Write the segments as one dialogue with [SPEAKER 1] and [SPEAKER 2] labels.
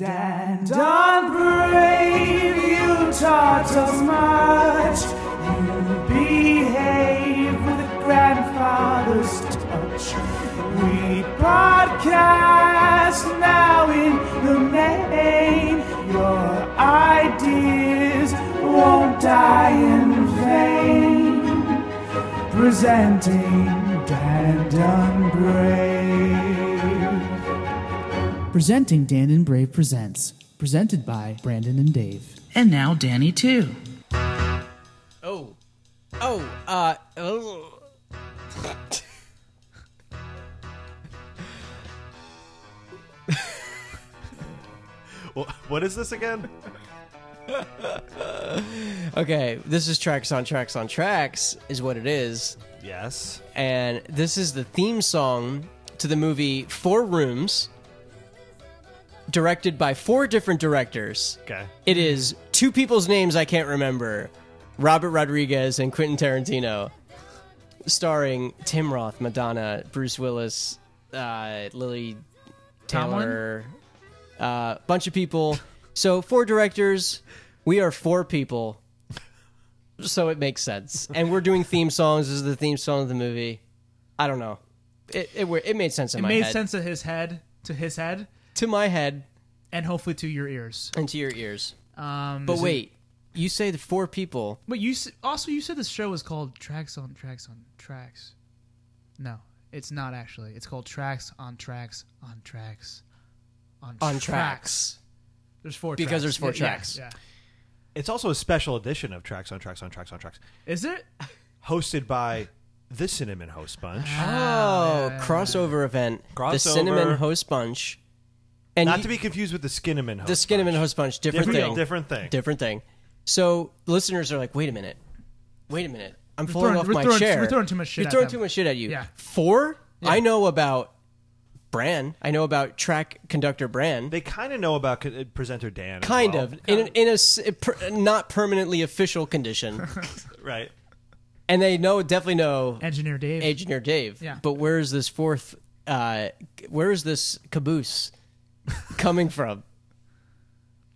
[SPEAKER 1] And on brave, you taught us much. You behave with a grandfather's touch. We podcast now in the main. Your ideas won't die in vain. Presenting Dan Dunbrave.
[SPEAKER 2] Presenting Dan and Brave Presents, presented by Brandon and Dave.
[SPEAKER 3] And now Danny too.
[SPEAKER 4] Oh. Oh, uh. Oh.
[SPEAKER 5] Wha- what is this again?
[SPEAKER 4] Okay, this is Tracks on Tracks on Tracks, is what it is.
[SPEAKER 5] yes.
[SPEAKER 4] And this is the theme song to the movie Four Rooms, directed by four different directors.
[SPEAKER 5] Okay.
[SPEAKER 4] It is two people's names I can't remember Robert Rodriguez and Quentin Tarantino, starring Tim Roth, Madonna, Bruce Willis, uh, Lily
[SPEAKER 3] Tomlin?
[SPEAKER 4] Taylor, a uh, bunch of people. So, four directors. We are four people. So it makes sense. And we're doing theme songs. This is the theme song of the movie. I don't know. It, it, were- it made sense in
[SPEAKER 3] It
[SPEAKER 4] my
[SPEAKER 3] made
[SPEAKER 4] head.
[SPEAKER 3] sense to his head, to his head,
[SPEAKER 4] To my head
[SPEAKER 3] and hopefully to your ears.
[SPEAKER 4] and to your ears.
[SPEAKER 3] Um,
[SPEAKER 4] But
[SPEAKER 3] is it-
[SPEAKER 4] wait, you say the four people.
[SPEAKER 3] but you s- also you said the show was called Tracks on Tracks on Tracks. No, it's not actually. It's called Tracks on Tracks on Tracks on,
[SPEAKER 4] on tracks.
[SPEAKER 3] There's four
[SPEAKER 4] Because
[SPEAKER 3] tracks.
[SPEAKER 4] there's four
[SPEAKER 3] Yeah, yeah,
[SPEAKER 4] tracks.
[SPEAKER 3] Yeah,
[SPEAKER 5] It's also a special edition of Tracks on Tracks on Tracks on Tracks,
[SPEAKER 3] Is it?
[SPEAKER 5] hosted by the Cinnamon Host Bunch.
[SPEAKER 4] Oh, crossover event. The
[SPEAKER 5] Crossover.
[SPEAKER 4] cinnamon host bunch. And
[SPEAKER 5] Not
[SPEAKER 4] you-
[SPEAKER 5] to be confused with the Skinnamin Host.
[SPEAKER 4] the cinnamon
[SPEAKER 5] Bunch.
[SPEAKER 4] host bunch, different,
[SPEAKER 5] Different-
[SPEAKER 4] thing.
[SPEAKER 5] different thing.
[SPEAKER 4] Different thing. So listeners are like, wait a minute, wait a minute. I'm
[SPEAKER 3] We're
[SPEAKER 4] falling
[SPEAKER 3] throwing-
[SPEAKER 4] off
[SPEAKER 3] we're
[SPEAKER 4] my
[SPEAKER 3] throwing-
[SPEAKER 4] chair.
[SPEAKER 3] we're throwing too much shit
[SPEAKER 4] You're
[SPEAKER 3] at
[SPEAKER 4] throwing
[SPEAKER 3] them.
[SPEAKER 4] too much shit at you.
[SPEAKER 3] Yeah.
[SPEAKER 4] Four? I know about Bran. I know about track conductor Bran.
[SPEAKER 5] They kind of know about co- uh, presenter Dan. as
[SPEAKER 4] kind
[SPEAKER 5] well.
[SPEAKER 4] of in an, in a s- per- not permanently official condition,
[SPEAKER 5] right.
[SPEAKER 4] and they know definitely know
[SPEAKER 3] Engineer Dave.
[SPEAKER 4] engineer Dave.
[SPEAKER 3] Yeah.
[SPEAKER 4] But where is this fourth? Uh, where is this caboose coming from?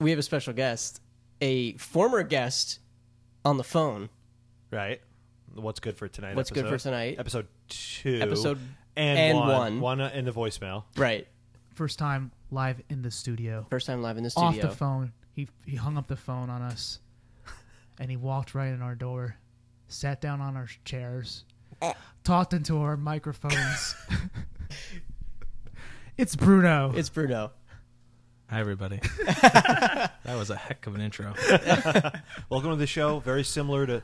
[SPEAKER 4] We have a special guest, a former guest on the phone.
[SPEAKER 5] Right. What's good for tonight?
[SPEAKER 4] What's good
[SPEAKER 5] episode.
[SPEAKER 4] for tonight.
[SPEAKER 5] Episode two.
[SPEAKER 4] Episode-
[SPEAKER 5] and,
[SPEAKER 4] and
[SPEAKER 5] one.
[SPEAKER 4] one.
[SPEAKER 5] One uh, in the voicemail.
[SPEAKER 4] Right.
[SPEAKER 3] First time live in the studio.
[SPEAKER 4] First time live in the
[SPEAKER 3] off
[SPEAKER 4] studio.
[SPEAKER 3] the phone. He he hung up the phone on us, and he walked right in our door, sat down on our chairs,
[SPEAKER 4] Uh.
[SPEAKER 3] talked into our microphones. it's Bruno.
[SPEAKER 4] It's Bruno.
[SPEAKER 6] Hi, everybody. that was a heck of an intro.
[SPEAKER 5] Welcome to the show. Very similar to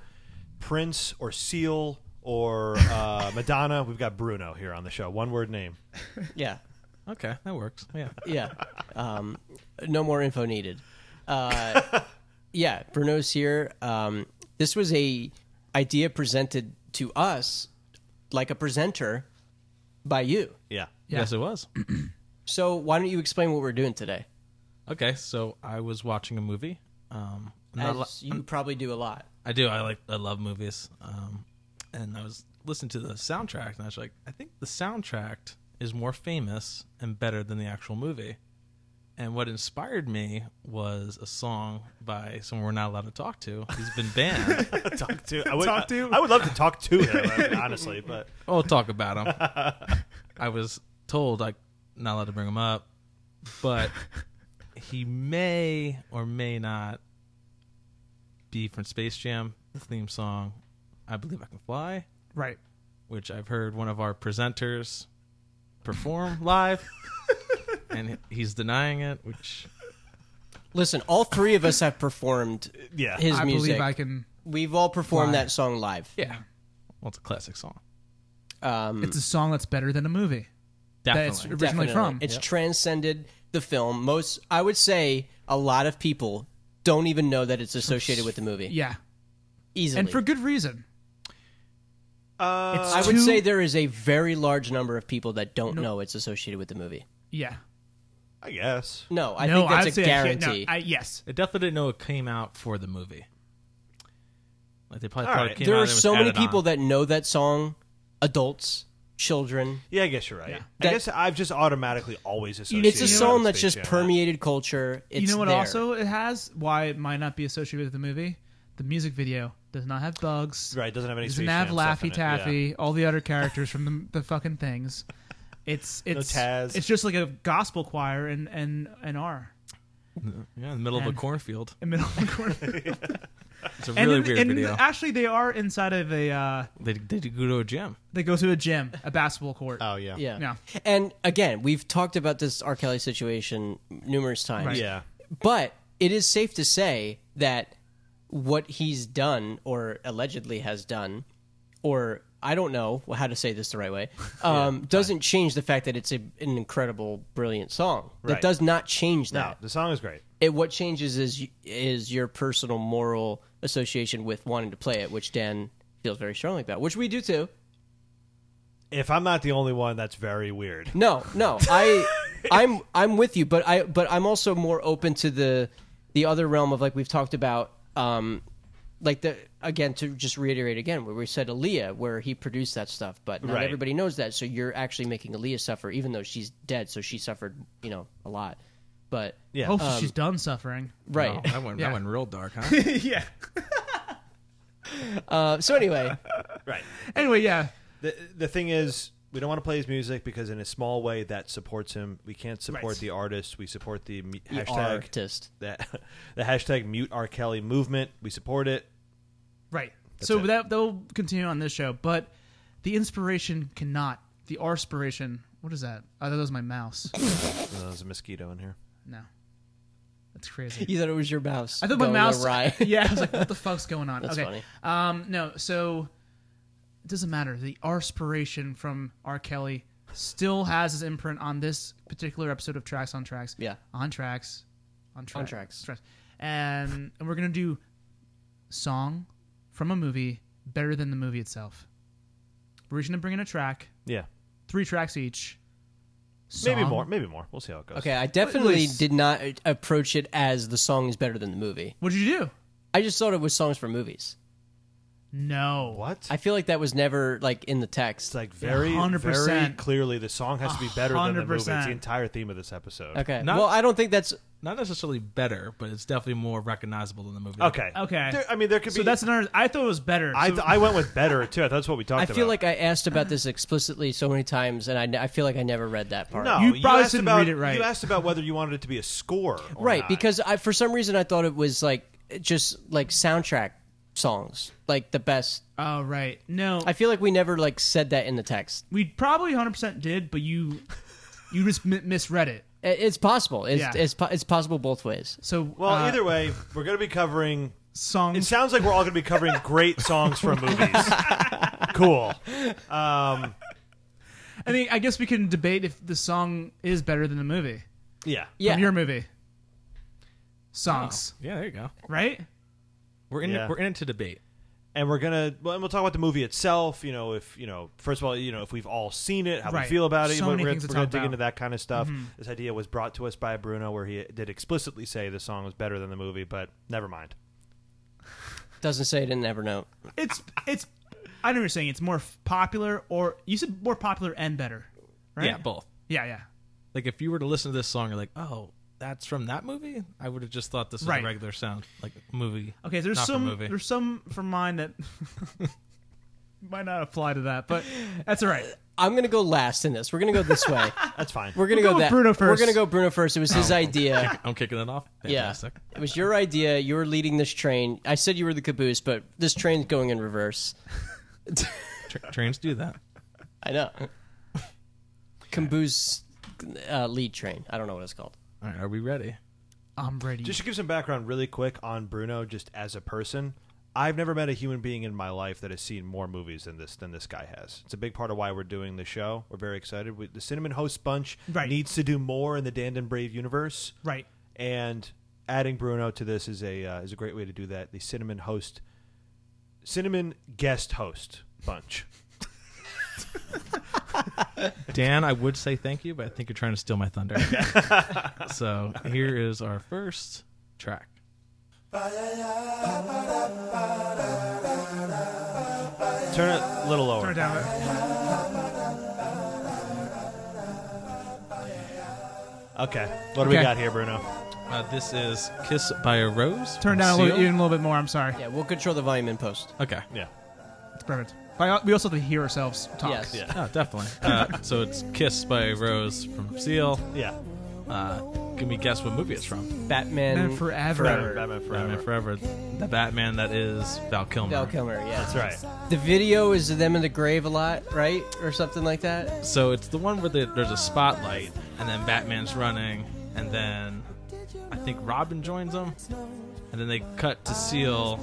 [SPEAKER 5] Prince or Seal or uh, Madonna. We've got Bruno here on the show. One word name.
[SPEAKER 4] Yeah.
[SPEAKER 6] Okay, that works. Yeah.
[SPEAKER 4] Yeah. Um, no more info needed. Uh, yeah. Bruno's here. Um, this was a idea presented to us like a presenter by you.
[SPEAKER 5] Yeah.
[SPEAKER 6] Yes, it was.
[SPEAKER 4] So why don't you explain what we're doing today?
[SPEAKER 6] Okay, so I was watching a movie. Um, I'm not
[SPEAKER 4] As
[SPEAKER 6] li-
[SPEAKER 4] you probably do a lot.
[SPEAKER 6] I do. I like. I love movies. Um, and I was listening to the soundtrack, and I was like, I think the soundtrack is more famous and better than the actual movie. And what inspired me was a song by someone we're not allowed to talk to. He's been banned.
[SPEAKER 5] talk to. I would,
[SPEAKER 3] Talk to?
[SPEAKER 5] I would love to talk to him, I mean, honestly, but
[SPEAKER 6] We'll Oh, talk about him. I was told I not allowed to bring him up, but he may or may not be from Space Jam the theme song. I believe I can fly,
[SPEAKER 3] right.
[SPEAKER 6] which I've heard one of our presenters perform live, and he's denying it. Which
[SPEAKER 4] Listen, all three of us have performed
[SPEAKER 5] yeah,
[SPEAKER 4] his
[SPEAKER 3] I
[SPEAKER 4] music.
[SPEAKER 3] believe I can.
[SPEAKER 4] We've all performed that song live.
[SPEAKER 6] yeah, well, it's a classic song.
[SPEAKER 4] Um,
[SPEAKER 3] It's a song that's better than a movie. That's
[SPEAKER 6] Definitely,
[SPEAKER 3] originally
[SPEAKER 4] definitely.
[SPEAKER 3] from.
[SPEAKER 4] It's transcended the film. Most, I would say, a lot of people don't even know that it's associated with the movie.
[SPEAKER 3] yeah,
[SPEAKER 4] easily.
[SPEAKER 3] and for good reason.
[SPEAKER 5] Uh,
[SPEAKER 4] I would
[SPEAKER 3] Two-
[SPEAKER 4] say there is a very large number of people that don't know it's associated with the movie.
[SPEAKER 3] Yeah.
[SPEAKER 5] I guess.
[SPEAKER 4] No, I
[SPEAKER 3] no,
[SPEAKER 4] think that's
[SPEAKER 3] I'd
[SPEAKER 4] a
[SPEAKER 3] say I can't- no,
[SPEAKER 4] guarantee.
[SPEAKER 3] I, yes.
[SPEAKER 6] I definitely didn't know it came out for the movie. Like they probably
[SPEAKER 5] All
[SPEAKER 6] thought
[SPEAKER 5] right.
[SPEAKER 6] it came
[SPEAKER 4] there
[SPEAKER 6] out.
[SPEAKER 4] are
[SPEAKER 6] and it was
[SPEAKER 4] so many
[SPEAKER 6] added on.
[SPEAKER 4] people that know that song, adults, children.
[SPEAKER 5] Yeah, I guess you're right. I
[SPEAKER 4] That-
[SPEAKER 5] guess I've just automatically always associated.
[SPEAKER 4] It's a
[SPEAKER 5] Kevin
[SPEAKER 4] song that's
[SPEAKER 5] Spacey
[SPEAKER 4] just
[SPEAKER 5] and
[SPEAKER 4] permeated culture. It's
[SPEAKER 3] you know what?
[SPEAKER 4] there.
[SPEAKER 3] Also, it has why it might not be associated with the movie. The music video does not have bugs.
[SPEAKER 5] Right, doesn't have any
[SPEAKER 3] Doesn't
[SPEAKER 5] Space
[SPEAKER 3] have
[SPEAKER 5] Jam stuff in
[SPEAKER 3] Laffy
[SPEAKER 5] it, yeah.
[SPEAKER 3] Taffy. All the other characters from the, the fucking things. It's it's
[SPEAKER 5] Taz.
[SPEAKER 3] it's just like a gospel choir and and and R
[SPEAKER 6] Yeah, in the middle of
[SPEAKER 3] And-
[SPEAKER 6] a cornfield.
[SPEAKER 3] in middle of the corner.
[SPEAKER 6] It's a
[SPEAKER 3] and
[SPEAKER 6] really
[SPEAKER 3] in-
[SPEAKER 6] weird
[SPEAKER 3] and
[SPEAKER 6] video.
[SPEAKER 3] actually, they are inside of a. Uh,
[SPEAKER 6] they, they did go to a gym.
[SPEAKER 3] they go to a gym, a basketball court.
[SPEAKER 5] Oh yeah,
[SPEAKER 4] Yeah.
[SPEAKER 3] Yeah.
[SPEAKER 4] And again, we've talked about this R. Kelly situation numerous times.
[SPEAKER 5] yeah.
[SPEAKER 4] But it is safe to say that what he's done, or allegedly has done, or I don't know how to say this the right way, um, doesn't change the fact that it's a, an incredible, brilliant song. That
[SPEAKER 5] Right.
[SPEAKER 4] does not change
[SPEAKER 5] No,
[SPEAKER 4] that.
[SPEAKER 5] the song is great.
[SPEAKER 4] It, what changes is y- is your personal moral association with wanting to play it, which Dan feels very strongly about, which we do too.
[SPEAKER 5] If I'm not the only one, that's very weird.
[SPEAKER 4] No, no. I I'm I'm with you, but I but I'm also more open to the the other realm of like we've talked about um like the again to just reiterate again where we said Aaliyah where he produced that stuff, but not
[SPEAKER 5] Right.
[SPEAKER 4] everybody knows that. So you're actually making Aaliyah suffer even though she's dead, so she suffered, you know, a lot. But
[SPEAKER 5] Yeah, Um,
[SPEAKER 3] Hopefully, she's done suffering.
[SPEAKER 4] right.
[SPEAKER 6] Oh, that went
[SPEAKER 3] Yeah.
[SPEAKER 6] that went real dark, huh?
[SPEAKER 3] yeah.
[SPEAKER 4] Uh, so anyway,
[SPEAKER 5] right.
[SPEAKER 3] Anyway, yeah.
[SPEAKER 5] The the thing is, we don't want to play his music because in a small way that supports him. We can't support
[SPEAKER 3] Right.
[SPEAKER 5] the artist. We support the mu-
[SPEAKER 4] the
[SPEAKER 5] hashtag
[SPEAKER 4] artist.
[SPEAKER 5] that the hashtag mute R Kelly movement. We support it.
[SPEAKER 3] Right. so
[SPEAKER 5] it.
[SPEAKER 3] that they'll continue on this show, but the inspiration cannot. The arspiration. What is that? Oh, that was my mouse.
[SPEAKER 5] Oh, there's a mosquito in here.
[SPEAKER 3] no. That's crazy.
[SPEAKER 4] You thought it was your mouse.
[SPEAKER 3] I thought my
[SPEAKER 4] going
[SPEAKER 3] mouse.
[SPEAKER 4] awry.
[SPEAKER 3] yeah, I was like, what the fuck's going on?
[SPEAKER 4] That's
[SPEAKER 3] okay.
[SPEAKER 4] funny.
[SPEAKER 3] Um, no, so it doesn't matter. The arspiration from R. Kelly still has his imprint on this particular episode of Tracks on Tracks.
[SPEAKER 4] Yeah.
[SPEAKER 3] On Tracks. On Tracks.
[SPEAKER 4] Tracks.
[SPEAKER 3] And, and we're going to do song from a movie better than the movie itself. We're going to bring in a track,
[SPEAKER 5] Yeah,
[SPEAKER 3] three tracks each.
[SPEAKER 5] maybe
[SPEAKER 3] Song.
[SPEAKER 5] more. Maybe more. We'll see how it goes.
[SPEAKER 4] Okay, I definitely
[SPEAKER 3] least-
[SPEAKER 4] did not uh, approach it as the song is better than the movie.
[SPEAKER 3] What'd you do?
[SPEAKER 4] I just thought it was songs for movies.
[SPEAKER 3] No.
[SPEAKER 5] What?
[SPEAKER 4] I feel like that was never like in the text.
[SPEAKER 5] It's like very,
[SPEAKER 3] 100%.
[SPEAKER 5] very clearly the song has to be better than the movie. It's the
[SPEAKER 3] 100%.
[SPEAKER 5] entire theme of this episode.
[SPEAKER 4] okay.
[SPEAKER 6] Not-
[SPEAKER 4] well, I don't think that's
[SPEAKER 6] Not necessarily better, but it's definitely more recognizable than the movie.
[SPEAKER 5] Okay.
[SPEAKER 3] Okay.
[SPEAKER 5] There- I mean, there could
[SPEAKER 3] So
[SPEAKER 5] be.
[SPEAKER 3] that's another. I thought it was better.
[SPEAKER 5] I,
[SPEAKER 3] So-
[SPEAKER 5] th- I went with better too. I thought that's what we talked
[SPEAKER 4] I
[SPEAKER 5] about.
[SPEAKER 4] feel like I asked about this explicitly so many times and I, ne- I feel like I never read that part.
[SPEAKER 5] no.
[SPEAKER 3] You probably
[SPEAKER 5] asked
[SPEAKER 3] didn't
[SPEAKER 5] about,
[SPEAKER 3] read it right.
[SPEAKER 5] You asked about whether you wanted it to be a score, or
[SPEAKER 4] Right,
[SPEAKER 5] not.
[SPEAKER 4] because I for some reason I thought it was like just like soundtrack songs, like the best.
[SPEAKER 3] oh right. No.
[SPEAKER 4] I feel like we never like said that in the text.
[SPEAKER 3] We probably 100% did, but you you just mi- misread it.
[SPEAKER 4] I- It's possible. It's
[SPEAKER 3] Yeah.
[SPEAKER 4] it's, po- it's possible both ways.
[SPEAKER 3] So
[SPEAKER 5] Well,
[SPEAKER 3] uh,
[SPEAKER 5] either way, we're going to be covering. It
[SPEAKER 3] songs.
[SPEAKER 5] sounds like we're all going to be covering great songs from movies. cool. Um,
[SPEAKER 3] I mean, I guess we can debate if the song is better than the movie.
[SPEAKER 5] yeah.
[SPEAKER 4] Yeah.
[SPEAKER 3] From your movie. Songs,
[SPEAKER 6] Yeah, there you go.
[SPEAKER 3] right?
[SPEAKER 6] We're in
[SPEAKER 5] Yeah.
[SPEAKER 6] it, we're in it to debate.
[SPEAKER 5] And we're gonna, well, and we'll talk about the movie itself. You know, if you know, first of all, you know, if we've all seen it, how
[SPEAKER 3] Right.
[SPEAKER 5] we feel about it.
[SPEAKER 3] So
[SPEAKER 5] we're
[SPEAKER 3] many
[SPEAKER 5] we're
[SPEAKER 3] things to
[SPEAKER 5] we're gonna
[SPEAKER 3] talk
[SPEAKER 5] dig
[SPEAKER 3] about. Mm-hmm.
[SPEAKER 5] into that kind of stuff. This idea was brought to us by Bruno, where he did explicitly say the song was better than the movie, but never mind.
[SPEAKER 4] Doesn't say it in Evernote.
[SPEAKER 3] It's it's I know what you're saying. It's more f- popular or you said more popular and better, right?
[SPEAKER 6] Yeah, both.
[SPEAKER 3] Yeah, yeah.
[SPEAKER 6] Like if you were to listen to this song, you're like, oh, that's from that movie. I would have just thought this was
[SPEAKER 3] Right.
[SPEAKER 6] a regular sound like movie.
[SPEAKER 3] Okay, there's
[SPEAKER 6] not from
[SPEAKER 3] some
[SPEAKER 6] movie.
[SPEAKER 3] there's some from mine that might not apply to that, but that's all right.
[SPEAKER 4] I'm going to go last in this. We're going to go this way.
[SPEAKER 5] That's fine.
[SPEAKER 4] We're going to
[SPEAKER 3] We'll
[SPEAKER 4] go,
[SPEAKER 3] go with
[SPEAKER 4] that.
[SPEAKER 3] Bruno
[SPEAKER 4] We're
[SPEAKER 3] first.
[SPEAKER 4] going to go Bruno first. It was
[SPEAKER 5] Oh,
[SPEAKER 4] his idea.
[SPEAKER 6] I'm kicking it off. Fantastic.
[SPEAKER 4] Yeah. It was your idea. You were leading this train. I said you were the caboose, but this train's going in reverse.
[SPEAKER 6] Tra- trains do that.
[SPEAKER 4] I know. Caboose uh, lead train. I don't know what it's called.
[SPEAKER 6] All right, are we ready?
[SPEAKER 3] I'm ready.
[SPEAKER 5] Just to give some background really quick on Bruno, just as a person, I've never met a human being in my life that has seen more movies than this than this guy has. It's a big part of why we're doing the show. We're very excited. We, the Cinnamon Host Bunch
[SPEAKER 3] Right.
[SPEAKER 5] needs to do more in the Dandan Brave universe,
[SPEAKER 3] right.
[SPEAKER 5] and adding Bruno to this is a uh, is a great way to do that. The Cinnamon Host, Cinnamon Guest Host Bunch.
[SPEAKER 6] Dan, I would say thank you, but I think you're trying to steal my thunder. so here is our first track.
[SPEAKER 5] Turn it a little lower.
[SPEAKER 3] Turn it down.
[SPEAKER 5] Okay. What do we
[SPEAKER 3] Okay.
[SPEAKER 5] got here, Bruno?
[SPEAKER 6] Uh, this is "Kiss by a Rose."
[SPEAKER 3] Turn
[SPEAKER 6] by
[SPEAKER 3] down a little,
[SPEAKER 6] Seal.
[SPEAKER 3] even a little bit more. I'm sorry.
[SPEAKER 4] Yeah, we'll control the volume in post.
[SPEAKER 6] Okay.
[SPEAKER 5] Yeah.
[SPEAKER 3] It's perfect. But we also have to hear ourselves talk.
[SPEAKER 4] Yes.
[SPEAKER 5] Yeah.
[SPEAKER 6] Oh, definitely. Uh, so it's "Kiss by a Rose" from Seal.
[SPEAKER 5] Yeah.
[SPEAKER 6] Uh, can we guess what movie it's from?
[SPEAKER 4] Batman
[SPEAKER 3] Batman Forever.
[SPEAKER 5] Batman, Batman Forever.
[SPEAKER 6] Batman Forever. The Batman that is Val Kilmer.
[SPEAKER 4] Val Kilmer. Yeah,
[SPEAKER 5] That's right.
[SPEAKER 4] The video is them in the grave a lot, right, or something like that.
[SPEAKER 6] So it's the one where the, there's a spotlight, and then Batman's running, and then I think Robin joins him, and then they cut to Seal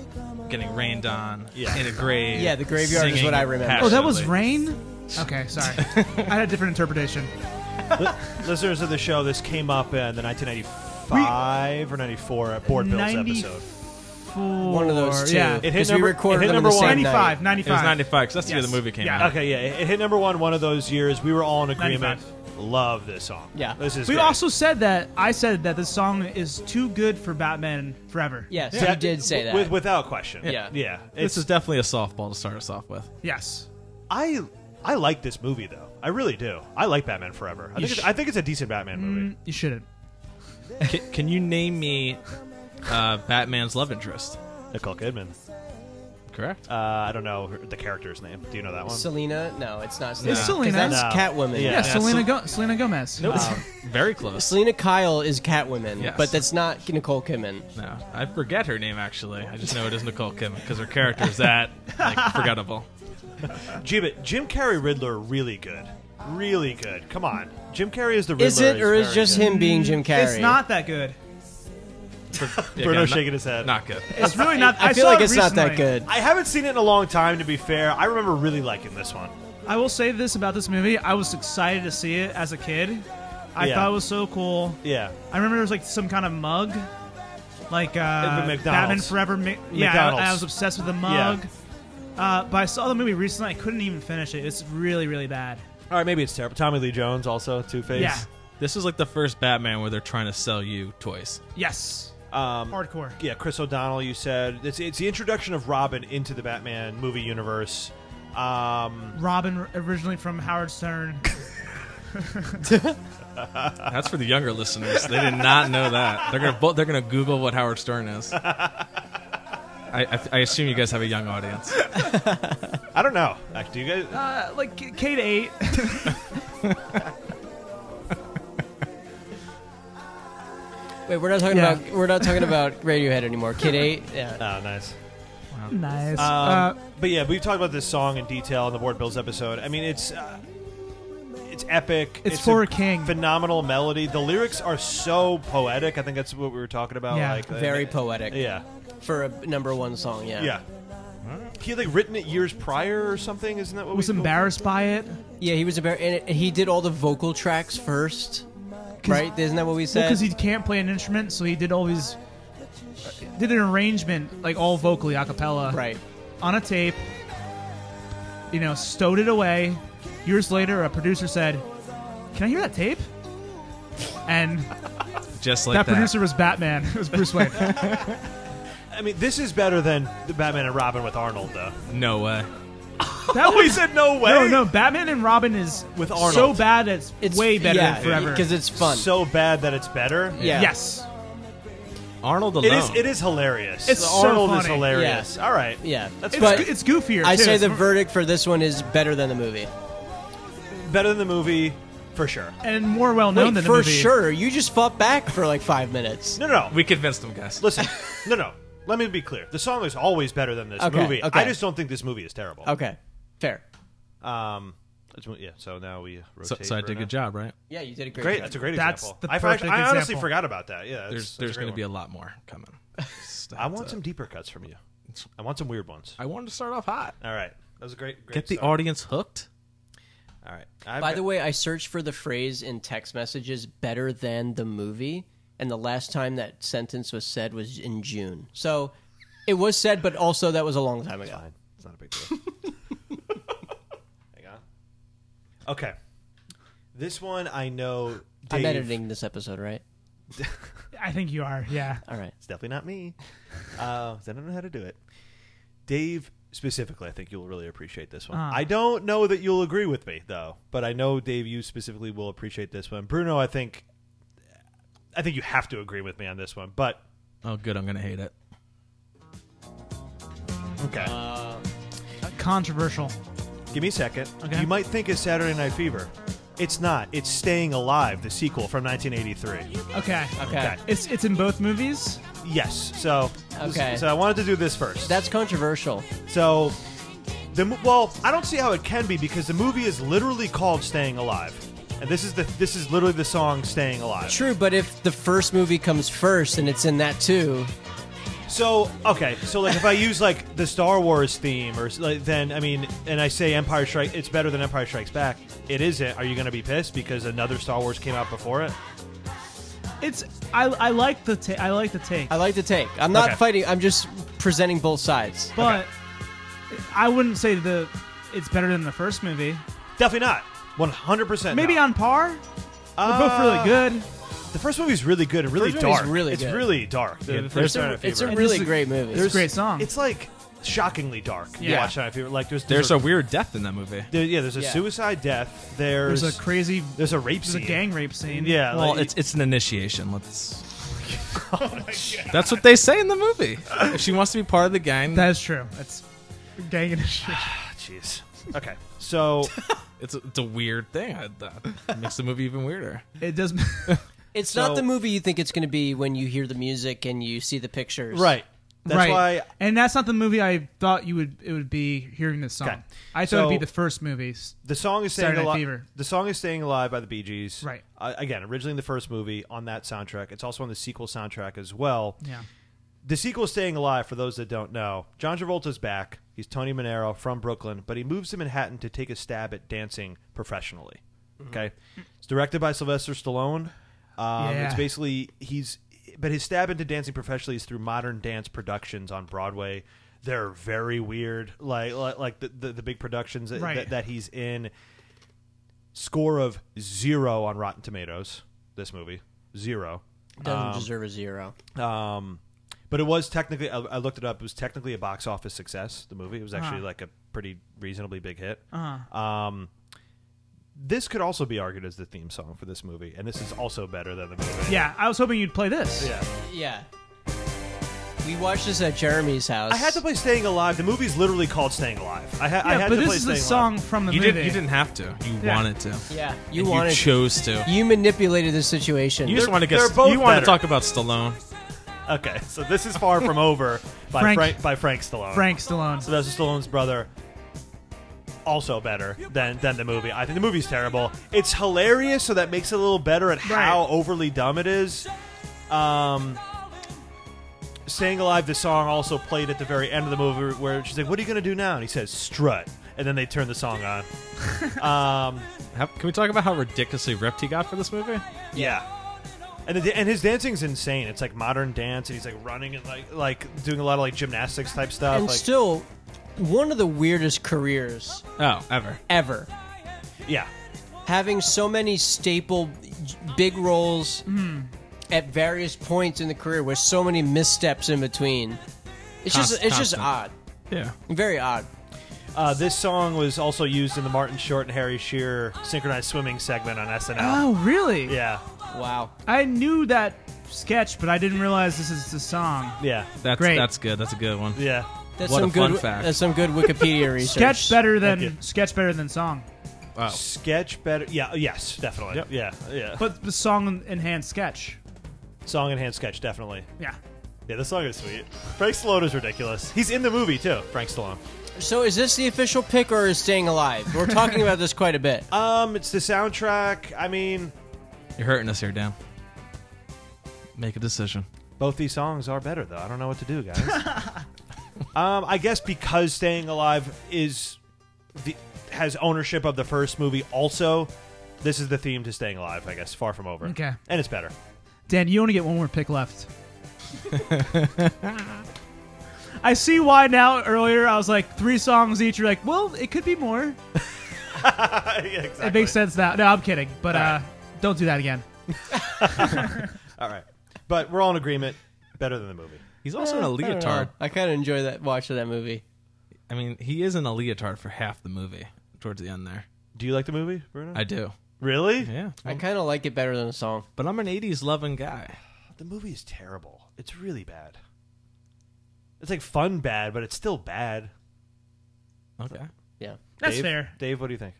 [SPEAKER 6] getting rained on
[SPEAKER 5] Yeah.
[SPEAKER 6] in a grave.
[SPEAKER 4] Yeah, the graveyard is
[SPEAKER 6] singing
[SPEAKER 4] what I remember.
[SPEAKER 3] Oh, that was
[SPEAKER 6] passionately.
[SPEAKER 3] rain. Okay, sorry. I had a different interpretation.
[SPEAKER 5] Listeners of the show, this came up in the 1995 or 94 at Board Bills episode.
[SPEAKER 4] One of those two.
[SPEAKER 3] Yeah.
[SPEAKER 5] It hit
[SPEAKER 4] Because
[SPEAKER 5] number-
[SPEAKER 4] we recorded
[SPEAKER 5] it hit
[SPEAKER 4] them
[SPEAKER 5] number
[SPEAKER 4] in the same
[SPEAKER 5] one.
[SPEAKER 4] night.
[SPEAKER 3] 95, 95.
[SPEAKER 6] It was 95 because that's the year the
[SPEAKER 3] Yes.
[SPEAKER 6] movie came
[SPEAKER 3] Yeah.
[SPEAKER 6] out.
[SPEAKER 5] Okay, yeah, it hit number one one of those years. We were all in agreement.
[SPEAKER 3] 95.
[SPEAKER 5] Love this song.
[SPEAKER 4] Yeah.
[SPEAKER 5] this is.
[SPEAKER 3] We
[SPEAKER 5] great.
[SPEAKER 3] also said that I said that this song is too good for Batman Forever.
[SPEAKER 4] Yes,
[SPEAKER 5] Yeah,
[SPEAKER 4] you did say that.
[SPEAKER 5] with, without question.
[SPEAKER 4] Yeah.
[SPEAKER 5] yeah.
[SPEAKER 6] This
[SPEAKER 5] It's,
[SPEAKER 6] is definitely a softball to start us off with.
[SPEAKER 3] Yes.
[SPEAKER 5] I I like this movie though. I really do. I like Batman Forever. I, think,
[SPEAKER 6] sh-
[SPEAKER 5] it's, I think it's a decent Batman movie.
[SPEAKER 3] You shouldn't.
[SPEAKER 6] can, can you name me uh, Batman's love interest?
[SPEAKER 5] Nicole Kidman.
[SPEAKER 6] Correct.
[SPEAKER 5] Uh, I don't know her, the character's name. Do you know that one?
[SPEAKER 4] Selena? No, it's not Selena.
[SPEAKER 3] It's
[SPEAKER 4] 'Cause
[SPEAKER 3] Selena.
[SPEAKER 4] That's
[SPEAKER 5] No.
[SPEAKER 4] Catwoman.
[SPEAKER 5] Yeah.
[SPEAKER 3] Yeah, Selena, Go- Selena Gomez.
[SPEAKER 6] Nope.
[SPEAKER 5] um,
[SPEAKER 6] Very close.
[SPEAKER 4] Selena Kyle is Catwoman,
[SPEAKER 6] Yes.
[SPEAKER 4] but that's not Nicole Kidman.
[SPEAKER 6] No, I forget her name actually. I just know it is Nicole Kidman because her character is that like forgettable.
[SPEAKER 5] Jim, Jim Carrey Riddler really good, really good. Come on, Jim Carrey is the Riddler.
[SPEAKER 4] Is it, or is
[SPEAKER 5] very
[SPEAKER 4] just
[SPEAKER 5] good.
[SPEAKER 4] him being Jim Carrey?
[SPEAKER 3] It's not that good.
[SPEAKER 5] Bruno
[SPEAKER 6] not-
[SPEAKER 5] shaking his head.
[SPEAKER 6] Not good.
[SPEAKER 3] It's really not.
[SPEAKER 4] I,
[SPEAKER 3] I,
[SPEAKER 4] feel
[SPEAKER 3] saw
[SPEAKER 4] like
[SPEAKER 3] it
[SPEAKER 4] it's not that
[SPEAKER 3] recently.
[SPEAKER 4] good.
[SPEAKER 5] I haven't seen it in a long time. To be fair, I remember really liking this one.
[SPEAKER 3] I will say this about this movie: I was excited to see it as a kid. I
[SPEAKER 5] Yeah.
[SPEAKER 3] thought it was so cool.
[SPEAKER 5] Yeah,
[SPEAKER 3] I remember there was like some kind of mug, like uh,
[SPEAKER 5] McDonald's.
[SPEAKER 3] Batman Forever. Mi- yeah,
[SPEAKER 5] McDonald's.
[SPEAKER 3] I, I was obsessed with the mug. Uh, but I saw the movie recently. I couldn't even finish it. It's really, really bad.
[SPEAKER 5] All right, maybe it's terrible. Tommy Lee Jones also Two Face.
[SPEAKER 3] Yeah.
[SPEAKER 6] This is like the first Batman where they're trying to sell you toys.
[SPEAKER 3] Yes.
[SPEAKER 5] Um,
[SPEAKER 3] Hardcore.
[SPEAKER 5] yeah. Chris O'Donnell, you said it's, it's the introduction of Robin into the Batman movie universe. Um,
[SPEAKER 3] Robin originally from Howard Stern.
[SPEAKER 6] That's for the younger listeners. They did not know that. They're gonna bo- they're gonna Google what Howard Stern is. I, I, I assume you guys have a young audience.
[SPEAKER 5] I don't know. Like, do you guys?
[SPEAKER 3] Uh, like K K to eight.
[SPEAKER 4] Wait, we're not talking
[SPEAKER 3] Yeah.
[SPEAKER 4] about we're not talking about Radiohead anymore. Kid Eight. Yeah.
[SPEAKER 5] oh, nice.
[SPEAKER 3] nice. Uh,
[SPEAKER 5] Um, but yeah, we've talked about this song in detail in the Board Bills episode. I mean, it's uh, it's epic.
[SPEAKER 3] It's for
[SPEAKER 5] a
[SPEAKER 3] a king.
[SPEAKER 5] Phenomenal melody. The lyrics are so poetic. I think that's what we were talking about.
[SPEAKER 3] Yeah.
[SPEAKER 5] like
[SPEAKER 4] Very poetic
[SPEAKER 5] Yeah,
[SPEAKER 4] for a number one song. Yeah.
[SPEAKER 5] yeah. He had like written it years prior or something. Isn't that what
[SPEAKER 3] was
[SPEAKER 5] we
[SPEAKER 3] embarrassed by it
[SPEAKER 4] Yeah, he was a bear, and it- he did all the vocal tracks first, right? Isn't that what we said?
[SPEAKER 3] because he can't play an instrument, so he did all these uh, did an arrangement like all vocally a cappella
[SPEAKER 4] right.
[SPEAKER 3] on a tape. You know, stowed it away. Years later, a producer said, "Can I hear that tape?" And
[SPEAKER 6] Just
[SPEAKER 3] that
[SPEAKER 6] like that.
[SPEAKER 3] producer was Batman. It was Bruce Wayne.
[SPEAKER 5] I mean, this is better than the Batman and Robin with Arnold, though.
[SPEAKER 6] No way.
[SPEAKER 3] That
[SPEAKER 5] We Oh, said no way.
[SPEAKER 3] No, no, Batman and Robin is
[SPEAKER 5] With
[SPEAKER 3] so
[SPEAKER 5] Arnold.
[SPEAKER 3] bad it's,
[SPEAKER 4] It's
[SPEAKER 3] way better
[SPEAKER 4] yeah,
[SPEAKER 3] than forever.
[SPEAKER 4] because it's fun.
[SPEAKER 5] So bad that it's better.
[SPEAKER 4] yeah.
[SPEAKER 3] yes,
[SPEAKER 6] Arnold alone.
[SPEAKER 5] It is. It is hilarious.
[SPEAKER 3] It's so
[SPEAKER 5] Arnold is
[SPEAKER 3] funny.
[SPEAKER 5] hilarious. All right.
[SPEAKER 4] Yeah.
[SPEAKER 5] That's
[SPEAKER 3] it's,
[SPEAKER 4] but
[SPEAKER 3] it's goofier.
[SPEAKER 4] I
[SPEAKER 3] too.
[SPEAKER 4] say
[SPEAKER 3] It's
[SPEAKER 4] the
[SPEAKER 3] more-
[SPEAKER 4] verdict for this one is better than the movie.
[SPEAKER 5] better than the movie for sure.
[SPEAKER 3] and more well known
[SPEAKER 4] Wait,
[SPEAKER 3] than the
[SPEAKER 4] for
[SPEAKER 3] movie.
[SPEAKER 4] sure. You just fought back for like five minutes.
[SPEAKER 5] No, no, no.
[SPEAKER 6] We convinced them, guys.
[SPEAKER 5] Listen, no, no. Let me be clear. The song is always better than this
[SPEAKER 4] Okay,
[SPEAKER 5] movie.
[SPEAKER 4] okay.
[SPEAKER 5] I just don't think this movie is terrible.
[SPEAKER 4] Okay, fair.
[SPEAKER 5] Um, let's move- yeah. So now we rotate.
[SPEAKER 6] So, so I did a
[SPEAKER 5] Bruno.
[SPEAKER 6] good job, right?
[SPEAKER 4] Yeah, you did a great.
[SPEAKER 5] Great.
[SPEAKER 4] job.
[SPEAKER 5] That's a great
[SPEAKER 3] That's
[SPEAKER 5] example.
[SPEAKER 3] the
[SPEAKER 5] I,
[SPEAKER 3] perfect
[SPEAKER 5] I honestly
[SPEAKER 3] example.
[SPEAKER 5] forgot about that. Yeah. that's-
[SPEAKER 6] There's
[SPEAKER 5] that's
[SPEAKER 6] there's
[SPEAKER 5] a great
[SPEAKER 6] going to be a
[SPEAKER 5] one.
[SPEAKER 6] lot more coming. Just
[SPEAKER 5] I
[SPEAKER 6] have
[SPEAKER 5] want
[SPEAKER 6] to-
[SPEAKER 5] some deeper cuts from you. I want some weird ones.
[SPEAKER 6] I wanted to start off hot.
[SPEAKER 5] All right. That was a great. great
[SPEAKER 6] Get the
[SPEAKER 5] start.
[SPEAKER 6] audience hooked.
[SPEAKER 5] All right. I've
[SPEAKER 4] By
[SPEAKER 5] got-
[SPEAKER 4] the way, I searched for the phrase in text messages "better than the movie," and the last time that sentence was said was in June. So it was said, but also that was a long time ago.
[SPEAKER 5] Fine. It's not a big deal. Hang on. Okay. This one I know. Dave,
[SPEAKER 4] I'm editing this episode, right?
[SPEAKER 3] I think you are. Yeah.
[SPEAKER 4] All right.
[SPEAKER 5] It's definitely not me. Uh, 'cause I don't know how to do it. Dave specifically, I think you'll really appreciate this one.
[SPEAKER 3] Ah.
[SPEAKER 5] I don't know that you'll agree with me though, but I know Dave, you specifically will appreciate this one. Bruno, I think I think you have to agree with me on this one, but
[SPEAKER 6] Oh, good. I'm gonna hate it.
[SPEAKER 5] okay.
[SPEAKER 3] Controversial.
[SPEAKER 5] Give me a second.
[SPEAKER 3] Okay.
[SPEAKER 5] You might think it's Saturday Night Fever. It's not. It's Staying Alive, the sequel from 1983.
[SPEAKER 3] Okay.
[SPEAKER 4] Okay.
[SPEAKER 3] It's it's in both movies.
[SPEAKER 5] Yes. So,
[SPEAKER 4] Okay.
[SPEAKER 5] so I wanted to do this first.
[SPEAKER 4] That's controversial.
[SPEAKER 5] so the mo- well, I don't see how it can be because the movie is literally called Staying Alive. And this is the this is literally the song Staying Alive.
[SPEAKER 4] True, but if the first movie comes first and it's in that too,
[SPEAKER 5] So okay, so like if I use like the Star Wars theme or s- like then I mean, and I say Empire Strike, it's better than Empire Strikes Back. It isn't. Are you going to be pissed because another Star Wars came out before it?
[SPEAKER 3] It's I, I like the ta- I like the take,
[SPEAKER 4] I like to take. I'm not
[SPEAKER 5] Okay.
[SPEAKER 4] fighting. I'm just presenting both sides.
[SPEAKER 3] but I wouldn't say the it's better than the first movie.
[SPEAKER 5] Definitely not. One hundred percent.
[SPEAKER 3] Maybe on par. They're both
[SPEAKER 5] Uh,
[SPEAKER 3] really good.
[SPEAKER 5] The first movie's really good and really
[SPEAKER 4] First movie's
[SPEAKER 5] dark.
[SPEAKER 4] really
[SPEAKER 5] it's
[SPEAKER 4] good.
[SPEAKER 5] really dark. The, the
[SPEAKER 4] There's
[SPEAKER 5] first
[SPEAKER 4] a-
[SPEAKER 5] Saturday Night
[SPEAKER 4] it's a
[SPEAKER 5] Fever.
[SPEAKER 4] really
[SPEAKER 3] this is-
[SPEAKER 4] great movie.
[SPEAKER 3] There's- great song.
[SPEAKER 5] It's like shockingly dark. Yeah.
[SPEAKER 3] Yeah.
[SPEAKER 5] You watch Saturday Night Fever. Like there's
[SPEAKER 6] There's a
[SPEAKER 5] a,
[SPEAKER 6] weird death in that movie.
[SPEAKER 5] there- yeah there's a
[SPEAKER 4] Yeah.
[SPEAKER 5] suicide death. There's
[SPEAKER 3] There's a crazy
[SPEAKER 5] there's a rape
[SPEAKER 3] there's a
[SPEAKER 5] scene.
[SPEAKER 3] gang rape scene.
[SPEAKER 5] Yeah.
[SPEAKER 6] Well,
[SPEAKER 5] like-
[SPEAKER 6] it's it's an initiation. Let's.
[SPEAKER 5] Oh
[SPEAKER 6] That's what they say in the movie. If she wants to be part of the gang,
[SPEAKER 3] that is true. It's gang initiation.
[SPEAKER 5] jeez. Okay. So
[SPEAKER 6] it's a, it's a weird thing. I, that makes the movie even weirder.
[SPEAKER 3] It does.
[SPEAKER 4] it's
[SPEAKER 5] so-
[SPEAKER 4] not the movie you think it's going to be when you hear the music and you see the pictures.
[SPEAKER 5] right. That's
[SPEAKER 3] right.
[SPEAKER 5] why
[SPEAKER 3] and that's not the movie I thought you would it would be hearing this song.
[SPEAKER 5] Okay.
[SPEAKER 3] I thought
[SPEAKER 5] So-
[SPEAKER 3] it'd be the first movie.
[SPEAKER 5] The song is staying
[SPEAKER 3] Saturday Night
[SPEAKER 5] alive.
[SPEAKER 3] Fever.
[SPEAKER 5] The song is staying alive by the Bee Gees.
[SPEAKER 3] Right.
[SPEAKER 5] Uh, again, originally in the first movie on that soundtrack. It's also on the sequel soundtrack as well.
[SPEAKER 3] Yeah.
[SPEAKER 5] The sequel, Staying Alive, for those that don't know, John Travolta's back. He's Tony Monero from Brooklyn, but he moves to Manhattan to take a stab at dancing professionally.
[SPEAKER 3] Mm-hmm.
[SPEAKER 5] Okay, it's directed by Sylvester Stallone. Um,
[SPEAKER 3] Yeah.
[SPEAKER 5] It's basically he's, but his stab into dancing professionally is through modern dance productions on Broadway. They're very weird, like like, like the, the the big productions that,
[SPEAKER 3] Right.
[SPEAKER 5] that that he's in. Score of zero on Rotten Tomatoes. This movie zero.
[SPEAKER 4] Doesn't deserve a zero.
[SPEAKER 5] Um, but it was technically, I, I looked it up, it was technically a box office success, the movie. It was actually
[SPEAKER 3] Uh-huh.
[SPEAKER 5] like a pretty reasonably big hit. Um, this could also be argued as the theme song for this movie, and this is also better than the movie.
[SPEAKER 3] Yeah, I was hoping you'd play this.
[SPEAKER 5] Yeah.
[SPEAKER 4] Yeah. We watched this at Jeremy's house.
[SPEAKER 5] I had to play Staying Alive. The movie's literally called Staying Alive. I, ha- I
[SPEAKER 3] Yeah,
[SPEAKER 5] had
[SPEAKER 3] but
[SPEAKER 5] to
[SPEAKER 3] this
[SPEAKER 5] play
[SPEAKER 3] is
[SPEAKER 5] Staying
[SPEAKER 3] a song
[SPEAKER 5] Alive.
[SPEAKER 3] from the
[SPEAKER 6] You
[SPEAKER 3] movie.
[SPEAKER 6] didn't you didn't have to. You
[SPEAKER 3] Yeah.
[SPEAKER 6] wanted to.
[SPEAKER 4] Yeah, you
[SPEAKER 6] And
[SPEAKER 4] wanted.
[SPEAKER 6] You
[SPEAKER 4] You,
[SPEAKER 6] chose to.
[SPEAKER 4] manipulated the situation.
[SPEAKER 6] You just
[SPEAKER 5] They're-
[SPEAKER 6] want to get.
[SPEAKER 5] they're both
[SPEAKER 6] You want
[SPEAKER 5] better.
[SPEAKER 6] to talk about Stallone.
[SPEAKER 5] Okay, so this is Far From Over by Frank,
[SPEAKER 3] Frank-
[SPEAKER 5] by Frank Stallone.
[SPEAKER 3] Frank Stallone.
[SPEAKER 5] Sylvester Stallone's brother. Also better than than the movie. I think the movie's terrible. It's hilarious, so that makes it a little better at how
[SPEAKER 3] Right.
[SPEAKER 5] overly dumb it is. Um, Staying Alive, the song also played at the very end of the movie, where she's like, "What are you gonna do now?" And he says, "Strut," and then they turn the song on. um,
[SPEAKER 6] How, can we talk about how ridiculously ripped he got for this movie?
[SPEAKER 5] yeah. And, the, and his dancing's insane. It's like modern dance, and he's like running and like like doing a lot of like gymnastics type stuff.
[SPEAKER 4] and
[SPEAKER 5] like,
[SPEAKER 4] still, one of the weirdest careers
[SPEAKER 6] Oh, ever.
[SPEAKER 4] ever.
[SPEAKER 5] yeah,
[SPEAKER 4] Having so many staple big roles
[SPEAKER 5] Hmm.
[SPEAKER 4] at various points in the career with so many missteps in between. It's just
[SPEAKER 6] Const-
[SPEAKER 4] it's just odd.
[SPEAKER 6] constant. Yeah.
[SPEAKER 4] Very odd.
[SPEAKER 5] Uh, this song was also used in the Martin Short and Harry Shearer synchronized swimming segment on SNL.
[SPEAKER 3] Oh, really?
[SPEAKER 5] Yeah,
[SPEAKER 4] Wow.
[SPEAKER 3] I knew that sketch, but I didn't realize this is the song.
[SPEAKER 5] yeah,
[SPEAKER 6] That's
[SPEAKER 3] Great.
[SPEAKER 6] that's good. That's a good one.
[SPEAKER 5] yeah.
[SPEAKER 4] That's
[SPEAKER 6] What
[SPEAKER 4] some
[SPEAKER 6] a
[SPEAKER 4] good
[SPEAKER 6] fun fact.
[SPEAKER 4] that's some good Wikipedia research.
[SPEAKER 3] Sketch better
[SPEAKER 5] Thank
[SPEAKER 3] than
[SPEAKER 5] you.
[SPEAKER 3] sketch better than song,
[SPEAKER 6] Wow.
[SPEAKER 5] Sketch better. Yeah, oh, yes, definitely. Yeah, yeah.
[SPEAKER 3] but the song enhanced sketch.
[SPEAKER 5] Song and hand sketch, definitely.
[SPEAKER 3] Yeah.
[SPEAKER 5] Yeah, this song is sweet. Frank Stallone is ridiculous. He's in the movie too. Frank Stallone.
[SPEAKER 4] So is this the official pick or is staying alive? We're talking about this quite a bit.
[SPEAKER 5] Um, it's the soundtrack. I mean,
[SPEAKER 6] You're hurting us here, Dan. Make a decision.
[SPEAKER 5] both these songs are better though. I don't know what to do, guys. um, I guess because Staying Alive is the, has ownership of the first movie. Also, this is the theme to Staying Alive. I guess Far From Over.
[SPEAKER 3] Okay.
[SPEAKER 5] and it's better.
[SPEAKER 3] Dan, you only get one more pick left. I see why now. Earlier, I was like three songs each. You're like, well, it could be more.
[SPEAKER 5] yeah, exactly.
[SPEAKER 3] It makes sense now. No, I'm kidding, but uh,
[SPEAKER 5] Alright.
[SPEAKER 3] don't do that again.
[SPEAKER 5] All right, but we're all in agreement. Better than the movie.
[SPEAKER 6] He's also in a
[SPEAKER 4] I don't know.
[SPEAKER 6] leotard.
[SPEAKER 4] I kind of enjoy that watch of that movie.
[SPEAKER 6] I mean, he is in a leotard for half the movie towards the end there.
[SPEAKER 5] Do you like the movie, Bruno?
[SPEAKER 6] I do.
[SPEAKER 5] Really?
[SPEAKER 6] Yeah.
[SPEAKER 4] I kind of like it better than the song.
[SPEAKER 6] But I'm an 80s loving guy.
[SPEAKER 5] The movie is terrible. It's really bad. It's like fun bad, but it's still bad.
[SPEAKER 6] Okay.
[SPEAKER 4] Yeah.
[SPEAKER 3] That's
[SPEAKER 5] Dave?
[SPEAKER 3] fair.
[SPEAKER 5] Dave, what do you think?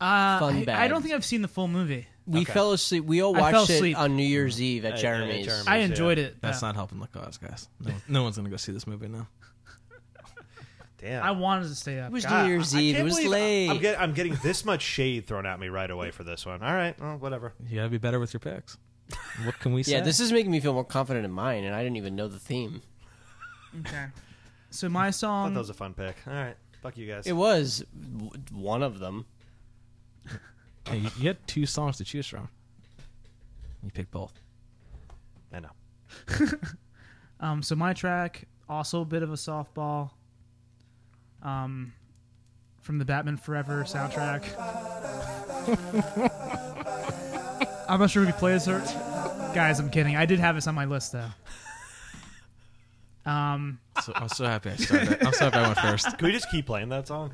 [SPEAKER 3] Uh,
[SPEAKER 4] Fun
[SPEAKER 3] I- I,
[SPEAKER 4] bag.
[SPEAKER 3] don't think I've seen the full movie.
[SPEAKER 4] We
[SPEAKER 5] Okay.
[SPEAKER 4] fell asleep. We all
[SPEAKER 3] I fell
[SPEAKER 4] watched it
[SPEAKER 3] asleep.
[SPEAKER 4] on New Year's Eve
[SPEAKER 5] At-
[SPEAKER 4] at
[SPEAKER 5] at
[SPEAKER 4] Jeremy's.
[SPEAKER 5] Jeremy's.
[SPEAKER 3] I
[SPEAKER 5] Yeah.
[SPEAKER 3] enjoyed it.
[SPEAKER 6] That's
[SPEAKER 3] though.
[SPEAKER 6] not helping the cause, guys. No, no one's going to go see this movie now.
[SPEAKER 5] Damn.
[SPEAKER 3] I wanted to stay up.
[SPEAKER 4] It was
[SPEAKER 3] God,
[SPEAKER 4] New Year's
[SPEAKER 5] I
[SPEAKER 4] Eve.
[SPEAKER 5] can't
[SPEAKER 4] It was
[SPEAKER 5] believe
[SPEAKER 4] late.
[SPEAKER 5] I'm, get, I'm getting this much shade thrown at me right away for this one. All right, well, whatever.
[SPEAKER 6] You got to be better with your picks. What can we say?
[SPEAKER 4] yeah, this is making me feel more confident in mine, and I didn't even know the theme.
[SPEAKER 3] Okay. So my
[SPEAKER 5] I thought
[SPEAKER 3] song.
[SPEAKER 5] that was a fun pick. All right, fuck you guys.
[SPEAKER 4] It was w- one of them.
[SPEAKER 6] Hey, you- you had two songs to choose from. You picked both.
[SPEAKER 5] I know.
[SPEAKER 3] Um, so my track also a bit of a softball. Um, from the Batman Forever soundtrack. I'm not sure if we play this or, guys. I'm kidding. I did have this on my list though. Um,
[SPEAKER 6] So, I'm so happy I started. I'm so happy I went first.
[SPEAKER 5] Can we just keep playing that song?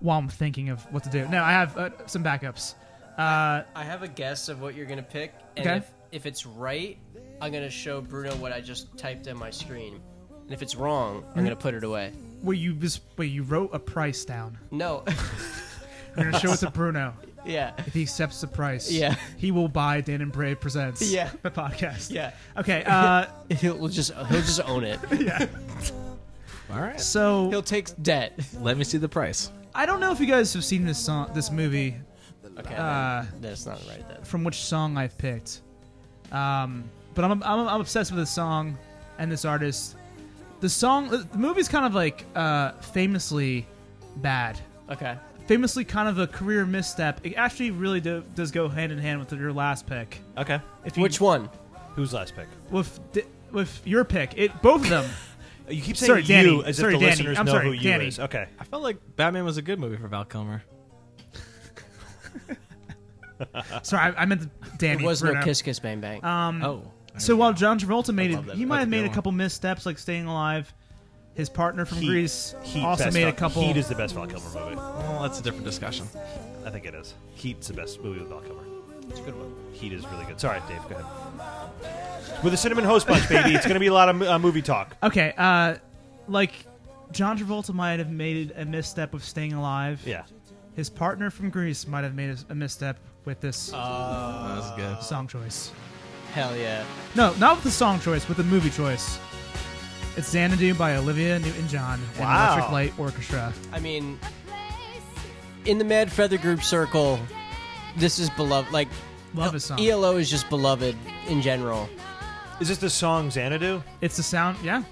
[SPEAKER 3] while I'm thinking of what to do. No, I have uh, some backups.
[SPEAKER 4] I have a guess of what you're gonna pick, and
[SPEAKER 3] Okay.
[SPEAKER 4] if, if it's right, I'm gonna show Bruno what I just typed in my screen, and if it's wrong, I'm gonna put it away.
[SPEAKER 3] Where you just where you wrote a price down.
[SPEAKER 4] No,
[SPEAKER 3] We're gonna show it to Bruno.
[SPEAKER 4] yeah,
[SPEAKER 3] If he accepts the price,
[SPEAKER 4] Yeah.
[SPEAKER 3] he will buy Dan and Brave presents.
[SPEAKER 4] Yeah.
[SPEAKER 3] the podcast.
[SPEAKER 4] yeah.
[SPEAKER 3] Okay. Uh,
[SPEAKER 4] He'll just he'll just own it.
[SPEAKER 6] All right.
[SPEAKER 3] so
[SPEAKER 4] He'll take debt.
[SPEAKER 6] Let me see the price.
[SPEAKER 3] I don't know if you guys have seen this song, this movie,
[SPEAKER 4] Okay,
[SPEAKER 3] Uh,
[SPEAKER 4] then- that's not right then.
[SPEAKER 3] from which song I've picked. Um, but I'm, I'm, I'm obsessed with this song and this artist. The song, the movie's kind of like uh, famously bad,
[SPEAKER 4] Okay,
[SPEAKER 3] famously kind of a career misstep. It actually really do, does go hand in hand with your last pick.
[SPEAKER 5] Okay.
[SPEAKER 3] If you,
[SPEAKER 4] which one?
[SPEAKER 5] Who's last pick?
[SPEAKER 3] with di- with your pick, it both of them.
[SPEAKER 5] You keep saying
[SPEAKER 3] Sorry,
[SPEAKER 5] you
[SPEAKER 3] Danny.
[SPEAKER 5] as
[SPEAKER 3] Sorry,
[SPEAKER 5] if the
[SPEAKER 3] Danny.
[SPEAKER 5] listeners
[SPEAKER 3] I'm
[SPEAKER 5] know
[SPEAKER 3] sorry,
[SPEAKER 5] who you
[SPEAKER 3] Danny.
[SPEAKER 5] is. Okay.
[SPEAKER 6] I felt like Batman was a good movie for Val Kilmer.
[SPEAKER 3] Sorry, I, I meant the-
[SPEAKER 4] It
[SPEAKER 3] Danny.
[SPEAKER 4] was no
[SPEAKER 3] Bruno. Uh,
[SPEAKER 4] kiss kiss bang bang.
[SPEAKER 6] oh.
[SPEAKER 3] So while John Travolta made
[SPEAKER 4] love
[SPEAKER 3] it,
[SPEAKER 4] that
[SPEAKER 3] he
[SPEAKER 4] movie.
[SPEAKER 3] might
[SPEAKER 6] That's
[SPEAKER 3] have
[SPEAKER 6] a
[SPEAKER 3] made
[SPEAKER 6] good
[SPEAKER 3] a
[SPEAKER 6] one.
[SPEAKER 3] couple missteps like Staying Alive. His partner from
[SPEAKER 5] Heat.
[SPEAKER 3] Greece
[SPEAKER 5] Heat
[SPEAKER 3] also
[SPEAKER 5] best
[SPEAKER 3] made a
[SPEAKER 5] Val-
[SPEAKER 3] couple.
[SPEAKER 5] Heat is the best Val Kilmer movie.
[SPEAKER 6] Well, that's a different discussion.
[SPEAKER 5] I think it is. Heat's the best movie with Val Kilmer. It's a good one. Heat is really good. Sorry, Dave. Go ahead. With the cinnamon host punch, baby. It's going to be a lot of uh, movie talk.
[SPEAKER 3] okay, uh, like John Travolta might have made a misstep with Staying Alive.
[SPEAKER 5] Yeah.
[SPEAKER 3] His partner from Greece might have made a, a misstep with this
[SPEAKER 5] Uh.
[SPEAKER 6] That was good.
[SPEAKER 3] song choice.
[SPEAKER 4] Hell yeah.
[SPEAKER 3] No, not with the song choice, with the movie choice. It's Xanadu by Olivia Newton-John and
[SPEAKER 5] Wow.
[SPEAKER 3] Electric Light Orchestra.
[SPEAKER 4] I mean, in the Mad Feather Group circle, this is beloved. Like,
[SPEAKER 3] Love this song.
[SPEAKER 4] ELO is just beloved in general.
[SPEAKER 5] Is this the song Xanadu?
[SPEAKER 3] It's the sound. Yeah.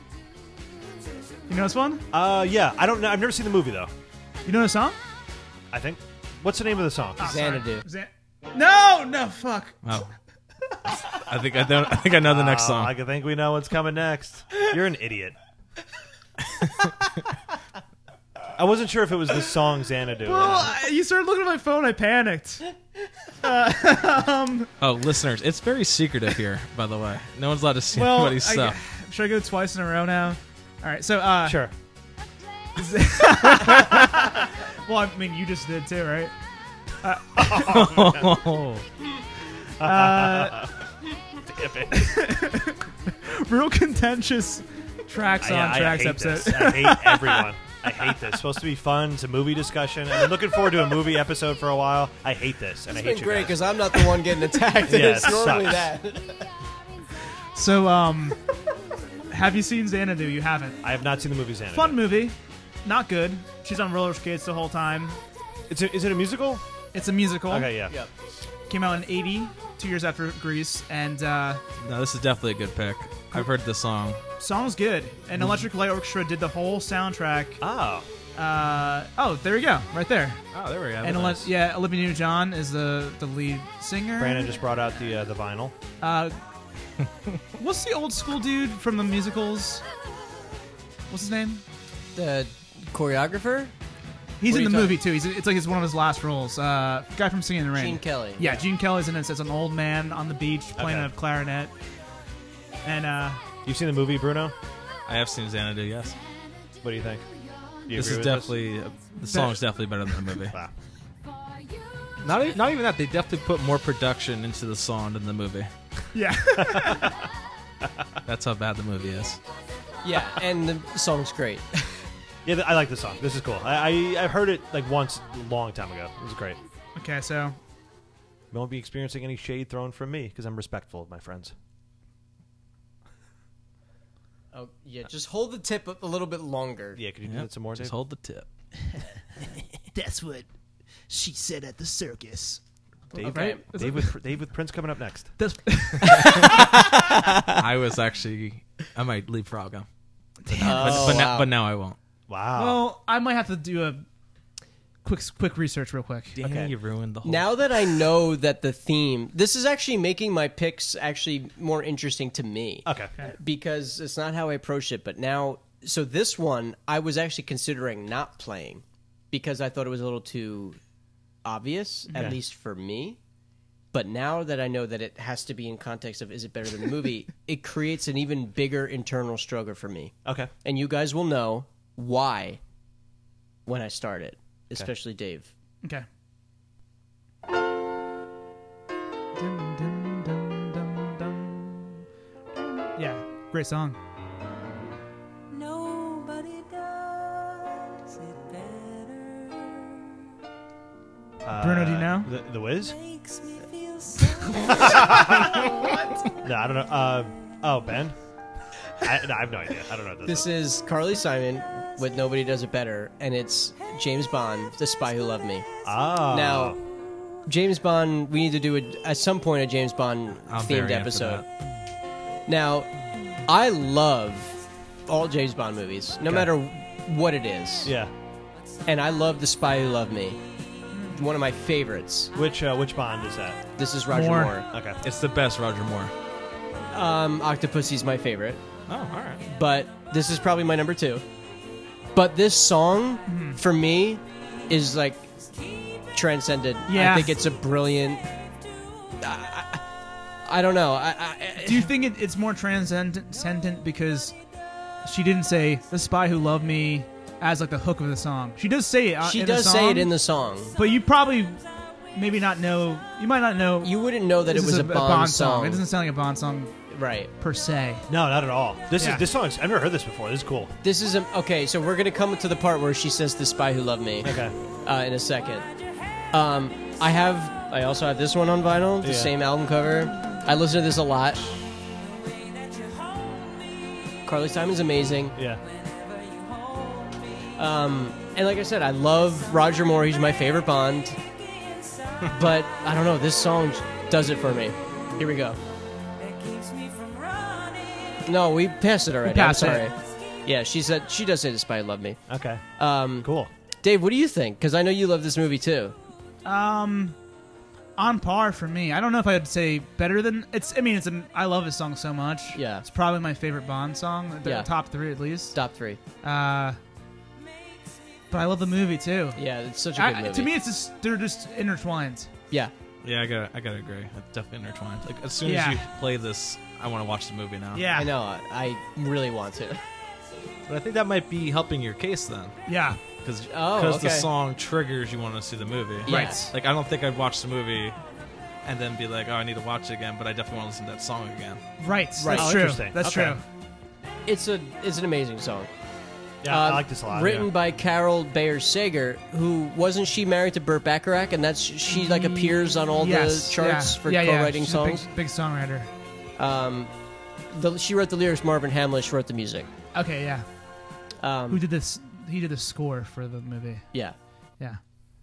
[SPEAKER 3] You know this one?
[SPEAKER 5] Uh, yeah. I don't know. I've never seen the movie though.
[SPEAKER 3] You know the song?
[SPEAKER 5] I think. What's the name of the song?
[SPEAKER 3] Ah,
[SPEAKER 4] Xanadu.
[SPEAKER 3] Xan- no, no, fuck.
[SPEAKER 6] Wow. Oh. I think I don't. I think I know the next
[SPEAKER 5] Oh,
[SPEAKER 6] song.
[SPEAKER 5] I can think we know what's coming next. You're an idiot. I wasn't sure if it was the song Xanadu.
[SPEAKER 3] Well, Oh, I, you started looking at my phone. I panicked.
[SPEAKER 6] Oh, listeners, it's very secretive here. By the way, no one's allowed to see
[SPEAKER 3] Well,
[SPEAKER 6] anybody's
[SPEAKER 3] I,
[SPEAKER 6] stuff.
[SPEAKER 3] should I go twice in a row now? All right. So, uh,
[SPEAKER 5] sure.
[SPEAKER 3] well, I mean, you just did too, right?
[SPEAKER 6] Oh,
[SPEAKER 3] Real contentious tracks on
[SPEAKER 5] I, I
[SPEAKER 3] tracks
[SPEAKER 5] hate
[SPEAKER 3] episode.
[SPEAKER 5] this. I hate everyone. I hate this. It's supposed to be fun. It's a movie discussion. I've been looking forward to a movie episode for a while. I hate this, and I hate
[SPEAKER 4] It's
[SPEAKER 5] you
[SPEAKER 4] been great
[SPEAKER 5] guys.
[SPEAKER 4] because I'm not the one getting attacked.
[SPEAKER 5] Yeah,
[SPEAKER 4] it's
[SPEAKER 5] it
[SPEAKER 4] normally
[SPEAKER 5] sucks.
[SPEAKER 4] that.
[SPEAKER 3] So, um, have you seen Xanadu? You haven't.
[SPEAKER 5] I have not seen the movie Xanadu.
[SPEAKER 3] Fun movie. Not good. She's on roller skates the whole time.
[SPEAKER 5] It's a, is it a musical?
[SPEAKER 3] It's a musical.
[SPEAKER 5] Okay, yeah.
[SPEAKER 4] Yep.
[SPEAKER 3] Came out in 80, two years after Grease. And uh,
[SPEAKER 6] no, this is definitely a good pick. I've heard this song.
[SPEAKER 3] song's good.
[SPEAKER 5] Mm-hmm.
[SPEAKER 3] And Electric Light Orchestra did the whole soundtrack.
[SPEAKER 5] Oh,
[SPEAKER 3] Uh, oh, there we go. Right there.
[SPEAKER 6] Oh, there we go.
[SPEAKER 3] And Ele- yeah, Olivia Newton-John is the, the lead singer.
[SPEAKER 5] Brandon just brought out the uh, the vinyl.
[SPEAKER 3] Uh, what's the old school dude from the musicals? What's his name?
[SPEAKER 4] The choreographer,
[SPEAKER 3] He's
[SPEAKER 4] What
[SPEAKER 3] in
[SPEAKER 4] are
[SPEAKER 3] the
[SPEAKER 4] you
[SPEAKER 3] movie too. He's it's like it's one of his last roles. Uh, guy from Singing in the Rain.
[SPEAKER 4] Gene Kelly.
[SPEAKER 3] Yeah, Gene Kelly's in it. It's an old man on the beach playing
[SPEAKER 5] Okay.
[SPEAKER 3] a clarinet. And uh,
[SPEAKER 5] You've seen the movie, Bruno?
[SPEAKER 6] I have seen Xanadu. Yes,
[SPEAKER 5] What do you think? Do you
[SPEAKER 6] this
[SPEAKER 5] agree
[SPEAKER 6] is uh,
[SPEAKER 5] with
[SPEAKER 6] definitely the song's definitely better than the movie.
[SPEAKER 5] Wow.
[SPEAKER 6] Not e- not even that. They definitely put more production into the song than the movie.
[SPEAKER 3] Yeah.
[SPEAKER 6] That's how bad the movie is.
[SPEAKER 4] Yeah, and the song's great.
[SPEAKER 5] Yeah, th- I like this song. This is cool. I, I I heard it like once a long time ago. It was great.
[SPEAKER 3] okay, so
[SPEAKER 5] You won't be experiencing any shade thrown from me because I'm respectful of my friends.
[SPEAKER 4] Oh yeah, just hold the tip up a little bit longer.
[SPEAKER 5] Yeah, could you do
[SPEAKER 6] Yep.
[SPEAKER 5] that some more?
[SPEAKER 6] Just
[SPEAKER 5] Dave?
[SPEAKER 6] hold the tip.
[SPEAKER 3] that's what she said at the circus.
[SPEAKER 5] Dave,
[SPEAKER 4] Okay.
[SPEAKER 5] Dave, with, Dave with Prince coming up next.
[SPEAKER 3] That's
[SPEAKER 6] I was actually I might leapfrog him,
[SPEAKER 4] Oh,
[SPEAKER 6] but, now,
[SPEAKER 4] wow.
[SPEAKER 6] but now I won't.
[SPEAKER 5] Wow.
[SPEAKER 3] well, I might have to do a quick quick research real quick.
[SPEAKER 6] Danny, you ruined the whole.
[SPEAKER 4] Now that I know that the theme, this is actually making my picks actually more interesting to me.
[SPEAKER 5] okay.
[SPEAKER 4] Because it's not how I approached it, but now, so this one I was actually considering not playing because I thought it was a little too obvious, at least for me. But now that I know that it has to be in context of is it better than the movie, it creates an even bigger internal struggle for me.
[SPEAKER 5] Okay.
[SPEAKER 4] And you guys will know why when I start it, especially Dave.
[SPEAKER 3] Okay. Yeah, great song.
[SPEAKER 7] Nobody does it better.
[SPEAKER 3] Bruno, do you know?
[SPEAKER 5] uh, The, the Wiz?
[SPEAKER 7] Makes me feel so.
[SPEAKER 5] No, I don't know. Uh, oh, Ben? I, no, I have no idea. I don't know. This,
[SPEAKER 4] This is Carly Simon with Nobody Does It Better, and it's James Bond, The Spy Who Loved Me.
[SPEAKER 5] oh.
[SPEAKER 4] Now, James Bond, we need to do a, at some point a James Bond
[SPEAKER 6] I'm
[SPEAKER 4] themed
[SPEAKER 6] very in for
[SPEAKER 4] episode.
[SPEAKER 6] that.
[SPEAKER 4] Now, I love all James Bond movies, no matter what it is.
[SPEAKER 5] Yeah.
[SPEAKER 4] And I love The Spy Who Loved Me, one of my favorites.
[SPEAKER 5] Which uh, which Bond is that?
[SPEAKER 4] This is Roger
[SPEAKER 3] Moore.
[SPEAKER 4] Moore.
[SPEAKER 5] Okay.
[SPEAKER 6] It's the best Roger Moore.
[SPEAKER 4] Um, Octopussy's my favorite.
[SPEAKER 6] Oh, all right.
[SPEAKER 4] but this is probably my number two. But this song,
[SPEAKER 3] Hmm.
[SPEAKER 4] for me, is like transcended.
[SPEAKER 3] Yeah.
[SPEAKER 4] I think it's a brilliant. I, I, I don't know. I, I,
[SPEAKER 3] Do you think it, it's more transcendent transcendent because she didn't say "the spy who loved me" as like the hook of the song? She does say it. uh,
[SPEAKER 4] she
[SPEAKER 3] in
[SPEAKER 4] does
[SPEAKER 3] the
[SPEAKER 4] say
[SPEAKER 3] song,
[SPEAKER 4] it in the song.
[SPEAKER 3] But you probably maybe not know. You might not know.
[SPEAKER 4] You wouldn't know that
[SPEAKER 3] this
[SPEAKER 4] it
[SPEAKER 3] is
[SPEAKER 4] was a, Bond,
[SPEAKER 3] It doesn't sound like a Bond song
[SPEAKER 4] right.
[SPEAKER 3] per se.
[SPEAKER 5] No, not at all. This
[SPEAKER 3] Yeah.
[SPEAKER 5] is this song. I've never heard this before. This is cool.
[SPEAKER 4] This is a, okay. So we're gonna come to the part where she says "The Spy Who Loved Me"
[SPEAKER 5] Okay.
[SPEAKER 4] uh, in a second. Um, I have. I also have this one on vinyl. The
[SPEAKER 5] Yeah.
[SPEAKER 4] same album cover. I listen to this a lot. Carly Simon's amazing.
[SPEAKER 5] Yeah.
[SPEAKER 4] Um, and like I said, I love Roger Moore. He's my favorite Bond. but I don't know. This song does it for me. Here we go. No, we passed it already.
[SPEAKER 3] passed it.
[SPEAKER 4] I'm sorry. Yeah, she said she does say "The Spy Love Me."
[SPEAKER 5] Okay.
[SPEAKER 4] Um,
[SPEAKER 5] Cool.
[SPEAKER 4] Dave, what do you think? Because I know you love this movie too.
[SPEAKER 3] Um, on par for me. I don't know if I would say better than it's. I mean, it's. A, I love this song so much.
[SPEAKER 4] Yeah.
[SPEAKER 3] it's probably my favorite Bond song. The
[SPEAKER 4] Yeah.
[SPEAKER 3] top three at least.
[SPEAKER 4] Top three.
[SPEAKER 3] Uh, but I love the movie too.
[SPEAKER 4] Yeah, it's such a good
[SPEAKER 3] I,
[SPEAKER 4] movie.
[SPEAKER 3] to me, it's just they're just intertwined.
[SPEAKER 4] yeah,
[SPEAKER 6] Yeah, I gotta, I gotta agree. It's definitely intertwined. Like as soon
[SPEAKER 3] Yeah.
[SPEAKER 6] as you play this, I want to watch the movie now.
[SPEAKER 3] Yeah,
[SPEAKER 4] I know. I, I really want to.
[SPEAKER 6] But I think that might be helping your case then,
[SPEAKER 3] Yeah,
[SPEAKER 6] because
[SPEAKER 4] Oh,
[SPEAKER 6] the
[SPEAKER 4] okay.
[SPEAKER 6] song triggers you want to see the movie.
[SPEAKER 4] Yeah. Right.
[SPEAKER 6] Like I don't think I'd watch the movie and then be like, oh, I need to watch it again, but I definitely want to listen to that song again.
[SPEAKER 3] right.
[SPEAKER 4] Right.
[SPEAKER 3] That's
[SPEAKER 4] Oh,
[SPEAKER 3] true.
[SPEAKER 5] interesting.
[SPEAKER 3] That's
[SPEAKER 5] Okay.
[SPEAKER 3] true.
[SPEAKER 4] It's a it's an amazing song.
[SPEAKER 5] Yeah, I
[SPEAKER 4] Uh,
[SPEAKER 5] like this a lot.
[SPEAKER 4] Written
[SPEAKER 5] yeah.
[SPEAKER 4] by Carol Bayer Sager, who wasn't she married to Burt Bacharach, and that's she like appears on all
[SPEAKER 3] yes,
[SPEAKER 4] the charts
[SPEAKER 3] yeah.
[SPEAKER 4] for
[SPEAKER 3] yeah, yeah.
[SPEAKER 4] co-writing
[SPEAKER 3] She's a
[SPEAKER 4] songs.
[SPEAKER 3] Big, big songwriter.
[SPEAKER 4] Um, the, she wrote the lyrics. Marvin Hamlish wrote the music.
[SPEAKER 3] Okay, yeah. Who
[SPEAKER 4] Um,
[SPEAKER 3] did this? He did the score for the movie.
[SPEAKER 4] yeah,
[SPEAKER 3] Yeah.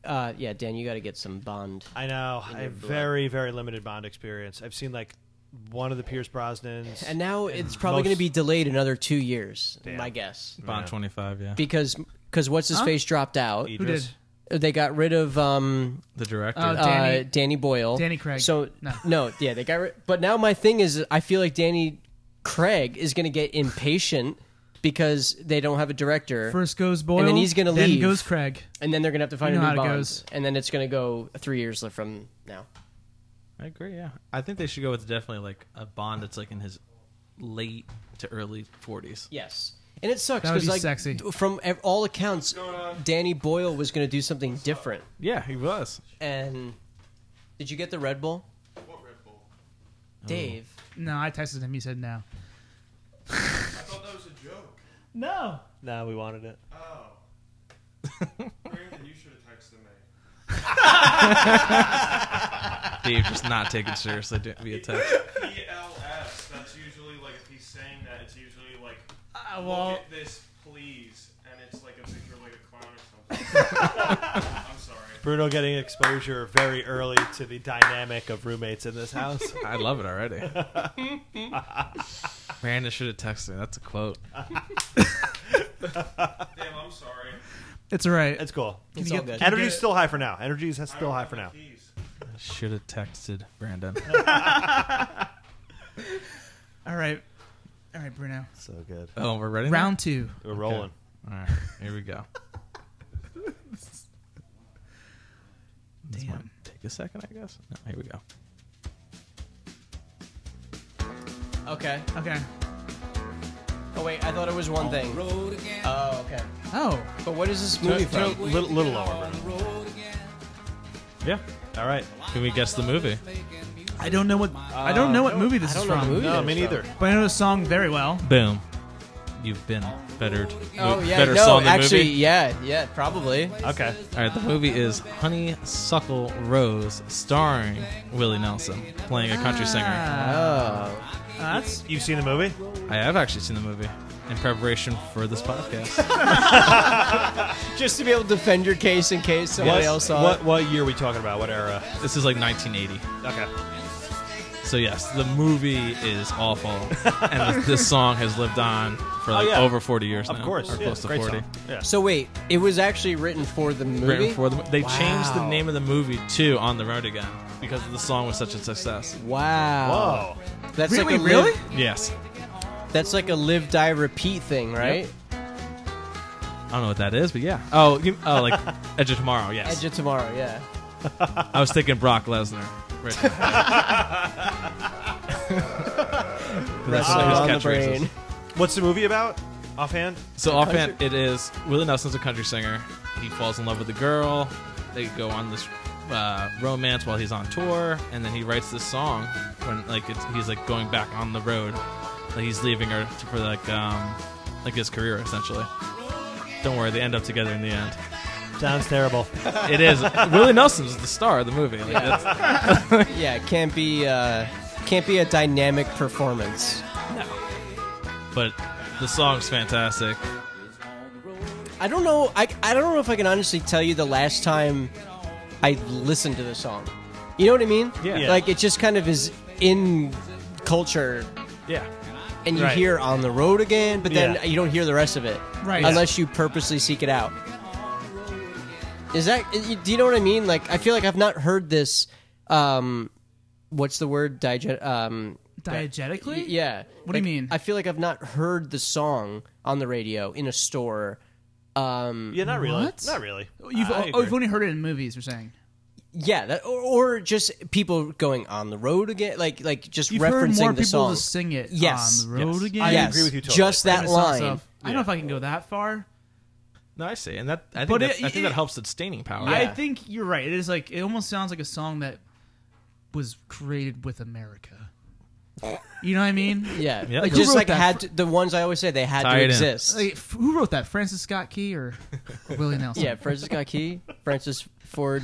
[SPEAKER 4] uh, yeah. Dan, you got to get some Bond.
[SPEAKER 5] I know.
[SPEAKER 4] In
[SPEAKER 5] I
[SPEAKER 4] your
[SPEAKER 5] have
[SPEAKER 4] blood.
[SPEAKER 5] very, very limited Bond experience. I've seen like one of the Pierce Brosnans.
[SPEAKER 4] And now it's probably
[SPEAKER 5] most-
[SPEAKER 4] going to be delayed another two years,
[SPEAKER 5] Damn.
[SPEAKER 4] my guess,
[SPEAKER 6] Bond
[SPEAKER 5] Yeah.
[SPEAKER 6] 25, yeah.
[SPEAKER 4] because because what's his
[SPEAKER 3] Huh?
[SPEAKER 4] face dropped out.
[SPEAKER 5] Idris.
[SPEAKER 3] Who did?
[SPEAKER 4] They got rid of um,
[SPEAKER 6] The director.
[SPEAKER 3] Uh,
[SPEAKER 4] Danny,
[SPEAKER 3] Danny-
[SPEAKER 4] uh, Danny Boyle,
[SPEAKER 3] Danny Craig.
[SPEAKER 4] So
[SPEAKER 3] No.
[SPEAKER 4] no, yeah, they got. Ri- but now my thing is, I feel like Danny Craig is going to get impatient because they don't have a director,
[SPEAKER 3] First goes Boyle.
[SPEAKER 4] And then he's gonna
[SPEAKER 3] then
[SPEAKER 4] leave.
[SPEAKER 3] goes Craig.
[SPEAKER 4] and then they're going to have to find
[SPEAKER 3] You know
[SPEAKER 4] a new
[SPEAKER 3] how it
[SPEAKER 4] Bond,
[SPEAKER 3] goes.
[SPEAKER 4] and then it's going to go three years li- from now.
[SPEAKER 6] I agree, yeah. I think they should go with definitely like a Bond that's like in his late to early 40s.
[SPEAKER 4] Yes. And it sucks
[SPEAKER 3] That would
[SPEAKER 4] because,
[SPEAKER 3] be
[SPEAKER 4] like,
[SPEAKER 3] sexy.
[SPEAKER 4] d- from ev- all accounts, Danny Boyle was going to do something different,
[SPEAKER 6] Yeah, he was.
[SPEAKER 4] and Did you get the Red Bull?
[SPEAKER 8] What Red Bull?
[SPEAKER 4] Dave.
[SPEAKER 3] No, I texted him. He said no.
[SPEAKER 8] I thought that was a joke.
[SPEAKER 3] No.
[SPEAKER 4] No, we wanted it.
[SPEAKER 8] Oh. Brandon, you should have texted me.
[SPEAKER 6] Dave just not taking seriously d- via text.
[SPEAKER 8] PLS. That's usually like if he's saying that, it's usually like,
[SPEAKER 3] Uh,
[SPEAKER 8] look
[SPEAKER 3] well,
[SPEAKER 8] at this, please, and it's like a picture of like a clown or something. I'm sorry.
[SPEAKER 5] Bruno getting exposure very early to the dynamic of roommates in this house.
[SPEAKER 6] I love it already. Miranda should have texted me. That's a quote.
[SPEAKER 8] Damn, I'm sorry.
[SPEAKER 3] it's all right.
[SPEAKER 5] It's cool.
[SPEAKER 4] It's
[SPEAKER 3] you
[SPEAKER 4] all
[SPEAKER 3] get-
[SPEAKER 4] good.
[SPEAKER 5] Energy's still high for now. Energy's has still high for now.
[SPEAKER 8] Keys.
[SPEAKER 6] Should have texted Brandon.
[SPEAKER 3] All right. All right, Bruno.
[SPEAKER 5] So good.
[SPEAKER 6] Oh, we're ready. now?
[SPEAKER 3] Round two.
[SPEAKER 5] We're rolling.
[SPEAKER 6] All right, here we go. This
[SPEAKER 3] Damn.
[SPEAKER 6] might take a second, I guess. No, here we go.
[SPEAKER 4] Okay.
[SPEAKER 3] Okay.
[SPEAKER 4] Oh wait, I thought it was one thing. Oh, okay.
[SPEAKER 3] Oh,
[SPEAKER 4] But what is this movie from?
[SPEAKER 5] Little, little lower, Bruno.
[SPEAKER 6] Yeah.
[SPEAKER 5] All right.
[SPEAKER 6] Can we guess the movie?
[SPEAKER 3] I don't know what I don't know what movie this
[SPEAKER 4] Uh, I
[SPEAKER 3] is
[SPEAKER 4] don't know
[SPEAKER 3] from,
[SPEAKER 4] the movie.
[SPEAKER 5] No,
[SPEAKER 4] that
[SPEAKER 5] me
[SPEAKER 4] it's
[SPEAKER 5] neither.
[SPEAKER 3] but I know the song very well.
[SPEAKER 6] Boom. You've been bettered.
[SPEAKER 4] from. Oh yeah.
[SPEAKER 6] Better
[SPEAKER 4] no,
[SPEAKER 6] song than
[SPEAKER 4] actually,
[SPEAKER 6] movie.
[SPEAKER 4] yeah, yeah, probably.
[SPEAKER 5] Okay.
[SPEAKER 6] All right, the movie is Honeysuckle Rose, starring Willie Nelson, playing a country singer.
[SPEAKER 4] Oh.
[SPEAKER 3] Uh, that's
[SPEAKER 5] You've seen the movie?
[SPEAKER 6] I have actually seen the movie in preparation for this podcast.
[SPEAKER 4] Just to be able to defend your case in case somebody else uh, saw
[SPEAKER 5] what,
[SPEAKER 4] it.
[SPEAKER 5] what year are we talking about? What era?
[SPEAKER 6] this is like 1980.
[SPEAKER 5] Okay.
[SPEAKER 6] So yes, the movie is awful, and this song has lived on for like
[SPEAKER 5] Oh, yeah.
[SPEAKER 6] over 40 years
[SPEAKER 5] Of
[SPEAKER 6] now,
[SPEAKER 5] course.
[SPEAKER 6] or
[SPEAKER 5] Yeah,
[SPEAKER 6] close to
[SPEAKER 5] great
[SPEAKER 6] 40.
[SPEAKER 5] song. Yeah.
[SPEAKER 4] So wait, it was actually written for the movie.
[SPEAKER 6] Right before the, they changed the
[SPEAKER 4] Wow.
[SPEAKER 6] name of the movie to "On the Road Again" because the song was such a success.
[SPEAKER 4] Wow.
[SPEAKER 5] Whoa.
[SPEAKER 4] That's
[SPEAKER 3] Wait,
[SPEAKER 4] like a
[SPEAKER 3] wait, really?
[SPEAKER 4] Live,
[SPEAKER 6] Yes,
[SPEAKER 4] that's like a live die repeat thing, right?
[SPEAKER 6] I don't know what that is, but yeah. Oh, you, oh, like Edge of Tomorrow. Yes,
[SPEAKER 4] Edge of Tomorrow, yeah.
[SPEAKER 6] I was thinking Brock Lesnar. Right. That's
[SPEAKER 4] Wrestling
[SPEAKER 6] his
[SPEAKER 4] on the
[SPEAKER 6] catchphrases.
[SPEAKER 4] brain.
[SPEAKER 5] What's the movie about? Offhand?
[SPEAKER 6] So offhand, it is Willie Nelson's a country singer. He falls in love with a girl. They go on this uh, romance while he's on tour, and then he writes this song when like it's, he's like going back on the road. Like he's leaving her to, for like um like his career essentially. Don't worry, they end up together in the end.
[SPEAKER 5] Sounds terrible.
[SPEAKER 6] It is Willie Nelson's the star of the movie. Like,
[SPEAKER 4] Yeah.
[SPEAKER 6] that's-
[SPEAKER 4] Yeah, it can't be uh, can't be a dynamic performance.
[SPEAKER 6] but the song's fantastic.
[SPEAKER 4] I don't know. I, I don't know if I can honestly tell you the last time I listened to the song. You know what I mean?
[SPEAKER 6] Yeah. Yeah.
[SPEAKER 4] Like it just kind of is in culture,
[SPEAKER 6] Yeah,
[SPEAKER 4] and you
[SPEAKER 5] Right.
[SPEAKER 4] hear on the road again, but then
[SPEAKER 5] Yeah.
[SPEAKER 4] you don't hear the rest of it,
[SPEAKER 3] Right.
[SPEAKER 4] Unless you purposely seek it out. Is that? i- Do you know what I mean? Like I feel like I've not heard this. Um, what's the word? Digest. Um,
[SPEAKER 3] diegetically.
[SPEAKER 4] yeah.
[SPEAKER 3] What do
[SPEAKER 4] Like,
[SPEAKER 3] you mean?
[SPEAKER 4] I feel like I've not heard the song on the radio in a store. Um,
[SPEAKER 5] Yeah, not really.
[SPEAKER 3] What?
[SPEAKER 5] Not really.
[SPEAKER 3] You've,
[SPEAKER 5] I
[SPEAKER 3] oh,
[SPEAKER 5] agree.
[SPEAKER 3] you've only heard it in movies. You're saying
[SPEAKER 4] yeah, that, or, or just people going on the road again, like like just
[SPEAKER 3] you've heard
[SPEAKER 4] referencing
[SPEAKER 3] more
[SPEAKER 4] the
[SPEAKER 3] people
[SPEAKER 4] song.
[SPEAKER 3] to sing it
[SPEAKER 4] Yes.
[SPEAKER 3] on the road
[SPEAKER 6] Yes.
[SPEAKER 3] again.
[SPEAKER 5] I
[SPEAKER 4] yes,
[SPEAKER 5] agree with you totally.
[SPEAKER 4] Just
[SPEAKER 3] I
[SPEAKER 4] that
[SPEAKER 3] miss that
[SPEAKER 4] line.
[SPEAKER 3] stuff. I don't know if I can go that far.
[SPEAKER 6] no, I see, and that I think
[SPEAKER 3] But
[SPEAKER 6] that's-
[SPEAKER 3] it-
[SPEAKER 6] I think
[SPEAKER 3] it-
[SPEAKER 6] that helps its staining power.
[SPEAKER 3] I
[SPEAKER 4] Yeah.
[SPEAKER 3] think you're right. It is like it almost sounds like a song that was created with America. You know what I mean?
[SPEAKER 4] Yeah,
[SPEAKER 6] Yeah.
[SPEAKER 4] like
[SPEAKER 6] Who
[SPEAKER 4] just
[SPEAKER 3] wrote
[SPEAKER 4] like
[SPEAKER 3] that
[SPEAKER 4] had to, the ones I always say they had
[SPEAKER 6] Tie it
[SPEAKER 4] to
[SPEAKER 6] in.
[SPEAKER 4] exist.
[SPEAKER 3] Like, f- who wrote that? Francis Scott Key or Willie Nelson?
[SPEAKER 4] yeah, Francis Scott Key, Francis Ford.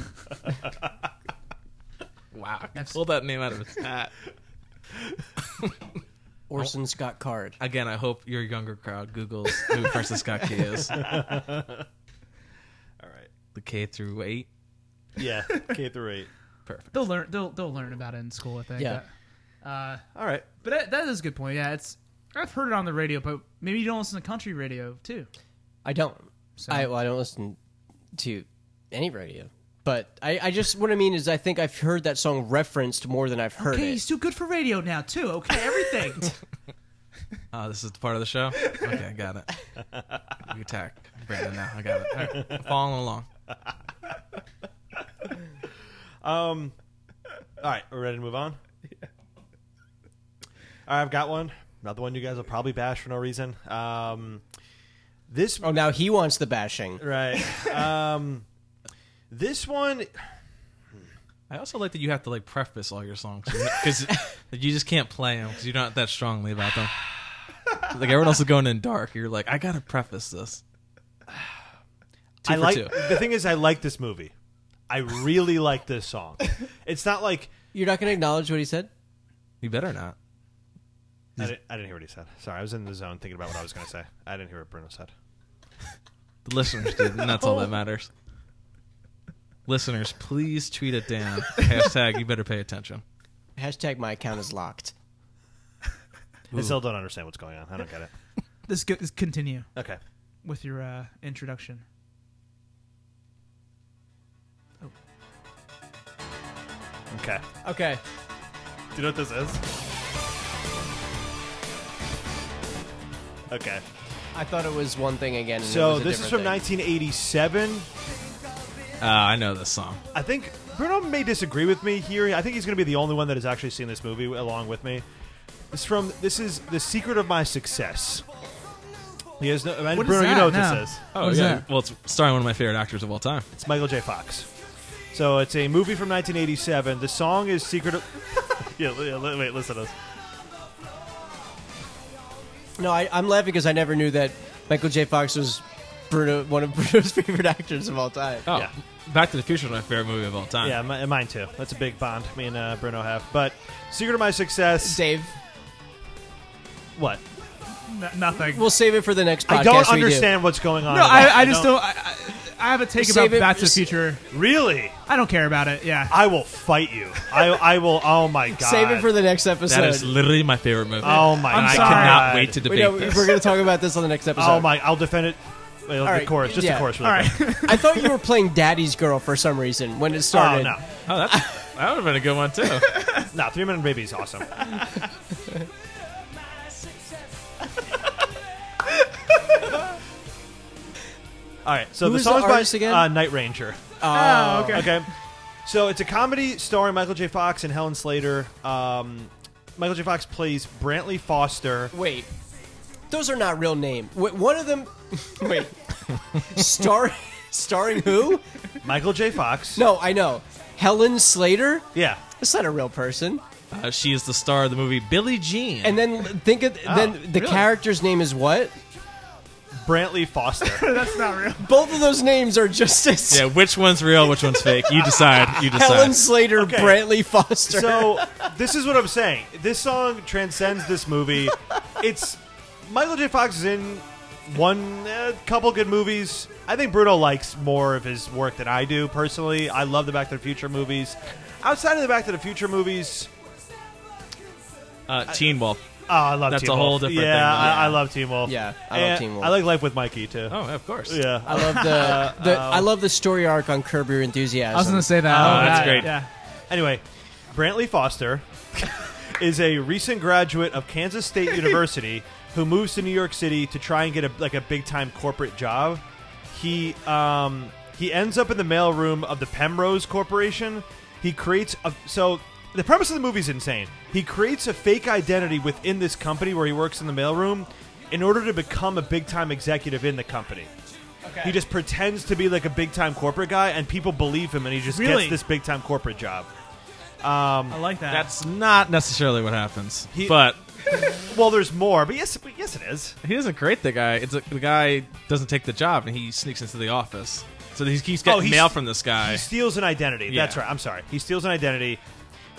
[SPEAKER 6] Wow, I pulled that name out of his hat.
[SPEAKER 4] Orson Scott Card.
[SPEAKER 6] Again, I hope your younger crowd Googles who Francis Scott Key is.
[SPEAKER 5] All right.
[SPEAKER 6] the K through eight.
[SPEAKER 5] Yeah. K through eight.
[SPEAKER 6] Perfect.
[SPEAKER 3] they'll learn. They'll they'll learn about it in school. I think.
[SPEAKER 4] Yeah.
[SPEAKER 3] Uh,
[SPEAKER 5] All right.
[SPEAKER 3] but that, that is a good point. Yeah, it's I've heard it on the radio, but maybe you don't listen to country radio too.
[SPEAKER 4] I don't.
[SPEAKER 3] So-
[SPEAKER 4] I well, I don't listen to any radio. But I, I just what I mean is I think I've heard that song referenced more than I've heard
[SPEAKER 3] Okay,
[SPEAKER 4] it.
[SPEAKER 3] he's too good for radio now too. Okay, everything.
[SPEAKER 6] Uh, this is the part of the show. Okay, I got it. We attack Brandon now. I got it. All right, following along.
[SPEAKER 5] All right. We're ready to move on? All right. I've got one. Another one you guys will probably bash for no reason. Um, this
[SPEAKER 4] Oh, now he wants the bashing.
[SPEAKER 5] right. Um, this one.
[SPEAKER 6] I I also like that you have to like preface all your songs because you just can't play them because you're not that strongly about them. Like everyone else is going in dark. You're like, I gotta preface this. Two
[SPEAKER 5] I
[SPEAKER 6] for
[SPEAKER 5] like
[SPEAKER 6] two.
[SPEAKER 5] the thing is I like this movie. I really like this song. It's not like
[SPEAKER 4] You're not going to acknowledge what he said?
[SPEAKER 6] You better not.
[SPEAKER 5] I didn't, I didn't hear what he said. Sorry, I was in the zone thinking about what I was going to say. I didn't hear what Bruno said.
[SPEAKER 6] The listeners did, and that's all that matters. Listeners, please tweet at Dan. Hashtag you better pay attention.
[SPEAKER 4] Hashtag my account is locked.
[SPEAKER 5] I still don't understand what's going on. I don't get it.
[SPEAKER 3] This go- this continue
[SPEAKER 5] Okay.
[SPEAKER 3] with your uh, introduction.
[SPEAKER 5] Okay.
[SPEAKER 4] Okay.
[SPEAKER 5] Do you know what this is? Okay.
[SPEAKER 4] I thought it was one thing again. And it
[SPEAKER 5] So
[SPEAKER 4] was a
[SPEAKER 5] this is
[SPEAKER 4] different thing.
[SPEAKER 5] from 1987.
[SPEAKER 6] Uh, I know this song.
[SPEAKER 5] I think Bruno may disagree with me here. I think he's going to be the only one that has actually seen this movie along with me. This is from this is the secret of my success. He has no, and
[SPEAKER 3] What is
[SPEAKER 5] Bruno, you
[SPEAKER 3] that?
[SPEAKER 5] know what
[SPEAKER 3] No.
[SPEAKER 5] this is.
[SPEAKER 6] Oh
[SPEAKER 3] What is
[SPEAKER 6] yeah.
[SPEAKER 3] that?
[SPEAKER 6] Well, it's starring one of my favorite actors of all time.
[SPEAKER 5] It's Michael J. Fox. So it's a movie from 1987. The song is secret. Of, yeah, li- yeah, li- wait, listen to this.
[SPEAKER 4] No, I, I'm laughing because I never knew that Michael J. Fox was Bruno, one of Bruno's favorite actors of all time.
[SPEAKER 6] Oh,
[SPEAKER 5] Yeah.
[SPEAKER 6] Back to the Future is my favorite movie of all time.
[SPEAKER 5] Yeah, mi- mine too. That's a big bond me and uh, Bruno have. But secret of my success.
[SPEAKER 4] Save.
[SPEAKER 5] What?
[SPEAKER 3] N- nothing.
[SPEAKER 4] We'll save it for the next podcast.
[SPEAKER 5] I don't
[SPEAKER 4] we do.
[SPEAKER 5] understand what's going on.
[SPEAKER 3] no, I, I just don't. I, I, I have a take
[SPEAKER 4] Save
[SPEAKER 3] about
[SPEAKER 4] it-
[SPEAKER 3] Back to the
[SPEAKER 4] s-
[SPEAKER 3] Future.
[SPEAKER 5] Really?
[SPEAKER 3] I don't care about it. Yeah.
[SPEAKER 5] I will fight you. I I will. Oh my god.
[SPEAKER 4] Save it for the next episode.
[SPEAKER 6] That is literally my favorite movie.
[SPEAKER 5] Oh my
[SPEAKER 3] I'm
[SPEAKER 5] god.
[SPEAKER 6] I
[SPEAKER 3] sorry.
[SPEAKER 6] cannot wait to
[SPEAKER 4] we
[SPEAKER 6] debate
[SPEAKER 4] know,
[SPEAKER 6] this.
[SPEAKER 4] we're going to talk about this on the next episode.
[SPEAKER 5] Oh my! I'll defend it. Wait, the
[SPEAKER 4] right,
[SPEAKER 5] chorus, just
[SPEAKER 4] yeah.
[SPEAKER 5] the Oh, chorus. Really
[SPEAKER 3] All right.
[SPEAKER 4] I thought you were playing Daddy's Girl for some reason when it
[SPEAKER 5] Oh
[SPEAKER 4] started.
[SPEAKER 5] no,
[SPEAKER 6] Oh, that's, that would have been a good one too.
[SPEAKER 5] no! Three Minute Baby is awesome. All right, so
[SPEAKER 4] Who
[SPEAKER 5] the
[SPEAKER 4] is the
[SPEAKER 5] song's
[SPEAKER 4] artist
[SPEAKER 5] by
[SPEAKER 4] again?
[SPEAKER 5] Uh, Night Ranger.
[SPEAKER 3] oh,
[SPEAKER 4] Uh,
[SPEAKER 3] okay.
[SPEAKER 5] Okay. So it's a comedy starring Michael J. Fox and Helen Slater. Um, Michael J. Fox plays Brantley Foster.
[SPEAKER 4] Wait. Those are not real names. Wait, one of them. Wait. Star, starring who?
[SPEAKER 5] Michael J. Fox.
[SPEAKER 4] No, I know. Helen Slater?
[SPEAKER 5] Yeah.
[SPEAKER 4] That's not a real person.
[SPEAKER 6] Uh, she is the star of the movie Billie Jean.
[SPEAKER 4] And then think of then the
[SPEAKER 5] Oh, really?
[SPEAKER 4] character's name is what?
[SPEAKER 5] Brantley Foster.
[SPEAKER 3] That's not real.
[SPEAKER 4] Both of those names are just as
[SPEAKER 6] yeah, which one's real? Which one's fake? You decide. You decide.
[SPEAKER 4] Helen Slater,
[SPEAKER 5] Okay.
[SPEAKER 4] Brantley Foster.
[SPEAKER 5] so this is what I'm saying. This song transcends this movie. It's Michael J. Fox is in one uh, couple good movies. I think Bruno likes more of his work than I do personally. I love the Back to the Future movies. Outside of the Back to the Future movies,
[SPEAKER 6] uh, Teen Wolf.
[SPEAKER 5] oh, I love
[SPEAKER 6] That's
[SPEAKER 5] Teen
[SPEAKER 6] a whole
[SPEAKER 5] Wolf.
[SPEAKER 6] different
[SPEAKER 5] yeah,
[SPEAKER 6] thing,
[SPEAKER 5] I,
[SPEAKER 6] yeah.
[SPEAKER 5] I love Team Wolf.
[SPEAKER 4] Yeah, I love
[SPEAKER 5] And
[SPEAKER 4] Teen Wolf.
[SPEAKER 5] I like Life with Mikey too.
[SPEAKER 6] Oh, of course.
[SPEAKER 5] Yeah,
[SPEAKER 4] I love the, the I love the story arc on Curb Your Enthusiasm.
[SPEAKER 3] I was gonna say that.
[SPEAKER 5] Oh,
[SPEAKER 6] that's
[SPEAKER 3] Yeah,
[SPEAKER 6] great.
[SPEAKER 3] Yeah.
[SPEAKER 5] Anyway, Brantley Foster is a recent graduate of Kansas State University who moves to New York City to try and get a like a big time corporate job. He um he ends up in the mailroom of the Pemrose Corporation. He creates a so the premise of the movie is insane. He creates a fake identity within this company where he works in the mailroom in order to become a big time executive in the company. He just pretends to be like a big time corporate guy, and people believe him, and he just
[SPEAKER 3] Really?
[SPEAKER 5] gets this big time corporate job.
[SPEAKER 3] I like that.
[SPEAKER 6] That's not necessarily what happens.
[SPEAKER 5] He-
[SPEAKER 6] but
[SPEAKER 5] Well, there's more, but yes, but yes, it is.
[SPEAKER 6] he doesn't create the guy. It's like the guy doesn't take the job, and he sneaks into the office. So he keeps getting
[SPEAKER 5] Oh, he's-
[SPEAKER 6] mail from this guy.
[SPEAKER 5] He steals an identity. That's
[SPEAKER 6] Yeah.
[SPEAKER 5] right. I'm sorry. He steals an identity.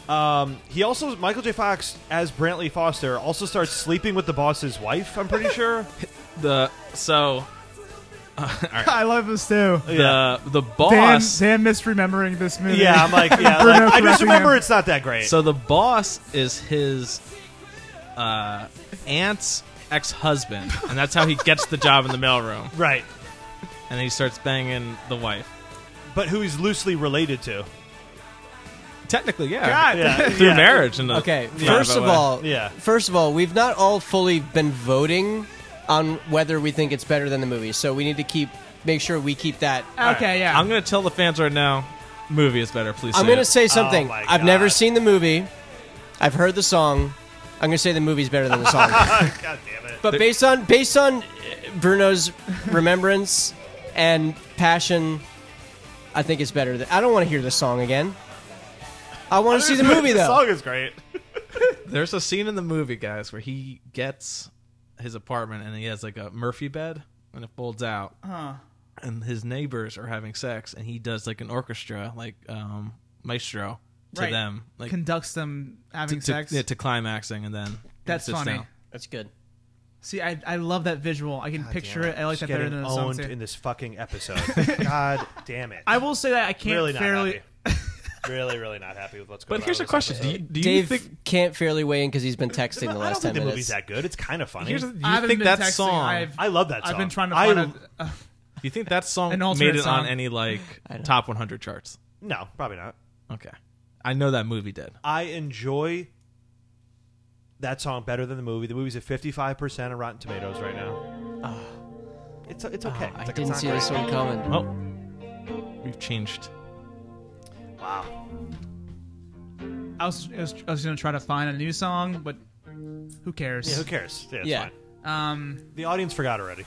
[SPEAKER 5] Um, he also Michael J. Fox as Brantley Foster also starts sleeping with the boss's wife. I'm pretty sure.
[SPEAKER 6] The so
[SPEAKER 3] I love this too.
[SPEAKER 5] Yeah.
[SPEAKER 6] the the
[SPEAKER 3] Dan,
[SPEAKER 6] boss.
[SPEAKER 3] Dan misremembering this movie.
[SPEAKER 5] yeah, I'm like, yeah.
[SPEAKER 3] Bruno
[SPEAKER 5] like, I just
[SPEAKER 3] correcting
[SPEAKER 5] remember
[SPEAKER 3] him.
[SPEAKER 5] it's not that great.
[SPEAKER 6] So the boss is his uh, aunt's ex-husband, and that's how he gets the job in the mailroom.
[SPEAKER 5] right,
[SPEAKER 6] And he starts banging the wife.
[SPEAKER 5] but who he's loosely related to?
[SPEAKER 6] Technically, yeah,
[SPEAKER 5] Yeah,
[SPEAKER 6] through
[SPEAKER 5] yeah.
[SPEAKER 6] marriage. And
[SPEAKER 4] Okay, first of all,
[SPEAKER 5] Yeah.
[SPEAKER 4] first of all, we've not all fully been voting on whether we think it's better than the movie, so we need to keep make sure we keep that.
[SPEAKER 3] Okay. Yeah.
[SPEAKER 6] I'm gonna tell the fans right now, movie is better. Please,
[SPEAKER 4] I'm
[SPEAKER 6] say
[SPEAKER 4] gonna
[SPEAKER 6] it.
[SPEAKER 4] say something.
[SPEAKER 5] Oh my
[SPEAKER 4] I've never
[SPEAKER 5] God.
[SPEAKER 4] seen the movie. I've heard the song. I'm gonna say the movie's better than the song.
[SPEAKER 5] God damn it.
[SPEAKER 4] but based on based on uh, Bruno's remembrance and passion, I think it's better. Than, I don't want to hear the song again. I want to see the movie
[SPEAKER 8] The
[SPEAKER 4] though.
[SPEAKER 8] song is great.
[SPEAKER 6] There's a scene in the movie, guys, where he gets his apartment and he has like a Murphy bed and it folds out. And his neighbors are having sex and he does like an orchestra, like um, maestro to
[SPEAKER 3] Right.
[SPEAKER 6] them. Like
[SPEAKER 3] Conducts them having
[SPEAKER 6] to, to-
[SPEAKER 3] sex.
[SPEAKER 6] yeah, to climaxing and then
[SPEAKER 3] That's
[SPEAKER 6] it sits
[SPEAKER 3] funny.
[SPEAKER 6] down.
[SPEAKER 4] That's good.
[SPEAKER 3] See, I, I love that visual. I can picture it. I like
[SPEAKER 5] Just
[SPEAKER 3] that better
[SPEAKER 5] getting
[SPEAKER 3] than the song.
[SPEAKER 5] owned
[SPEAKER 3] too.
[SPEAKER 5] in this fucking episode. God damn it!
[SPEAKER 3] I will say that I can't
[SPEAKER 5] really not
[SPEAKER 3] fairly.
[SPEAKER 5] happy. really, really not happy with what's going on.
[SPEAKER 6] But here's a
[SPEAKER 5] with this
[SPEAKER 6] question: Do
[SPEAKER 5] episode.
[SPEAKER 6] you, do you
[SPEAKER 4] Dave
[SPEAKER 6] think?
[SPEAKER 4] can't fairly weigh in because he's been texting the
[SPEAKER 5] I
[SPEAKER 4] last
[SPEAKER 5] don't
[SPEAKER 4] ten
[SPEAKER 5] think the movie's
[SPEAKER 4] minutes.
[SPEAKER 5] that good. It's kind of funny.
[SPEAKER 6] Here's the- do
[SPEAKER 3] I
[SPEAKER 6] you
[SPEAKER 3] haven't
[SPEAKER 6] think
[SPEAKER 3] been
[SPEAKER 6] that
[SPEAKER 3] texting.
[SPEAKER 6] song?
[SPEAKER 3] I've,
[SPEAKER 5] I love that song.
[SPEAKER 3] I've been trying to
[SPEAKER 5] I-
[SPEAKER 3] find a.
[SPEAKER 6] do you think that song
[SPEAKER 3] An alternate
[SPEAKER 6] made it
[SPEAKER 3] song.
[SPEAKER 6] on any like
[SPEAKER 4] I don't-
[SPEAKER 6] top 100 charts?
[SPEAKER 5] No, probably not.
[SPEAKER 6] Okay, I know that movie did.
[SPEAKER 5] I enjoy that song better than the movie. The movie's at fifty five percent on Rotten Tomatoes right now. It's it's okay.
[SPEAKER 4] Ah. I
[SPEAKER 5] It's like,
[SPEAKER 4] didn't
[SPEAKER 5] it's
[SPEAKER 4] see
[SPEAKER 5] not
[SPEAKER 4] this one coming.
[SPEAKER 6] Oh, we've changed.
[SPEAKER 5] great. Wow.
[SPEAKER 3] I was, I was, I was going to try to find a new song, but who cares?
[SPEAKER 5] Yeah, who cares? Yeah, it's
[SPEAKER 4] Yeah.
[SPEAKER 5] fine.
[SPEAKER 3] Um,
[SPEAKER 5] The audience forgot already.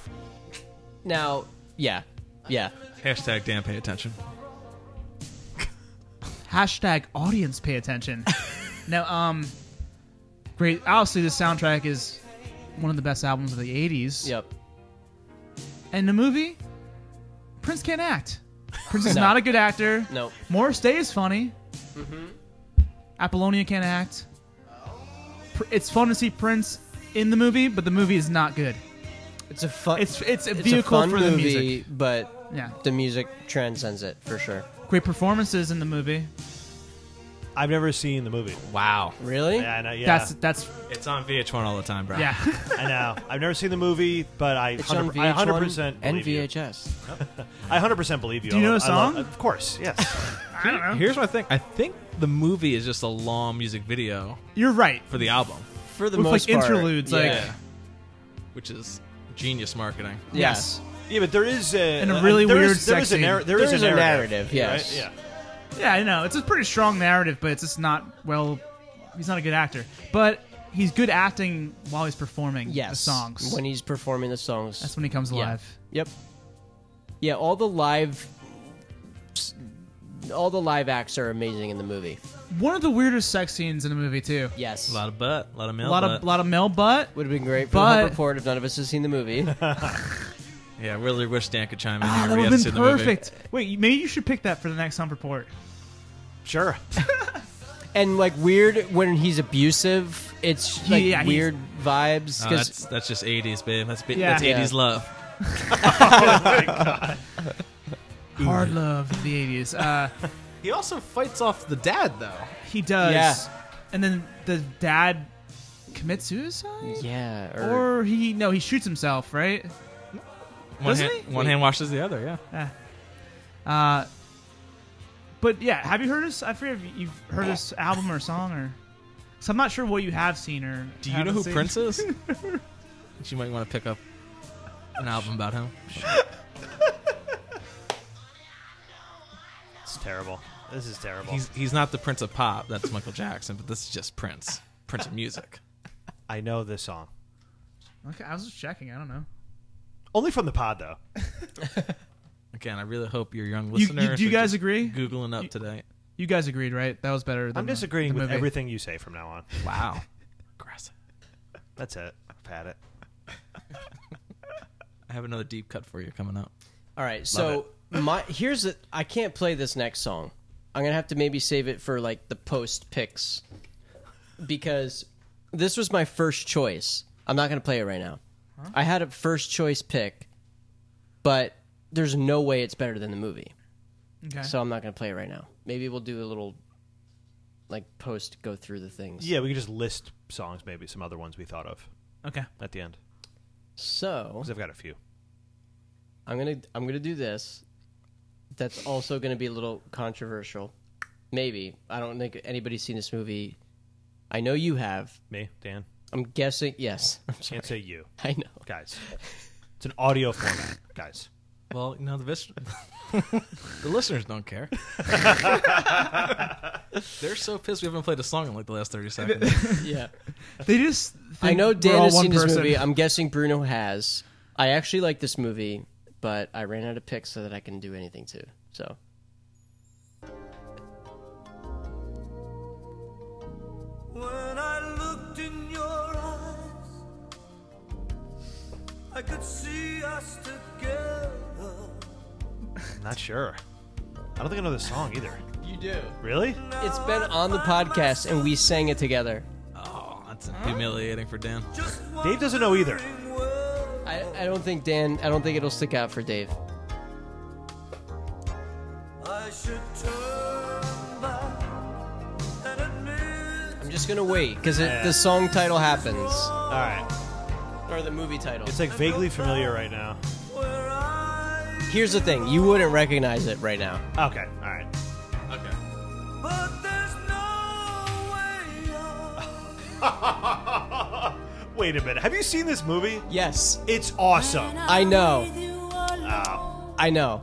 [SPEAKER 4] Now, yeah, yeah.
[SPEAKER 6] Hashtag Dan, pay attention.
[SPEAKER 3] hashtag audience pay attention. now, um, great. Obviously, this soundtrack is one of the best albums of the 80s.
[SPEAKER 4] Yep.
[SPEAKER 3] And the movie, Prince can't act. Prince is
[SPEAKER 4] No.
[SPEAKER 3] not a good actor.
[SPEAKER 4] No. Mm-hmm.
[SPEAKER 3] Morris Day is funny. Apollonia can't act. Pr- It's fun to see Prince in the movie, but the movie is not good.
[SPEAKER 4] It's a fun.
[SPEAKER 3] It's it's a
[SPEAKER 4] it's a
[SPEAKER 3] vehicle
[SPEAKER 4] fun
[SPEAKER 3] for the
[SPEAKER 4] movie,
[SPEAKER 3] music.
[SPEAKER 4] but
[SPEAKER 3] Yeah,
[SPEAKER 4] the music transcends it for sure.
[SPEAKER 3] great performances in the movie.
[SPEAKER 5] I've never seen the movie.
[SPEAKER 6] Wow,
[SPEAKER 4] Really?
[SPEAKER 5] Yeah, I know. Yeah,
[SPEAKER 3] That's that's
[SPEAKER 6] it's on VH1 all the time, bro.
[SPEAKER 3] yeah.
[SPEAKER 5] I know. I've never seen the movie, but I
[SPEAKER 4] It's on
[SPEAKER 5] 100 I
[SPEAKER 4] VH1
[SPEAKER 5] 100%
[SPEAKER 4] and
[SPEAKER 5] believe you.
[SPEAKER 4] VHS.
[SPEAKER 5] I 100% believe you.
[SPEAKER 3] Do you
[SPEAKER 5] I
[SPEAKER 3] know
[SPEAKER 5] love-
[SPEAKER 3] the
[SPEAKER 5] I love-
[SPEAKER 3] song?
[SPEAKER 5] of course, yes.
[SPEAKER 3] I don't know.
[SPEAKER 6] Here's what I think. I think the movie is just a long music video
[SPEAKER 3] You're right.
[SPEAKER 6] for the album,
[SPEAKER 4] For the
[SPEAKER 3] With, like,
[SPEAKER 4] most part,
[SPEAKER 3] interludes, like-
[SPEAKER 4] yeah.
[SPEAKER 6] which is genius marketing.
[SPEAKER 4] yes.
[SPEAKER 5] yeah, but there is a
[SPEAKER 3] And a really
[SPEAKER 5] there
[SPEAKER 3] weird
[SPEAKER 5] is, there
[SPEAKER 3] sex
[SPEAKER 5] is a
[SPEAKER 3] scene.
[SPEAKER 5] narr- there
[SPEAKER 4] There
[SPEAKER 5] is
[SPEAKER 4] is
[SPEAKER 5] a
[SPEAKER 4] a
[SPEAKER 5] narrative.
[SPEAKER 4] narrative, yes.
[SPEAKER 5] right? Yeah.
[SPEAKER 3] Yeah, I know. It's a pretty strong narrative, but it's just not well. He's not a good actor, but he's good acting while he's performing
[SPEAKER 4] Yes.
[SPEAKER 3] the songs.
[SPEAKER 4] When he's performing the songs.
[SPEAKER 3] That's when he comes
[SPEAKER 4] Yeah.
[SPEAKER 3] alive.
[SPEAKER 4] Yep. Yeah, all the live all the live acts are amazing in the movie.
[SPEAKER 3] One of the weirdest sex scenes in the movie too.
[SPEAKER 4] Yes.
[SPEAKER 6] A lot of butt, a lot of
[SPEAKER 3] A
[SPEAKER 6] milk,
[SPEAKER 3] lot of lot of Ah, male butt.
[SPEAKER 4] Would have been great for
[SPEAKER 3] But-
[SPEAKER 4] the Hump report if none of us has seen the movie.
[SPEAKER 6] Yeah, I really wish Dan could chime in.
[SPEAKER 3] Ah,
[SPEAKER 6] here.
[SPEAKER 3] that
[SPEAKER 6] We
[SPEAKER 3] would
[SPEAKER 6] haven't
[SPEAKER 3] have
[SPEAKER 6] seen
[SPEAKER 3] been
[SPEAKER 6] the movie.
[SPEAKER 3] perfect. Wait, you- maybe you should pick that for the next Hump Report.
[SPEAKER 5] Sure.
[SPEAKER 4] and like weird when he's abusive, it's
[SPEAKER 3] Yeah,
[SPEAKER 4] like
[SPEAKER 3] yeah, he's-
[SPEAKER 4] weird vibes.
[SPEAKER 6] Oh,
[SPEAKER 4] 'cause-
[SPEAKER 6] that's that's just 80s, babe. That's be-
[SPEAKER 3] Yeah.
[SPEAKER 6] that's
[SPEAKER 4] Yeah.
[SPEAKER 6] 80s love.
[SPEAKER 3] Hard love of the eighties. Uh,
[SPEAKER 6] He also fights off the dad though.
[SPEAKER 3] he does.
[SPEAKER 4] Yeah.
[SPEAKER 3] And then the dad commits suicide,
[SPEAKER 4] yeah, or,
[SPEAKER 3] or he no, he shoots himself, right?
[SPEAKER 6] One,
[SPEAKER 3] Doesn't
[SPEAKER 6] hand,
[SPEAKER 3] he?
[SPEAKER 6] one hand washes the other. Yeah.
[SPEAKER 3] Uh, but yeah, have you heard this? I forget if you've heard this album or song or. So I'm not sure what you have seen or.
[SPEAKER 6] Do you know
[SPEAKER 3] haven't
[SPEAKER 6] who
[SPEAKER 3] seen.
[SPEAKER 6] Prince is? you might want to pick up an album about him.
[SPEAKER 5] It's terrible. This is terrible.
[SPEAKER 6] He's he's not the Prince of Pop. That's Michael Jackson, but this is just Prince, Prince of music.
[SPEAKER 5] I know this song.
[SPEAKER 3] Okay, I was just checking. I don't know.
[SPEAKER 5] Only from the pod though.
[SPEAKER 6] Again, I really hope your young
[SPEAKER 3] You,
[SPEAKER 6] listeners.
[SPEAKER 3] you, do you
[SPEAKER 6] are
[SPEAKER 3] guys
[SPEAKER 6] just
[SPEAKER 3] agree?
[SPEAKER 6] Googling up
[SPEAKER 3] You-
[SPEAKER 6] today?
[SPEAKER 3] You guys agreed, right? That was better. Than
[SPEAKER 5] I'm
[SPEAKER 3] the-
[SPEAKER 5] disagreeing
[SPEAKER 3] the
[SPEAKER 5] with
[SPEAKER 3] movie.
[SPEAKER 5] everything you say from now on.
[SPEAKER 6] Wow, aggressive.
[SPEAKER 5] That's it. I've had it.
[SPEAKER 6] I have another deep cut for you coming up.
[SPEAKER 4] all right. So my here's the I can't play this next song. I'm gonna have to maybe save it for like the post picks because this was my first choice. I'm not gonna play it right now. I had a first choice pick, but there's no way it's better than the movie.
[SPEAKER 3] Okay.
[SPEAKER 4] So I'm not going to play it right now. Maybe we'll do a little like post go through the things.
[SPEAKER 5] Yeah, we could just list songs, maybe some other ones we thought of
[SPEAKER 3] okay.
[SPEAKER 5] at the end
[SPEAKER 4] So
[SPEAKER 5] because I've got a few.
[SPEAKER 4] I'm going to I'm going to do this. That's also going to be a little controversial. Maybe. I don't think anybody's seen this movie. I know you have.
[SPEAKER 5] Me, Dan,
[SPEAKER 4] I'm guessing yes. I'm sorry.
[SPEAKER 5] can't say you,
[SPEAKER 4] I know.
[SPEAKER 5] guys. It's an audio format, guys.
[SPEAKER 6] Well, you know the vis- the listeners don't care. They're so pissed we haven't played a song in like the last thirty seconds.
[SPEAKER 4] Yeah.
[SPEAKER 3] They just.
[SPEAKER 4] I know
[SPEAKER 3] we're
[SPEAKER 4] Dan
[SPEAKER 3] all
[SPEAKER 4] has
[SPEAKER 3] one
[SPEAKER 4] seen
[SPEAKER 3] person.
[SPEAKER 4] this movie. I'm guessing Bruno has. I actually like this movie, but I ran out of picks so that I can do anything to. So
[SPEAKER 7] I could see us together.
[SPEAKER 5] I'm not sure. I don't think I know the song either.
[SPEAKER 4] You do.
[SPEAKER 5] Really?
[SPEAKER 4] It's been on the podcast, and we sang it together.
[SPEAKER 6] Oh, that's humiliating for Dan.
[SPEAKER 7] Just
[SPEAKER 5] Dave doesn't know either.
[SPEAKER 7] wondering where
[SPEAKER 4] I, I don't think Dan. I don't think it'll stick out for Dave.
[SPEAKER 7] I should turn back and admit
[SPEAKER 4] I'm just gonna wait because
[SPEAKER 5] Yeah.
[SPEAKER 4] the song title happens,
[SPEAKER 5] All right.
[SPEAKER 4] or the movie title.
[SPEAKER 5] It's like vaguely familiar right now.
[SPEAKER 7] where I
[SPEAKER 4] Here's the thing: you wouldn't recognize it right now.
[SPEAKER 5] Okay. All right.
[SPEAKER 6] Okay.
[SPEAKER 7] but there's no way out.
[SPEAKER 5] Wait a minute. Have you seen this movie?
[SPEAKER 4] Yes,
[SPEAKER 5] It's awesome.
[SPEAKER 4] I know.
[SPEAKER 7] You are
[SPEAKER 4] I know.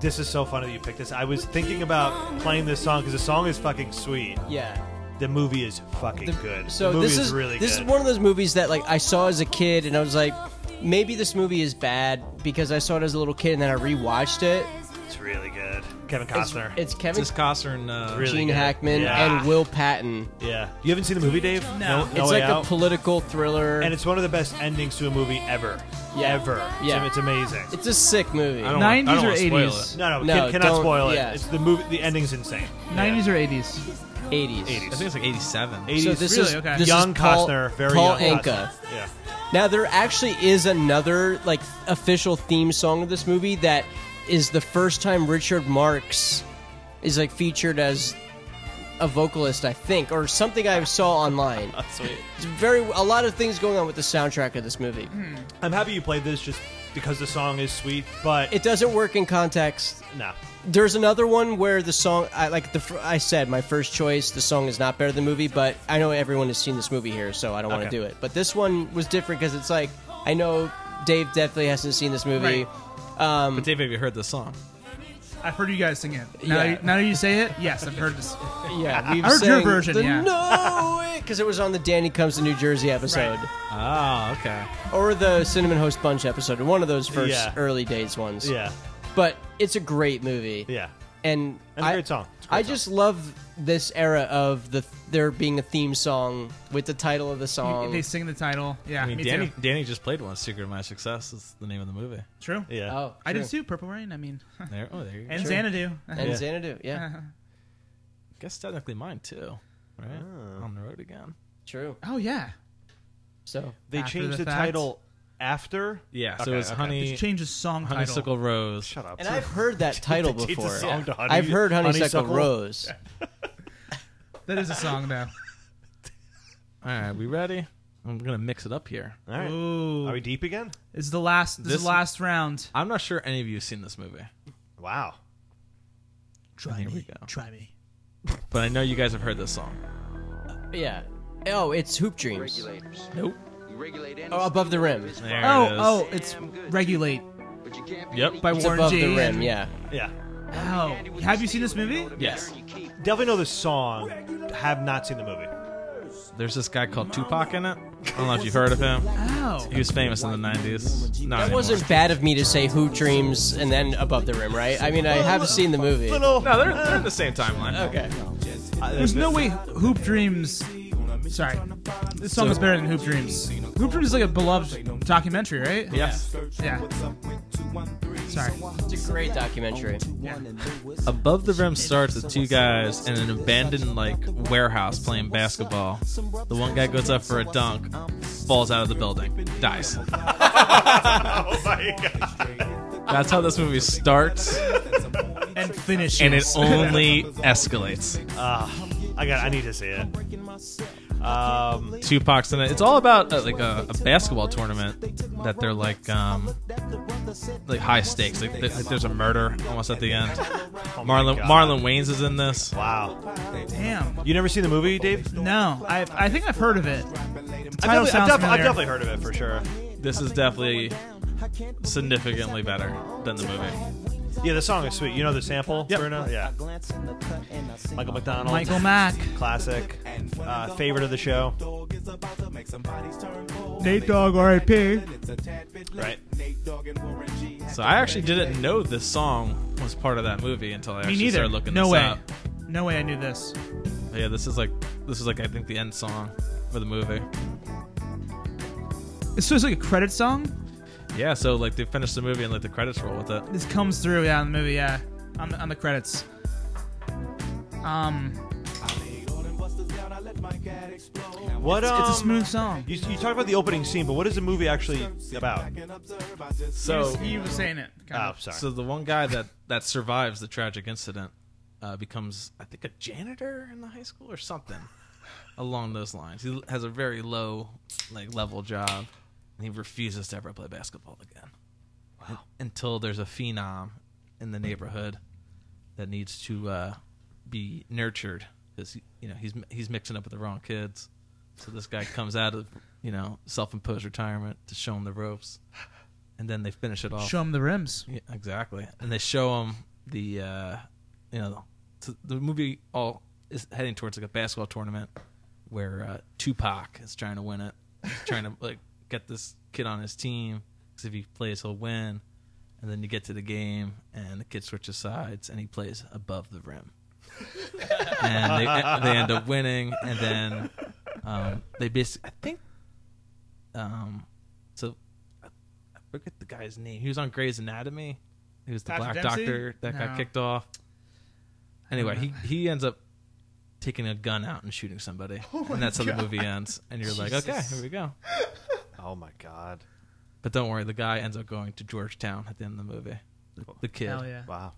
[SPEAKER 5] This is so funny that you picked this. I was thinking about playing this song because the song is fucking sweet.
[SPEAKER 4] Yeah.
[SPEAKER 5] The movie is fucking
[SPEAKER 4] The-
[SPEAKER 5] good.
[SPEAKER 4] So
[SPEAKER 5] the movie
[SPEAKER 4] this is,
[SPEAKER 5] really
[SPEAKER 4] this
[SPEAKER 5] good.
[SPEAKER 4] is one of those movies that like I saw as a kid, and I was like, maybe this movie is bad because I saw it as a little kid, and then I rewatched it.
[SPEAKER 5] It's really good. Kevin
[SPEAKER 4] It's,
[SPEAKER 5] Costner.
[SPEAKER 4] it's Kevin
[SPEAKER 6] Just Costner and uh,
[SPEAKER 5] Really
[SPEAKER 4] Gene
[SPEAKER 5] good.
[SPEAKER 4] Hackman
[SPEAKER 5] Yeah.
[SPEAKER 4] and Will Patton.
[SPEAKER 5] yeah. You haven't seen the movie, Dave? No. no
[SPEAKER 4] it's
[SPEAKER 5] Way
[SPEAKER 4] like
[SPEAKER 5] Out?
[SPEAKER 4] a political thriller.
[SPEAKER 5] and it's one of the best endings to a movie ever.
[SPEAKER 4] Yeah.
[SPEAKER 5] Ever.
[SPEAKER 4] Yeah.
[SPEAKER 5] It's, it's amazing.
[SPEAKER 4] it's a sick movie.
[SPEAKER 6] I don't wanna- I
[SPEAKER 3] 90s
[SPEAKER 6] don't
[SPEAKER 3] or
[SPEAKER 6] wanna spoil
[SPEAKER 3] 80s?
[SPEAKER 5] no, no,
[SPEAKER 4] No,
[SPEAKER 5] can- cannot
[SPEAKER 4] don't-
[SPEAKER 5] spoil it.
[SPEAKER 4] yeah.
[SPEAKER 5] It's the movie. The ending's insane.
[SPEAKER 3] 90s or 80s?
[SPEAKER 4] 80s.
[SPEAKER 5] 80s.
[SPEAKER 6] I think it's like 87.
[SPEAKER 5] 80s.
[SPEAKER 4] So this
[SPEAKER 3] Really?
[SPEAKER 4] is
[SPEAKER 3] Okay.
[SPEAKER 4] this
[SPEAKER 5] young
[SPEAKER 4] is Paul,
[SPEAKER 5] Costner, very
[SPEAKER 4] Paul
[SPEAKER 5] young
[SPEAKER 4] Anka.
[SPEAKER 5] Costner. Yeah.
[SPEAKER 4] Now there actually is another like official theme song of this movie that is the first time Richard Marx is like featured as a vocalist, I think, or something I saw online.
[SPEAKER 6] Sweet.
[SPEAKER 4] It's very a lot of things going on with the soundtrack of this movie.
[SPEAKER 5] I'm happy you played this just because the song is sweet, but
[SPEAKER 4] It doesn't work in context.
[SPEAKER 5] no.
[SPEAKER 4] There's another one where the song, I like the, fir- I said my first choice. The song is not better than the movie, but I know everyone has seen this movie here, so I don't want
[SPEAKER 5] Okay.
[SPEAKER 4] to do it. But this one was different because it's like I know Dave definitely hasn't seen this movie.
[SPEAKER 6] But Dave, have you heard the song?
[SPEAKER 3] I've heard you guys sing it. Now,
[SPEAKER 4] Yeah.
[SPEAKER 3] you, now you say it, yes, I've heard this.
[SPEAKER 4] Yeah, we've
[SPEAKER 3] I heard your
[SPEAKER 4] sang
[SPEAKER 3] version,
[SPEAKER 4] the
[SPEAKER 3] yeah.
[SPEAKER 4] No, because it was on the Danny Comes to New Jersey episode
[SPEAKER 6] Oh, okay.
[SPEAKER 4] or the Cinnamon Host Bunch episode, one of those first
[SPEAKER 5] Yeah.
[SPEAKER 4] early days ones.
[SPEAKER 5] Yeah.
[SPEAKER 4] but it's a great movie.
[SPEAKER 5] Yeah.
[SPEAKER 4] and,
[SPEAKER 5] And a
[SPEAKER 4] I,
[SPEAKER 5] great song. It's a great
[SPEAKER 4] I just love this era of the there being a theme song with the title of the song.
[SPEAKER 3] they sing the title. Yeah,
[SPEAKER 6] I mean,
[SPEAKER 3] me
[SPEAKER 6] Danny,
[SPEAKER 3] too.
[SPEAKER 6] Danny just played one. Secret of My Success is the name of the movie.
[SPEAKER 3] True.
[SPEAKER 5] Yeah.
[SPEAKER 4] oh,
[SPEAKER 3] I did
[SPEAKER 4] sure.
[SPEAKER 3] too, Purple Rain. I mean,
[SPEAKER 6] There, oh, there you go.
[SPEAKER 3] and
[SPEAKER 6] Sure.
[SPEAKER 3] Xanadu.
[SPEAKER 4] And
[SPEAKER 5] Yeah.
[SPEAKER 4] Xanadu,
[SPEAKER 3] Uh-huh.
[SPEAKER 4] yeah,
[SPEAKER 6] guess technically mine too, right?
[SPEAKER 5] Ah.
[SPEAKER 6] On the road again.
[SPEAKER 4] true.
[SPEAKER 3] oh, yeah.
[SPEAKER 4] So
[SPEAKER 5] They
[SPEAKER 3] After
[SPEAKER 5] changed
[SPEAKER 3] the
[SPEAKER 5] the,
[SPEAKER 3] fact.
[SPEAKER 5] title after.
[SPEAKER 6] Yeah.
[SPEAKER 5] Okay,
[SPEAKER 6] so it was
[SPEAKER 5] okay.
[SPEAKER 6] honey,
[SPEAKER 3] Just change the song title.
[SPEAKER 6] honeysuckle rose.
[SPEAKER 5] Shut up.
[SPEAKER 4] and I've heard that title
[SPEAKER 5] It's a
[SPEAKER 4] before.
[SPEAKER 5] song to honey-
[SPEAKER 4] I've heard Honeysuckle,
[SPEAKER 5] honeysuckle.
[SPEAKER 4] Rose.
[SPEAKER 3] That is a song, though.
[SPEAKER 6] All right, we ready? I'm gonna mix it up here.
[SPEAKER 5] All right.
[SPEAKER 3] Ooh.
[SPEAKER 5] Are we deep again?
[SPEAKER 3] This is the last. This, is
[SPEAKER 6] This-
[SPEAKER 3] the last round.
[SPEAKER 6] I'm not sure any of you have seen this movie,
[SPEAKER 5] Wow.
[SPEAKER 3] Try
[SPEAKER 6] Here we go.
[SPEAKER 3] Try me.
[SPEAKER 6] but I know you guys have heard this song.
[SPEAKER 4] Yeah. Oh, it's Hoop Dreams.
[SPEAKER 9] regulators.
[SPEAKER 6] Nope.
[SPEAKER 9] We regulate any
[SPEAKER 4] Oh, above the rim.
[SPEAKER 6] There
[SPEAKER 3] Oh,
[SPEAKER 6] it is.
[SPEAKER 3] oh, it's regulate
[SPEAKER 9] but you can't be
[SPEAKER 6] Yep.
[SPEAKER 9] any
[SPEAKER 3] by
[SPEAKER 4] It's
[SPEAKER 3] Warren
[SPEAKER 4] above
[SPEAKER 3] G.
[SPEAKER 4] the rim.
[SPEAKER 3] and-
[SPEAKER 4] Yeah.
[SPEAKER 5] Yeah.
[SPEAKER 3] Oh,
[SPEAKER 9] candy with
[SPEAKER 3] have you
[SPEAKER 9] your
[SPEAKER 3] seen this
[SPEAKER 9] stealing,
[SPEAKER 3] movie?
[SPEAKER 9] know, to
[SPEAKER 6] Yes.
[SPEAKER 9] better you keep.
[SPEAKER 5] Definitely know the song. Have not seen the movie.
[SPEAKER 6] There's this guy called Tupac in it. I don't know if you've heard of him.
[SPEAKER 3] Oh,
[SPEAKER 6] He was famous in the 90s. Not
[SPEAKER 4] That
[SPEAKER 6] anymore.
[SPEAKER 4] wasn't bad of me to say Hoop Dreams and then above the rim, right? I mean, I have seen the movie.
[SPEAKER 5] Little.
[SPEAKER 6] No, they're, they're in the same timeline. Uh,
[SPEAKER 4] Okay.
[SPEAKER 3] there's no way Hoop Dreams. Sorry, this song is better than Hoop Dreams. Hoop Dreams is like a beloved documentary, right?
[SPEAKER 6] Yes.
[SPEAKER 3] Yeah. Sorry.
[SPEAKER 4] It's a great documentary.
[SPEAKER 6] Above the Rim starts with two guys in an abandoned like warehouse playing basketball. The one guy goes up for a dunk, falls out of the building, dies.
[SPEAKER 5] Oh my god.
[SPEAKER 6] That's how this movie starts,
[SPEAKER 3] And finish.
[SPEAKER 6] and it only escalates.
[SPEAKER 5] I got. I need to see it. Um.
[SPEAKER 6] Tupac's in it. It's all about uh, like a, a basketball tournament that they're like um like high stakes. Like, th- like there's a murder almost at the end.
[SPEAKER 5] oh my
[SPEAKER 6] Marlon
[SPEAKER 5] God.
[SPEAKER 6] Marlon Wayans is in this.
[SPEAKER 5] Wow.
[SPEAKER 3] Damn.
[SPEAKER 5] You never seen the movie, Dave?
[SPEAKER 3] No, I I think I've heard of it.
[SPEAKER 5] I've
[SPEAKER 3] Title
[SPEAKER 5] definitely, I've
[SPEAKER 3] sounds
[SPEAKER 5] def- I've
[SPEAKER 3] familiar.
[SPEAKER 5] definitely heard of it for sure.
[SPEAKER 6] This is definitely significantly better than the movie.
[SPEAKER 5] Yeah, the song is sweet. You know the sample,
[SPEAKER 6] Yep.
[SPEAKER 5] Bruno? Yeah. Michael McDonald.
[SPEAKER 3] Michael Mack,
[SPEAKER 5] Classic. Uh, favorite of the show.
[SPEAKER 3] Nate Dogg, R.I.P.
[SPEAKER 5] Right.
[SPEAKER 6] So I actually didn't know this song was part of that movie until I
[SPEAKER 3] Me
[SPEAKER 6] actually
[SPEAKER 3] neither.
[SPEAKER 6] started looking
[SPEAKER 3] No
[SPEAKER 6] this
[SPEAKER 3] way.
[SPEAKER 6] up.
[SPEAKER 3] No way I knew this.
[SPEAKER 6] But yeah, this is like this is like I think the end song for the movie.
[SPEAKER 3] So it's like a credit song.
[SPEAKER 6] Yeah, so like they finished the movie and like the credits roll with it.
[SPEAKER 3] This comes through, yeah, in the movie, yeah, on the, on the credits. Um,
[SPEAKER 5] What um,
[SPEAKER 3] it's a smooth song.
[SPEAKER 5] You, you talk about the opening scene, but what is the movie actually about?
[SPEAKER 6] So
[SPEAKER 3] You were saying it. kind
[SPEAKER 5] Oh,
[SPEAKER 3] of.
[SPEAKER 5] sorry.
[SPEAKER 6] so the one guy that that survives the tragic incident uh, becomes I think a janitor in the high school or something along those lines. He has a very low like level job and he refuses to ever play basketball again. Wow. Until there's a phenom in the neighborhood that needs to uh, be nurtured because you know he's he's mixing up with the wrong kids. So this guy comes out of you know self-imposed retirement to show him the ropes, and then they finish it off.
[SPEAKER 3] Show him the rims.
[SPEAKER 6] Yeah, exactly. And they show him the, uh, you know, so the movie all is heading towards like a basketball tournament where uh, Tupac is trying to win it, He's trying to like get this kid on his team because if he plays, he'll win. And then you get to the game, and the kid switches sides, and he plays above the rim. and they, they end up winning, and then um, they basically, I think, um, so I forget the guy's name. He was on Grey's Anatomy. He was the
[SPEAKER 3] Patrick
[SPEAKER 6] black
[SPEAKER 3] Dempsey?
[SPEAKER 6] doctor that
[SPEAKER 3] No. Uh-huh.
[SPEAKER 6] got kicked off. Anyway, he, he ends up taking a gun out and shooting somebody,
[SPEAKER 3] Oh
[SPEAKER 6] and that's how the movie ends. And you're like, okay, here we go.
[SPEAKER 5] Oh my god!
[SPEAKER 6] But don't worry, the guy ends up going to Georgetown at the end of the movie. The, the kid.
[SPEAKER 3] Hell yeah.
[SPEAKER 5] Wow.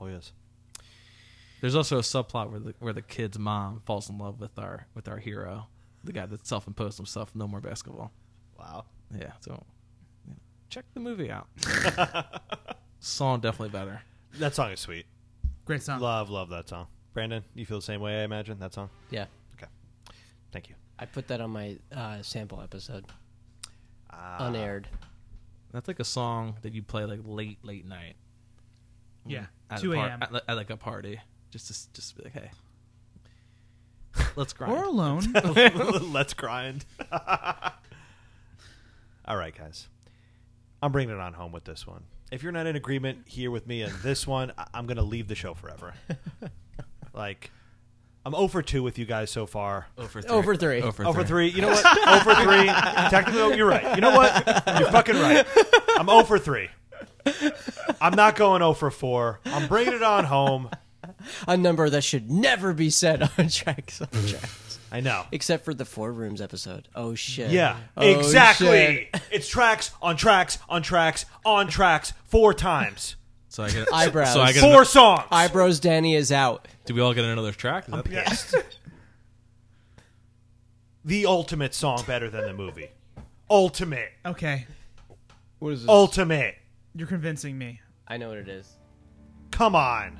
[SPEAKER 5] Oh yes.
[SPEAKER 6] There's also a subplot where the where the kid's mom falls in love with our with our hero, the guy that self-imposed himself no more basketball.
[SPEAKER 5] Wow.
[SPEAKER 6] Yeah, so yeah, check the movie out. Song definitely better.
[SPEAKER 5] That song is sweet.
[SPEAKER 3] Great song.
[SPEAKER 5] Love, love that song. Brandon, you feel the same way? I imagine that song.
[SPEAKER 4] Yeah,
[SPEAKER 5] Thank you.
[SPEAKER 4] I put that on my uh, sample episode, unaired.
[SPEAKER 6] That's like a song that you play like late late night
[SPEAKER 3] Yeah.
[SPEAKER 6] at a
[SPEAKER 3] 2
[SPEAKER 6] par-
[SPEAKER 3] a.m.
[SPEAKER 6] at, li- at, like a party, just to s- just to be like, hey, let's grind.
[SPEAKER 3] Or alone.
[SPEAKER 5] Let's grind. All right, guys. I'm bringing it on home with this one. If you're not in agreement here with me on this one, I- I'm going to leave the show forever. like, I'm 0 for 2 with you guys so far.
[SPEAKER 6] over three.
[SPEAKER 4] Over three.
[SPEAKER 6] Over
[SPEAKER 5] 0 for 3. You know what? 0 for 3. Technically, oh, you're right. You know what? You're fucking right. I'm 0 for 3. I'm not going 0 for 4. I'm bringing it on home.
[SPEAKER 4] A number that should never be said on tracks on tracks.
[SPEAKER 5] I know.
[SPEAKER 4] Except for the four rooms episode. Oh shit.
[SPEAKER 5] Yeah,
[SPEAKER 4] Oh,
[SPEAKER 5] exactly.
[SPEAKER 4] shit.
[SPEAKER 5] It's tracks on tracks on tracks on tracks four times.
[SPEAKER 6] So I get
[SPEAKER 4] Eyebrows.
[SPEAKER 6] So I get
[SPEAKER 5] Four
[SPEAKER 6] ano-
[SPEAKER 5] songs.
[SPEAKER 4] Eyebrows Danny is out.
[SPEAKER 6] do we all get another track? Is that-
[SPEAKER 5] Yes. the ultimate song better than the movie. Ultimate.
[SPEAKER 3] okay.
[SPEAKER 4] What is this?
[SPEAKER 5] Ultimate.
[SPEAKER 3] You're convincing me.
[SPEAKER 4] I know what it is.
[SPEAKER 5] Come on.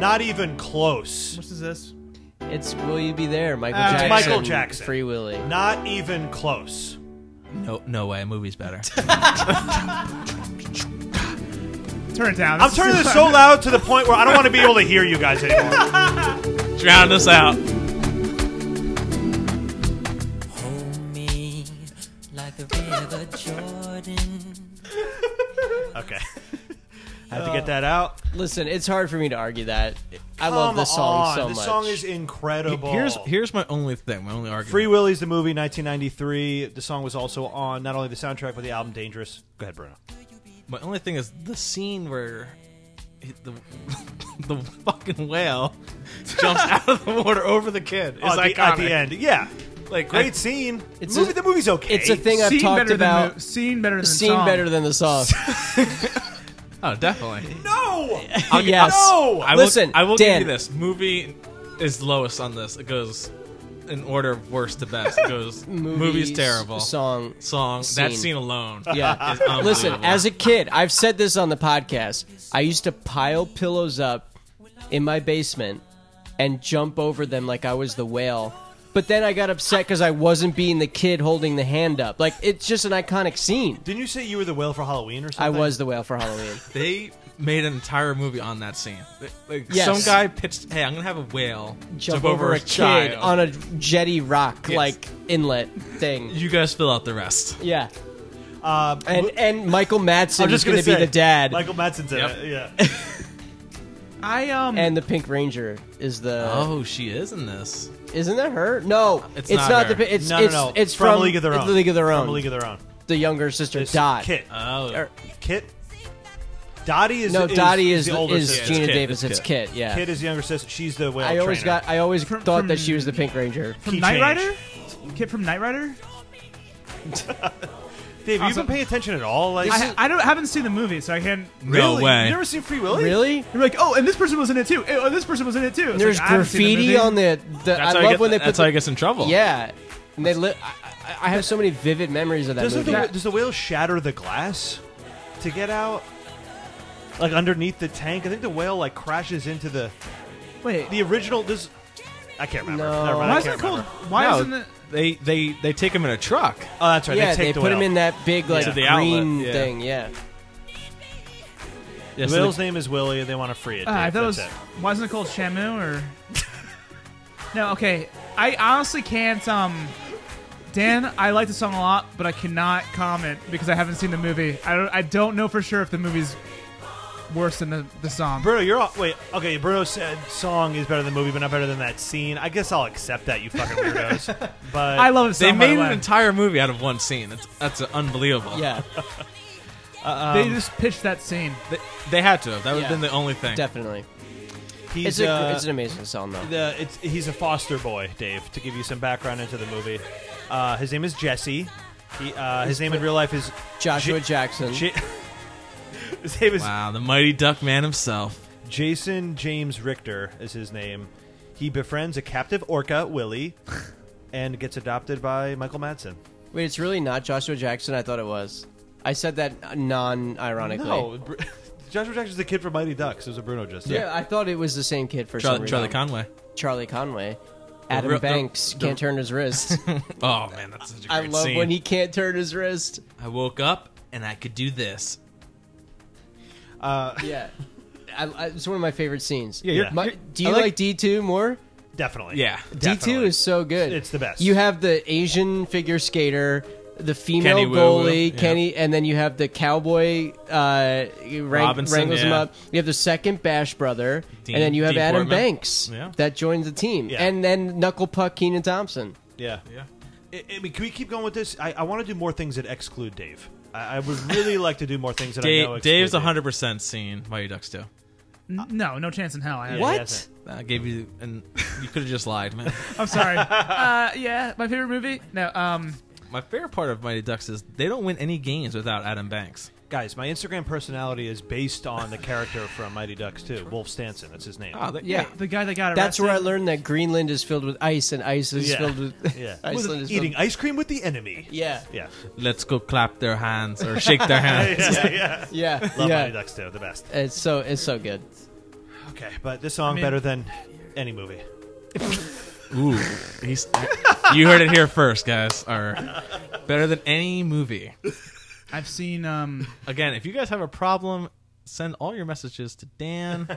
[SPEAKER 5] Not even close.
[SPEAKER 3] What is this?
[SPEAKER 4] It's Will You Be There, Michael
[SPEAKER 3] Ah, it's
[SPEAKER 4] Jackson.
[SPEAKER 5] Michael Jackson.
[SPEAKER 4] Free Willy.
[SPEAKER 5] Not even close.
[SPEAKER 6] No, no way. Movie's better.
[SPEAKER 3] Turn it down.
[SPEAKER 5] I'm turning this so loud to the point where I don't want to be able to hear you guys anymore.
[SPEAKER 6] Drown us out.
[SPEAKER 9] Hold me like the river Jordan.
[SPEAKER 5] Okay. I have to get that out.
[SPEAKER 4] Listen, it's hard for me to argue that. I
[SPEAKER 5] Come
[SPEAKER 4] love this song
[SPEAKER 5] on.
[SPEAKER 4] so
[SPEAKER 5] this
[SPEAKER 4] much.
[SPEAKER 5] song is incredible.
[SPEAKER 6] Here's here's my only thing. My only argument.
[SPEAKER 5] Free Willy's the movie, 1993. The song was also on not only the soundtrack but the album Dangerous. Go ahead, Bruno.
[SPEAKER 6] My only thing is the scene where he- the the fucking whale jumps out of the water over the kid.
[SPEAKER 4] Oh,
[SPEAKER 6] It's
[SPEAKER 5] at,
[SPEAKER 6] like
[SPEAKER 5] the, at the end, yeah, like great
[SPEAKER 6] I-
[SPEAKER 5] scene.
[SPEAKER 4] It's
[SPEAKER 5] movie,
[SPEAKER 4] a-
[SPEAKER 5] the movie's okay.
[SPEAKER 4] it's a thing I've
[SPEAKER 3] Seen
[SPEAKER 4] talked
[SPEAKER 3] better than
[SPEAKER 4] about.
[SPEAKER 3] mo- seen better than
[SPEAKER 4] Seen
[SPEAKER 3] song.
[SPEAKER 4] better than the song.
[SPEAKER 6] Oh, definitely.
[SPEAKER 5] No,
[SPEAKER 4] yes.
[SPEAKER 5] no!
[SPEAKER 6] I
[SPEAKER 4] Listen,
[SPEAKER 6] will, I will
[SPEAKER 4] Dan,
[SPEAKER 6] give you this. Movie is lowest on this. It goes in order of worst to best. It goes movie's terrible.
[SPEAKER 4] Song.
[SPEAKER 6] Song that
[SPEAKER 4] scene.
[SPEAKER 6] scene alone.
[SPEAKER 4] Yeah.
[SPEAKER 6] is unbelievable.
[SPEAKER 4] Listen, as a kid, I've said this on the podcast. I used to pile pillows up in my basement and jump over them like I was the whale. But then I got upset because I wasn't being the kid holding the hand up. Like it's just an iconic scene.
[SPEAKER 5] Didn't you say you were the whale for Halloween or
[SPEAKER 4] I
[SPEAKER 5] something?
[SPEAKER 4] was the whale for Halloween.
[SPEAKER 6] they made an entire movie on that scene. Like,
[SPEAKER 4] Yes.
[SPEAKER 6] Some guy pitched, "Hey, I'm gonna have a whale jump,
[SPEAKER 4] Jump over, a, kid
[SPEAKER 6] child.
[SPEAKER 4] on a jetty rock
[SPEAKER 6] Yes.
[SPEAKER 4] like inlet thing.
[SPEAKER 6] you guys fill out the rest."
[SPEAKER 4] Yeah.
[SPEAKER 5] Um,
[SPEAKER 4] And and Michael Madsen
[SPEAKER 5] I'm
[SPEAKER 4] is
[SPEAKER 5] just
[SPEAKER 4] going to be
[SPEAKER 5] say,
[SPEAKER 4] the dad,
[SPEAKER 5] Michael Madsen's in
[SPEAKER 6] Yep.
[SPEAKER 5] it. Yeah,
[SPEAKER 3] I um.
[SPEAKER 4] and the Pink Ranger is the.
[SPEAKER 6] Oh, she is in this.
[SPEAKER 4] Isn't that her? No,
[SPEAKER 6] It's
[SPEAKER 4] it's,
[SPEAKER 6] not
[SPEAKER 4] not,
[SPEAKER 6] her.
[SPEAKER 4] the. It's
[SPEAKER 5] no,
[SPEAKER 4] it's
[SPEAKER 5] no, no.
[SPEAKER 4] it's
[SPEAKER 5] from,
[SPEAKER 4] from
[SPEAKER 5] League of Their
[SPEAKER 4] it's
[SPEAKER 5] Own.
[SPEAKER 4] The League of Their Own.
[SPEAKER 5] From League of Their Own.
[SPEAKER 4] the younger sister
[SPEAKER 5] This
[SPEAKER 4] Dot.
[SPEAKER 5] Kit.
[SPEAKER 6] Oh,
[SPEAKER 4] Or-
[SPEAKER 5] Kit. Dottie is
[SPEAKER 4] no,
[SPEAKER 5] is,
[SPEAKER 4] Dottie is
[SPEAKER 5] the older
[SPEAKER 4] is,
[SPEAKER 5] sister.
[SPEAKER 4] Gina
[SPEAKER 6] Kit,
[SPEAKER 4] Davis.
[SPEAKER 6] it's
[SPEAKER 4] It's Kit. Yeah.
[SPEAKER 5] Kit is the younger sister. She's the whale
[SPEAKER 4] I always
[SPEAKER 5] trainer.
[SPEAKER 4] got. I always
[SPEAKER 3] From-
[SPEAKER 4] thought
[SPEAKER 3] from-
[SPEAKER 4] that she was the Pink Ranger.
[SPEAKER 3] From
[SPEAKER 5] Key
[SPEAKER 3] Knight
[SPEAKER 5] change.
[SPEAKER 3] Rider? Kid from Knight Rider?
[SPEAKER 5] Dave, have you
[SPEAKER 3] Also-
[SPEAKER 5] been paying attention at all? Like,
[SPEAKER 3] I, I don't haven't seen the movie, so I can't.
[SPEAKER 6] No
[SPEAKER 5] Really?
[SPEAKER 6] way.
[SPEAKER 5] You never seen Free Willy?
[SPEAKER 4] Really?
[SPEAKER 3] You're like, oh, and this person was in it too. Eh, Oh, this person was in it too. It's
[SPEAKER 4] There's
[SPEAKER 3] like, I haven't seen the
[SPEAKER 4] graffiti
[SPEAKER 3] movie.
[SPEAKER 4] on the. the I
[SPEAKER 6] That's
[SPEAKER 4] love
[SPEAKER 6] how I get,
[SPEAKER 4] when they put.
[SPEAKER 6] that's
[SPEAKER 4] the-
[SPEAKER 6] how I gets in trouble.
[SPEAKER 4] yeah. And they li- I, I- I have so many vivid memories of that
[SPEAKER 5] Doesn't
[SPEAKER 4] movie.
[SPEAKER 5] the, does the whale shatter the glass to get out? Like underneath the tank, I think the whale like crashes into the
[SPEAKER 3] Wait,
[SPEAKER 5] the original. This I can't remember.
[SPEAKER 4] No.
[SPEAKER 5] Never mind,
[SPEAKER 3] why
[SPEAKER 5] I
[SPEAKER 3] is
[SPEAKER 5] can't
[SPEAKER 3] it called?
[SPEAKER 5] remember.
[SPEAKER 3] Why
[SPEAKER 6] No,
[SPEAKER 3] isn't it?
[SPEAKER 6] They they they take him in a truck.
[SPEAKER 5] Oh, that's right.
[SPEAKER 4] yeah,
[SPEAKER 5] they,
[SPEAKER 4] they
[SPEAKER 5] take the
[SPEAKER 4] put
[SPEAKER 5] whale.
[SPEAKER 4] him in that big like
[SPEAKER 6] To the
[SPEAKER 4] green
[SPEAKER 6] outlet, yeah.
[SPEAKER 4] thing. Yeah.
[SPEAKER 6] Yeah,
[SPEAKER 5] The
[SPEAKER 6] so they-
[SPEAKER 5] whale's name is Willie, and they want to free it.
[SPEAKER 3] Ah, I
[SPEAKER 5] Dave,
[SPEAKER 3] thought it was.
[SPEAKER 5] that's
[SPEAKER 3] Why isn't it called Shamu or? no, okay. I honestly can't. Um, Dan, I like the song a lot, but I cannot comment because I haven't seen the movie. I don't. I don't know for sure if the movie's worse than the, the song.
[SPEAKER 5] Bruno, you're all, wait. Okay, Bruno said song is better than the movie, but not better than that scene. I guess I'll accept that, you fucking weirdos. but
[SPEAKER 3] I love it.
[SPEAKER 6] They made an
[SPEAKER 3] way.
[SPEAKER 6] entire movie out of one scene. That's that's unbelievable.
[SPEAKER 4] Yeah.
[SPEAKER 3] They just Um, pitched that scene.
[SPEAKER 6] They, they had to have. That would
[SPEAKER 4] Yeah.
[SPEAKER 6] have been the only thing.
[SPEAKER 4] Definitely.
[SPEAKER 5] he's
[SPEAKER 4] It's a.
[SPEAKER 5] uh,
[SPEAKER 4] it's an amazing song though.
[SPEAKER 5] the, it's, he's a foster boy, Dave. To give you some background into the movie, uh, his name is Jesse. He, uh, his name in real life is
[SPEAKER 4] Joshua
[SPEAKER 5] J-
[SPEAKER 4] Jackson.
[SPEAKER 5] J- his name is
[SPEAKER 6] Wow, the mighty duck man himself.
[SPEAKER 5] Jason James Richter is his name. He befriends a captive orca, Willie, and gets adopted by Michael Madsen.
[SPEAKER 4] Wait, it's really not Joshua Jackson. I thought it was. I said that non-ironically.
[SPEAKER 5] No, Br- Joshua Jackson's the kid from Mighty Ducks. It was a Bruno just said.
[SPEAKER 4] Yeah, I thought it was the same kid for some
[SPEAKER 6] Charlie,
[SPEAKER 4] reason.
[SPEAKER 6] Charlie Conway.
[SPEAKER 4] Charlie Conway. Adam
[SPEAKER 6] real- the-
[SPEAKER 4] Banks
[SPEAKER 6] the-
[SPEAKER 4] can't turn his wrist.
[SPEAKER 6] Oh man, that's such a great
[SPEAKER 4] I love
[SPEAKER 6] scene.
[SPEAKER 4] when he can't turn his wrist.
[SPEAKER 6] I woke up and I could do this.
[SPEAKER 4] Yeah. I, I, it's one of my favorite scenes.
[SPEAKER 5] Yeah, you're-
[SPEAKER 4] My,
[SPEAKER 5] you're-
[SPEAKER 4] do you
[SPEAKER 6] I
[SPEAKER 4] like,
[SPEAKER 6] like-
[SPEAKER 4] D2 more?
[SPEAKER 5] Definitely.
[SPEAKER 6] Yeah.
[SPEAKER 4] D2 is so good.
[SPEAKER 5] It's the best.
[SPEAKER 4] You have the Asian figure skater, the female
[SPEAKER 6] Kenny Wu Wu,
[SPEAKER 4] goalie,
[SPEAKER 6] yeah.
[SPEAKER 4] Kenny, and then you have the cowboy uh, wrang-
[SPEAKER 6] Robinson,
[SPEAKER 4] wrangles him
[SPEAKER 6] yeah.
[SPEAKER 4] up. You have the second Bash brother,
[SPEAKER 6] Dean-
[SPEAKER 4] and then you have
[SPEAKER 6] Dean
[SPEAKER 4] Adam
[SPEAKER 6] Portman.
[SPEAKER 4] Banks
[SPEAKER 6] Yeah.
[SPEAKER 4] that joins the team.
[SPEAKER 5] Yeah.
[SPEAKER 4] And then Knuckle Puck Keenan Thompson.
[SPEAKER 5] Yeah.
[SPEAKER 6] Yeah.
[SPEAKER 5] I, I mean, can we keep going with this? I, I want to do more things that exclude Dave. I, I would really like to do more things that I know.
[SPEAKER 6] Dave,
[SPEAKER 5] exclude
[SPEAKER 6] Dave's
[SPEAKER 5] Dave.
[SPEAKER 6] 100 percent seen Mighty Ducks 2.
[SPEAKER 3] N- no, no chance in hell. I have.
[SPEAKER 5] Yeah, he
[SPEAKER 4] What?
[SPEAKER 5] hasn't.
[SPEAKER 6] I gave you, and you could have just lied, man.
[SPEAKER 3] I'm sorry. uh, yeah, my favorite movie. No. Um.
[SPEAKER 6] My favorite part of Mighty Ducks is they don't win any games without Adam Banks.
[SPEAKER 5] Guys, my Instagram personality is based on the character from Mighty Ducks 2, Wolf Stanson. That's his name.
[SPEAKER 6] Oh, that,
[SPEAKER 4] Yeah.
[SPEAKER 3] The guy that got arrested.
[SPEAKER 4] That's where I learned that Greenland is filled with ice, and ice is
[SPEAKER 5] Yeah.
[SPEAKER 4] filled with
[SPEAKER 5] Yeah.
[SPEAKER 4] Iceland is
[SPEAKER 5] Eating
[SPEAKER 4] Filled...
[SPEAKER 5] ice cream with the enemy.
[SPEAKER 4] Yeah,
[SPEAKER 5] Yeah.
[SPEAKER 6] Let's go clap their hands or shake their hands.
[SPEAKER 5] Yeah, yeah.
[SPEAKER 4] yeah,
[SPEAKER 5] Love Mighty
[SPEAKER 4] yeah.
[SPEAKER 5] Ducks 2, the best.
[SPEAKER 4] It's so it's so good.
[SPEAKER 5] Okay, but this song
[SPEAKER 3] mean-
[SPEAKER 5] better than any movie.
[SPEAKER 6] Ooh, he's, you heard it here first, guys. Or better than any movie.
[SPEAKER 3] I've seen. Um.
[SPEAKER 6] Again, if you guys have a problem, send all your messages to Dan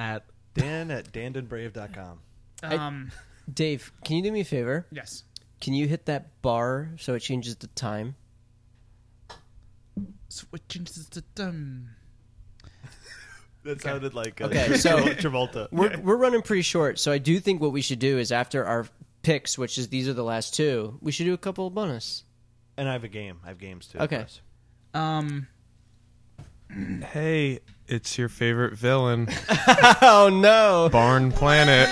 [SPEAKER 6] at
[SPEAKER 5] Dan at dandenbrave.com.
[SPEAKER 3] Um.
[SPEAKER 4] Dave, can you do me a favor?
[SPEAKER 3] yes.
[SPEAKER 4] Can you hit that bar so it changes the time?
[SPEAKER 3] Switching to the dumb.
[SPEAKER 5] That sounded like uh,
[SPEAKER 4] Okay, so-
[SPEAKER 5] Travolta.
[SPEAKER 4] We're we're running pretty short, so I do think what we should do is after our picks, which is these are the last two, we should do a couple of bonus.
[SPEAKER 5] And I have a game. I have games too.
[SPEAKER 4] Okay.
[SPEAKER 5] Chris.
[SPEAKER 3] Um.
[SPEAKER 10] Hey, it's your favorite villain,
[SPEAKER 4] Oh no,
[SPEAKER 10] Barn Planet.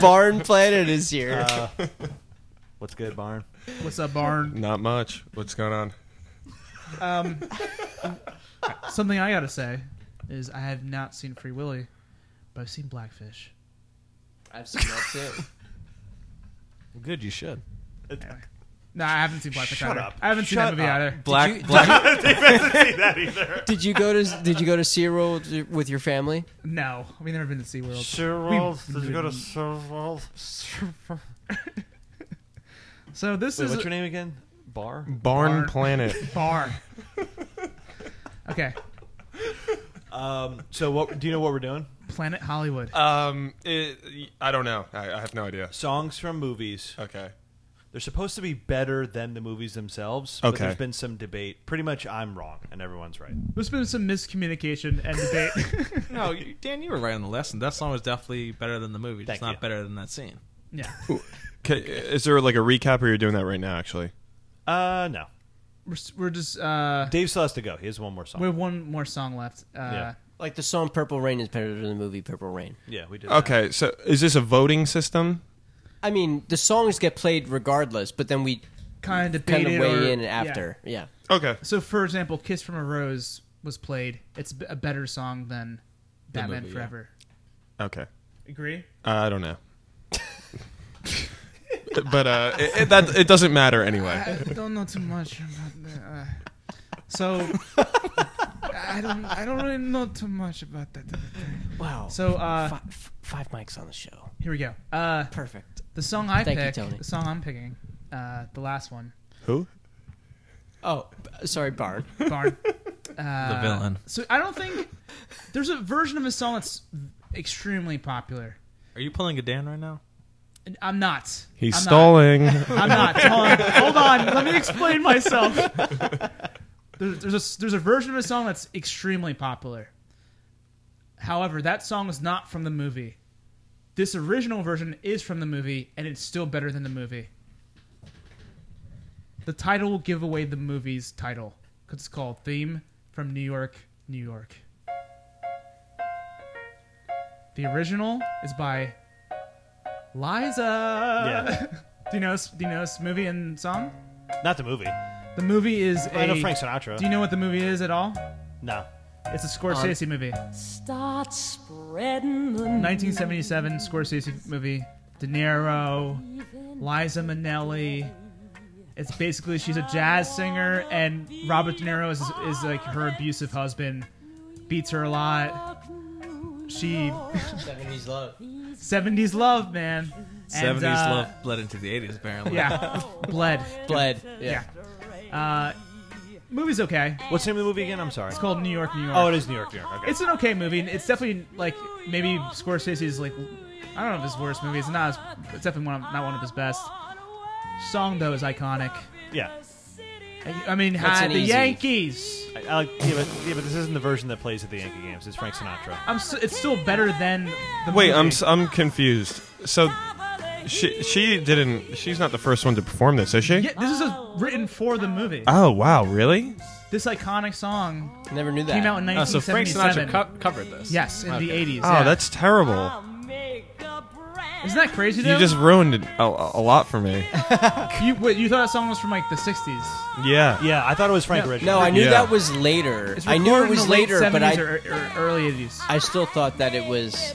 [SPEAKER 4] Barn Planet is here.
[SPEAKER 5] What's good, Barn?
[SPEAKER 3] What's up, Barn? Um,
[SPEAKER 10] Not much. What's going on?
[SPEAKER 3] Something I gotta say is I have not seen Free Willy, but I've seen Blackfish.
[SPEAKER 4] I've seen that too.
[SPEAKER 6] good. You should
[SPEAKER 3] No, I haven't seen Blackfish
[SPEAKER 5] Shut
[SPEAKER 3] either.
[SPEAKER 5] up.
[SPEAKER 3] I haven't seen that
[SPEAKER 5] Shut
[SPEAKER 3] movie
[SPEAKER 5] up.
[SPEAKER 3] either.
[SPEAKER 6] black
[SPEAKER 4] you-
[SPEAKER 6] black.
[SPEAKER 4] Did you go to Did you go to SeaWorld with your family?
[SPEAKER 3] No, we've never been to SeaWorld.
[SPEAKER 5] Sherwold. Did you go to Sherwold?
[SPEAKER 3] So this
[SPEAKER 5] Wait,
[SPEAKER 3] is
[SPEAKER 5] what's your name again? Bar?
[SPEAKER 10] Barn,
[SPEAKER 3] Barn.
[SPEAKER 10] Planet.
[SPEAKER 3] Barn. okay,
[SPEAKER 5] Um, so what do you know what we're doing?
[SPEAKER 3] Planet Hollywood.
[SPEAKER 5] Uh,
[SPEAKER 10] Um, it, I don't know. I, I have no idea.
[SPEAKER 5] Songs from movies.
[SPEAKER 10] Okay.
[SPEAKER 5] They're supposed to be better than the movies themselves. But
[SPEAKER 10] Okay.
[SPEAKER 5] there's been some debate. Pretty much I'm wrong and everyone's right.
[SPEAKER 3] There's been some miscommunication and debate.
[SPEAKER 6] No, you- Dan, you were right on the lesson. That song was definitely better than the movie. Just
[SPEAKER 5] Thank
[SPEAKER 6] not
[SPEAKER 5] you.
[SPEAKER 6] better than that scene.
[SPEAKER 3] yeah.
[SPEAKER 10] Okay. Is there like a recap, or you're doing that right now? Actually.
[SPEAKER 5] Uh no.
[SPEAKER 3] we're, s- we're just uh,
[SPEAKER 5] Dave still has to go. He has one more song.
[SPEAKER 3] we have one more song left. Uh,
[SPEAKER 5] Yeah.
[SPEAKER 4] Like the song "Purple Rain" is better than the movie "Purple Rain."
[SPEAKER 5] yeah, we did. that.
[SPEAKER 10] Okay, so is this a voting system?
[SPEAKER 4] I mean, the songs get played regardless, but then we
[SPEAKER 3] Kind of
[SPEAKER 4] kind of weigh in after. Yeah.
[SPEAKER 10] Okay.
[SPEAKER 3] So, for example, "Kiss from a Rose" was played. It's b- a better song than "Batman
[SPEAKER 6] movie, yeah.
[SPEAKER 3] Forever."
[SPEAKER 10] Okay. Uh,
[SPEAKER 3] Agree?
[SPEAKER 10] I don't know. but uh, it, it, that it doesn't matter anyway.
[SPEAKER 3] I don't know too much about that. Uh, so, I don't. I don't really know too much about that. type of thing.
[SPEAKER 4] Wow.
[SPEAKER 3] So, uh,
[SPEAKER 4] Fi- f- five mics on the show.
[SPEAKER 3] here we go. Uh,
[SPEAKER 4] Perfect.
[SPEAKER 3] the song I
[SPEAKER 4] Thank you,
[SPEAKER 3] picked.
[SPEAKER 4] Tony.
[SPEAKER 3] The song I'm picking. Uh, the last one.
[SPEAKER 10] Who?
[SPEAKER 4] Oh, b- sorry, Bard.
[SPEAKER 3] Barn.
[SPEAKER 6] the villain.
[SPEAKER 3] So I don't think there's a version of a song that's extremely popular.
[SPEAKER 6] Are you pulling a Dan right now?
[SPEAKER 3] And I'm not.
[SPEAKER 10] He's
[SPEAKER 3] I'm not.
[SPEAKER 10] stalling.
[SPEAKER 3] I'm not. Hold on. Hold on. Let me explain myself. There's, there's, a, there's a version of a song that's extremely popular. However, that song is not from the movie. This original version is from the movie, and it's still better than the movie. The title will give away the movie's title because it's called Theme from New York, New York. The original is by Liza.
[SPEAKER 5] Yeah.
[SPEAKER 3] Do you know this, do you know this movie and song?
[SPEAKER 5] Not the movie.
[SPEAKER 3] The movie is a.
[SPEAKER 5] I know Frank Sinatra.
[SPEAKER 3] Do you know what the movie is at all?
[SPEAKER 5] no.
[SPEAKER 3] It's a Scorsese movie.
[SPEAKER 11] Start spreading the
[SPEAKER 3] 1977 Scorsese movie. De Niro, Liza Minnelli. It's basically she's a jazz singer, and Robert De Niro is, is like her abusive husband. Beats her a lot. She.
[SPEAKER 4] Seventies love.
[SPEAKER 3] 70s love, man. And,
[SPEAKER 6] Seventies
[SPEAKER 3] uh,
[SPEAKER 6] love bled into the eighties, apparently.
[SPEAKER 3] Yeah. Bled.
[SPEAKER 4] Bled.
[SPEAKER 3] Yeah.
[SPEAKER 4] Yeah.
[SPEAKER 3] Uh, movie's okay.
[SPEAKER 5] What's the name of the movie again? I'm sorry.
[SPEAKER 3] It's called New York, New York.
[SPEAKER 5] Oh, it is New York, New York. Okay.
[SPEAKER 3] It's an okay movie. and It's definitely like maybe Scorsese's like I don't know if his worst movie. It's not. His, it's definitely one of, not one of his best. Song though is iconic.
[SPEAKER 5] yeah.
[SPEAKER 3] I, I mean,
[SPEAKER 4] That's
[SPEAKER 3] hi,
[SPEAKER 4] an
[SPEAKER 3] the
[SPEAKER 4] easy-
[SPEAKER 3] Yankees.
[SPEAKER 5] I, I like, yeah, but, yeah, but this isn't the version that plays at the Yankee games. It's Frank Sinatra.
[SPEAKER 3] I'm. s it's still better than. the
[SPEAKER 10] Wait, I'm
[SPEAKER 3] movie.
[SPEAKER 10] s- I'm confused. So she she didn't. She's not the first one to perform this, is she?
[SPEAKER 3] Yeah, this is a, written for the movie.
[SPEAKER 10] Oh wow, really?
[SPEAKER 3] This iconic song
[SPEAKER 4] Never knew that.
[SPEAKER 3] came out in
[SPEAKER 6] Oh, so Frank
[SPEAKER 3] 1977.
[SPEAKER 6] Sinatra co- covered this.
[SPEAKER 3] yes, in the 80s.
[SPEAKER 10] Oh,
[SPEAKER 3] yeah.
[SPEAKER 10] that's terrible.
[SPEAKER 3] Isn't that crazy? Though?
[SPEAKER 10] You just ruined it a, a a lot for me.
[SPEAKER 3] you, wait, you thought that song was from like the 60s.
[SPEAKER 10] Yeah.
[SPEAKER 5] Yeah, I thought it was Frank
[SPEAKER 3] No.
[SPEAKER 5] originally.
[SPEAKER 4] No, I knew
[SPEAKER 10] Yeah.
[SPEAKER 4] that was later.
[SPEAKER 3] It's
[SPEAKER 4] I knew
[SPEAKER 3] recorded
[SPEAKER 4] it
[SPEAKER 3] in
[SPEAKER 4] was
[SPEAKER 3] the late
[SPEAKER 4] later, but
[SPEAKER 3] 70s
[SPEAKER 4] I
[SPEAKER 3] or, or early 80s.
[SPEAKER 4] I still thought that it was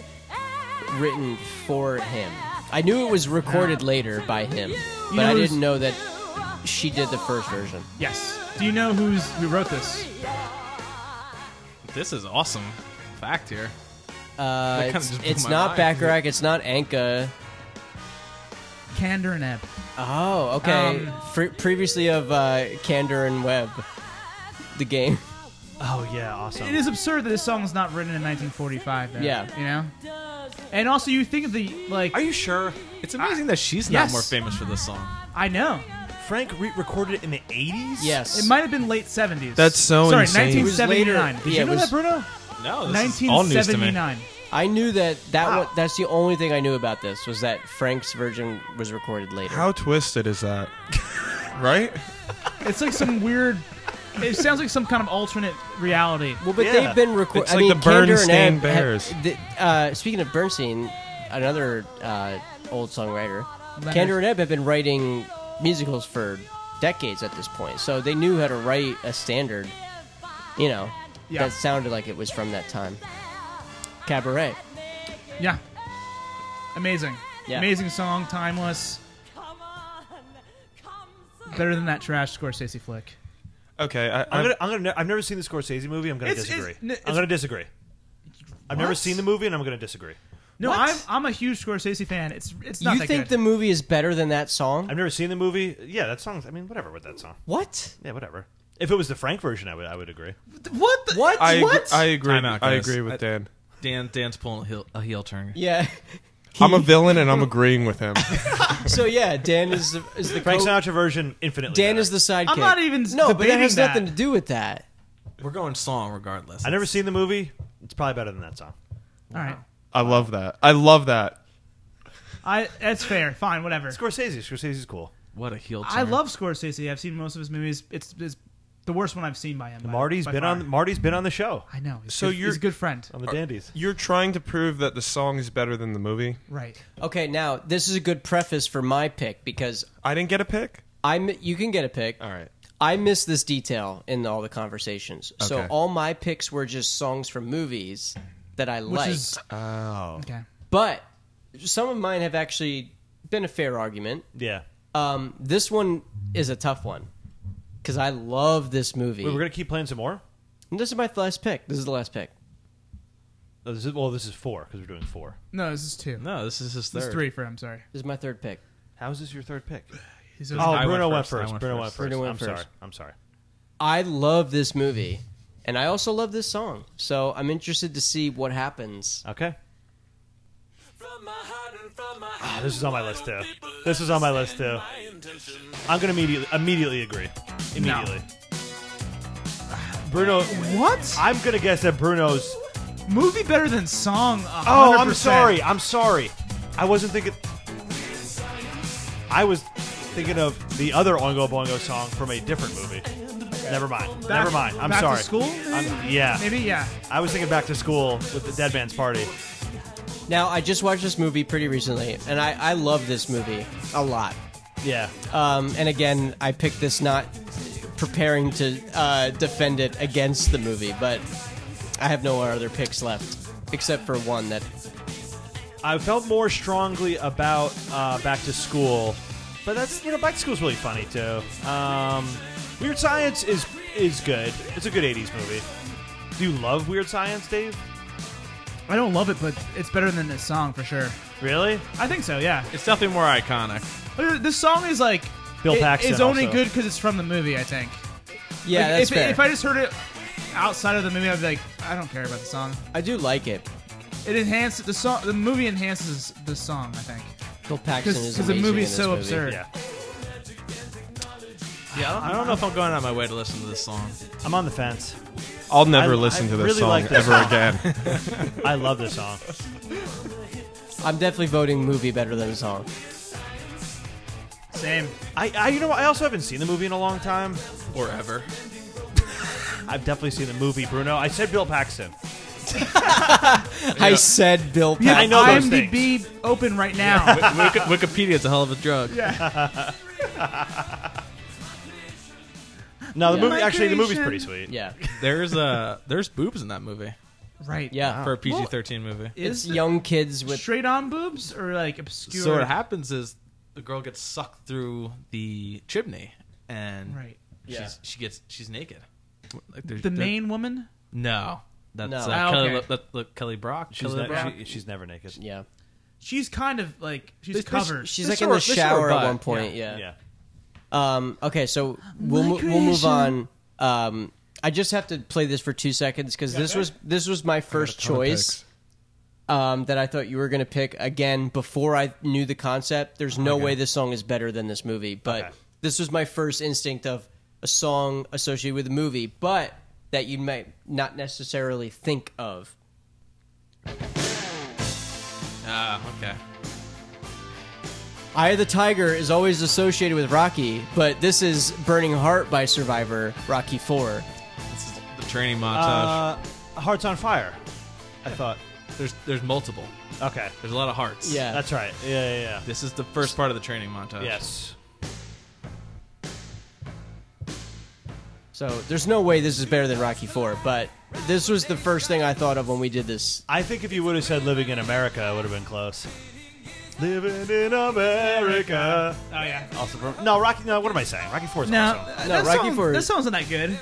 [SPEAKER 4] written for him. I knew it was recorded later by him, but
[SPEAKER 3] know
[SPEAKER 4] I
[SPEAKER 3] who's-
[SPEAKER 4] didn't know that she did the first version.
[SPEAKER 3] Yes. Do you know who's who wrote this?
[SPEAKER 6] This is awesome. Fact here.
[SPEAKER 4] Uh,
[SPEAKER 6] kinda
[SPEAKER 4] it's
[SPEAKER 6] just blew
[SPEAKER 4] it's
[SPEAKER 6] my
[SPEAKER 4] not
[SPEAKER 6] mind.
[SPEAKER 4] Bacharach. It's not Anka.
[SPEAKER 3] Kander and Ebb.
[SPEAKER 4] Oh, okay.
[SPEAKER 3] Um,
[SPEAKER 4] Fre- previously of uh, Candor and Webb, the game.
[SPEAKER 5] Oh, yeah, awesome.
[SPEAKER 3] It is absurd that this song is not written in 1945. Though,
[SPEAKER 4] Yeah.
[SPEAKER 3] You know. And also, you think of the like.
[SPEAKER 6] you sure? It's amazing that she's
[SPEAKER 3] Yes.
[SPEAKER 6] not more famous for this song.
[SPEAKER 3] I know.
[SPEAKER 5] Frank re- recorded it in the 80s?
[SPEAKER 4] Yes,
[SPEAKER 3] It might have been late 70s.
[SPEAKER 10] That's so
[SPEAKER 3] Sorry,
[SPEAKER 10] insane. It
[SPEAKER 4] was later.
[SPEAKER 3] 1979. Did
[SPEAKER 4] Yeah,
[SPEAKER 3] you
[SPEAKER 4] it
[SPEAKER 3] know
[SPEAKER 4] was-
[SPEAKER 3] that, Bruno?
[SPEAKER 6] No, this is all news to me.
[SPEAKER 3] 1979.
[SPEAKER 4] I knew that. That one, that's the only thing I knew about this was that Frank's version was recorded later.
[SPEAKER 10] How twisted is that? right?
[SPEAKER 3] It's like some weird. It sounds like some kind of alternate reality.
[SPEAKER 4] Well, but
[SPEAKER 5] Yeah.
[SPEAKER 4] they've been recording.
[SPEAKER 10] It's
[SPEAKER 4] I
[SPEAKER 10] like
[SPEAKER 4] mean,
[SPEAKER 10] the
[SPEAKER 4] Kander and
[SPEAKER 10] Bernstein
[SPEAKER 4] Ebb have-
[SPEAKER 10] Bears.
[SPEAKER 4] th- uh, speaking of Bernstein, another uh, old songwriter,
[SPEAKER 3] Leonard.
[SPEAKER 4] Kander and Ebb have been writing musicals for decades at this point, so they knew how to write a standard. You know,
[SPEAKER 3] Yeah.
[SPEAKER 4] that sounded like it was from that time. Cabaret.
[SPEAKER 3] Yeah. Amazing.
[SPEAKER 4] Yeah.
[SPEAKER 3] Amazing song, timeless. Better than that trash Scorsese flick.
[SPEAKER 10] Okay. I,
[SPEAKER 5] I'm
[SPEAKER 10] I'm-
[SPEAKER 5] gonna, I'm gonna. ne- I've never seen the Scorsese movie. I'm gonna
[SPEAKER 3] It's- it's-
[SPEAKER 5] disagree.
[SPEAKER 3] n- it's-
[SPEAKER 5] I'm gonna disagree. I've never seen the movie, and I'm gonna disagree.
[SPEAKER 3] No,
[SPEAKER 4] What?
[SPEAKER 3] I'm, I'm a huge Scorsese fan. It's it's not
[SPEAKER 4] you
[SPEAKER 3] that
[SPEAKER 4] think
[SPEAKER 3] good.
[SPEAKER 4] the movie is better than that song?
[SPEAKER 5] I've never seen the movie. Yeah, that song. I mean, whatever with that song.
[SPEAKER 4] What?
[SPEAKER 5] Yeah, whatever. If it was the Frank version, I would. I would agree.
[SPEAKER 3] what? The,
[SPEAKER 4] What?
[SPEAKER 10] I,
[SPEAKER 4] what?
[SPEAKER 10] I agree.
[SPEAKER 6] Time out,
[SPEAKER 10] I
[SPEAKER 6] guys.
[SPEAKER 10] agree with
[SPEAKER 6] I-
[SPEAKER 10] Dan.
[SPEAKER 6] Dan Dan's pulling a heel, a heel turn.
[SPEAKER 4] yeah.
[SPEAKER 10] I'm a villain and I'm agreeing with him.
[SPEAKER 4] So yeah, Dan is the, is the
[SPEAKER 5] Frank
[SPEAKER 4] co-
[SPEAKER 5] Sinatra version, infinitely.
[SPEAKER 4] Dan
[SPEAKER 5] better.
[SPEAKER 4] is the sidekick.
[SPEAKER 3] I'm not even
[SPEAKER 4] no, but that
[SPEAKER 3] debating
[SPEAKER 4] has
[SPEAKER 3] that.
[SPEAKER 4] nothing to do with that.
[SPEAKER 6] We're going song regardless.
[SPEAKER 5] I never seen the movie. It's probably better than that song.
[SPEAKER 3] All right.
[SPEAKER 10] I love that. I love that.
[SPEAKER 3] I that's fair. Fine, whatever.
[SPEAKER 5] Scorsese. Scorsese's cool.
[SPEAKER 6] What a heel turn.
[SPEAKER 3] I love Scorsese. I've seen most of his movies. It's, it's the worst one I've seen by him. by-
[SPEAKER 5] Marty's
[SPEAKER 3] by
[SPEAKER 5] been
[SPEAKER 3] far.
[SPEAKER 5] on Marty's been on the show.
[SPEAKER 3] I know. He's
[SPEAKER 10] So
[SPEAKER 3] good-
[SPEAKER 10] you're
[SPEAKER 3] he's a good friend.
[SPEAKER 5] on the Dandies.
[SPEAKER 10] You're trying to prove that the song is better than the movie.
[SPEAKER 3] Right.
[SPEAKER 4] Okay, now this is a good preface for my pick because
[SPEAKER 10] I didn't get a pick.
[SPEAKER 4] I mi- you can get a pick. All
[SPEAKER 10] right.
[SPEAKER 4] I missed this detail in all the conversations. So
[SPEAKER 10] Okay.
[SPEAKER 4] all my picks were just songs from movies that I
[SPEAKER 3] Which
[SPEAKER 4] liked.
[SPEAKER 3] is-
[SPEAKER 10] Oh.
[SPEAKER 3] Okay.
[SPEAKER 4] But some of mine have actually been a fair argument.
[SPEAKER 5] Yeah.
[SPEAKER 4] Um, this one is a tough one because I love this movie.
[SPEAKER 5] Wait, we're gonna keep playing some more.
[SPEAKER 4] And this is my last pick. This is the last pick.
[SPEAKER 5] No, Oh, this is, well, this is four because we're doing four.
[SPEAKER 3] No, this is two.
[SPEAKER 6] No, this is his
[SPEAKER 3] This
[SPEAKER 6] third.
[SPEAKER 3] is three for him. Sorry.
[SPEAKER 4] This is my third pick.
[SPEAKER 5] How is this your third pick?
[SPEAKER 3] He's
[SPEAKER 5] Oh,
[SPEAKER 6] I went
[SPEAKER 5] Bruno went
[SPEAKER 6] first, I
[SPEAKER 5] first.
[SPEAKER 6] went
[SPEAKER 5] Bruno
[SPEAKER 6] first.
[SPEAKER 5] went first.
[SPEAKER 4] Bruno went
[SPEAKER 5] I'm
[SPEAKER 4] first.
[SPEAKER 5] sorry. I'm sorry.
[SPEAKER 4] I love this movie, and I also love this song. So I'm interested to see what happens.
[SPEAKER 5] Okay.
[SPEAKER 7] From my heart and from my
[SPEAKER 5] Ah,
[SPEAKER 7] head
[SPEAKER 5] this is on my
[SPEAKER 7] why
[SPEAKER 5] list
[SPEAKER 7] don't
[SPEAKER 5] too.
[SPEAKER 7] people
[SPEAKER 5] This is on my list too.
[SPEAKER 7] understand my intentions?
[SPEAKER 5] I'm gonna immediately immediately agree. Immediately. Bruno,
[SPEAKER 3] What?
[SPEAKER 5] I'm gonna guess that Bruno's.
[SPEAKER 3] Movie better than song. 100%.
[SPEAKER 5] Oh, I'm sorry. I'm sorry. I wasn't thinking. I was thinking of the other Oingo Boingo song from a different movie. Never mind.
[SPEAKER 3] Back-
[SPEAKER 5] Never mind. I'm
[SPEAKER 3] back
[SPEAKER 5] sorry.
[SPEAKER 3] To school? Maybe?
[SPEAKER 5] I'm- yeah.
[SPEAKER 3] Maybe, yeah.
[SPEAKER 5] I was thinking back to school with the Dead Man's Party.
[SPEAKER 4] Now I just watched this movie pretty recently, and I, I love this movie a lot.
[SPEAKER 5] Yeah.
[SPEAKER 4] Um, and again, I picked this not preparing to uh, defend it against the movie, but I have no other picks left except for one that
[SPEAKER 5] I felt more strongly about uh, Back to School, but that's you know Back to School's really funny too. Um, Weird Science is is good. It's a good '80s movie. Do you love Weird Science, Dave?
[SPEAKER 3] I don't love it, but it's better than this song for sure.
[SPEAKER 5] Really?
[SPEAKER 3] I think so. Yeah.
[SPEAKER 6] It's definitely more iconic.
[SPEAKER 3] This song is like
[SPEAKER 5] Bill
[SPEAKER 3] it-
[SPEAKER 5] Paxton
[SPEAKER 3] It's only
[SPEAKER 5] also.
[SPEAKER 3] good because it's from the movie. I think.
[SPEAKER 4] yeah,
[SPEAKER 3] Like,
[SPEAKER 4] that's
[SPEAKER 3] if,
[SPEAKER 4] fair.
[SPEAKER 3] if I just heard it outside of the movie, I'd be like, I don't care about the song.
[SPEAKER 4] I do like it.
[SPEAKER 3] It enhances the song. The movie enhances the song. I think
[SPEAKER 4] Bill Paxton is
[SPEAKER 3] because
[SPEAKER 4] amazing
[SPEAKER 3] the movie's
[SPEAKER 4] in this
[SPEAKER 3] so
[SPEAKER 4] movie.
[SPEAKER 3] absurd.
[SPEAKER 5] Yeah.
[SPEAKER 6] Yeah, I don't, I don't know if I'm going out of my way to listen to this song.
[SPEAKER 5] I'm on the fence.
[SPEAKER 10] I'll never
[SPEAKER 5] I-
[SPEAKER 10] listen
[SPEAKER 5] I
[SPEAKER 10] to this
[SPEAKER 5] really
[SPEAKER 10] song
[SPEAKER 5] like this
[SPEAKER 10] ever
[SPEAKER 5] song.
[SPEAKER 10] again.
[SPEAKER 5] I love this song.
[SPEAKER 4] I'm definitely voting movie better than song.
[SPEAKER 3] Same.
[SPEAKER 5] I, I you know what? I also haven't seen the movie in a long time.
[SPEAKER 6] Or ever.
[SPEAKER 5] I've definitely seen the movie, Bruno. I said Bill Paxton.
[SPEAKER 4] I said Bill Paxton.
[SPEAKER 5] Yeah, I know those
[SPEAKER 3] IMDb open right now.
[SPEAKER 6] Wiki- Wikipedia's a hell of a drug.
[SPEAKER 5] No, the
[SPEAKER 4] Yeah.
[SPEAKER 5] movie actually the movie's
[SPEAKER 3] Migration.
[SPEAKER 5] pretty sweet.
[SPEAKER 4] Yeah,
[SPEAKER 6] There's uh, there's boobs in that movie
[SPEAKER 3] Right.
[SPEAKER 4] yeah.
[SPEAKER 6] for a PG-13 movie.
[SPEAKER 4] it's
[SPEAKER 3] Is it
[SPEAKER 4] young kids with
[SPEAKER 3] straight on boobs or like obscure?
[SPEAKER 6] So what happens is the girl gets sucked through the chimney, and
[SPEAKER 3] Right.
[SPEAKER 6] she's,
[SPEAKER 4] Yeah.
[SPEAKER 6] she gets she's naked. Like there's-
[SPEAKER 3] The
[SPEAKER 6] there-
[SPEAKER 3] main woman.
[SPEAKER 6] No, that's
[SPEAKER 4] No.
[SPEAKER 6] Uh,
[SPEAKER 3] Ah,
[SPEAKER 6] Kelly,
[SPEAKER 3] okay.
[SPEAKER 6] that- that- Kelly Brock.
[SPEAKER 5] She's,
[SPEAKER 6] Kelly
[SPEAKER 5] ne-
[SPEAKER 6] Brock.
[SPEAKER 5] she- she's never naked.
[SPEAKER 4] yeah.
[SPEAKER 3] She's kind of like she's
[SPEAKER 6] This- this-
[SPEAKER 3] covered.
[SPEAKER 4] She's
[SPEAKER 6] They
[SPEAKER 4] like in
[SPEAKER 6] show
[SPEAKER 4] the
[SPEAKER 6] her- they show her
[SPEAKER 4] shower at
[SPEAKER 6] butt.
[SPEAKER 4] one point. Yeah.
[SPEAKER 5] Yeah.
[SPEAKER 4] Um, okay, so we'll mo- we'll move on. Um, I just have to play this for two seconds because this was this was my first choice um, that I thought you were going to pick again before I knew the concept. There's no way this song is better than this movie, but
[SPEAKER 5] Okay.
[SPEAKER 4] this was my first instinct of a song associated with a movie, but that you might not necessarily think of.
[SPEAKER 6] Ah, okay.
[SPEAKER 4] Eye of the Tiger is always associated with Rocky, but this is Burning Heart by Survivor, Rocky 4.
[SPEAKER 6] This is the training montage.
[SPEAKER 5] Uh, Hearts on Fire. I thought.
[SPEAKER 6] there's there's multiple.
[SPEAKER 5] Okay.
[SPEAKER 6] There's a lot of hearts.
[SPEAKER 4] Yeah.
[SPEAKER 5] That's right. Yeah, yeah, yeah.
[SPEAKER 6] This is the first part of the training montage.
[SPEAKER 5] Yes.
[SPEAKER 4] So there's no way this is better than Rocky Four, but this was the first thing I thought of when we did this.
[SPEAKER 5] I think if you would have said living in America, it would have been close. Living in America.
[SPEAKER 3] oh yeah.
[SPEAKER 5] Also from, no, Rocky. No, what am I saying? Rocky Four is
[SPEAKER 3] No,
[SPEAKER 5] awesome.
[SPEAKER 3] uh,
[SPEAKER 4] No,
[SPEAKER 3] that
[SPEAKER 4] Rocky
[SPEAKER 3] song,
[SPEAKER 4] Ford-
[SPEAKER 3] That song's not that good.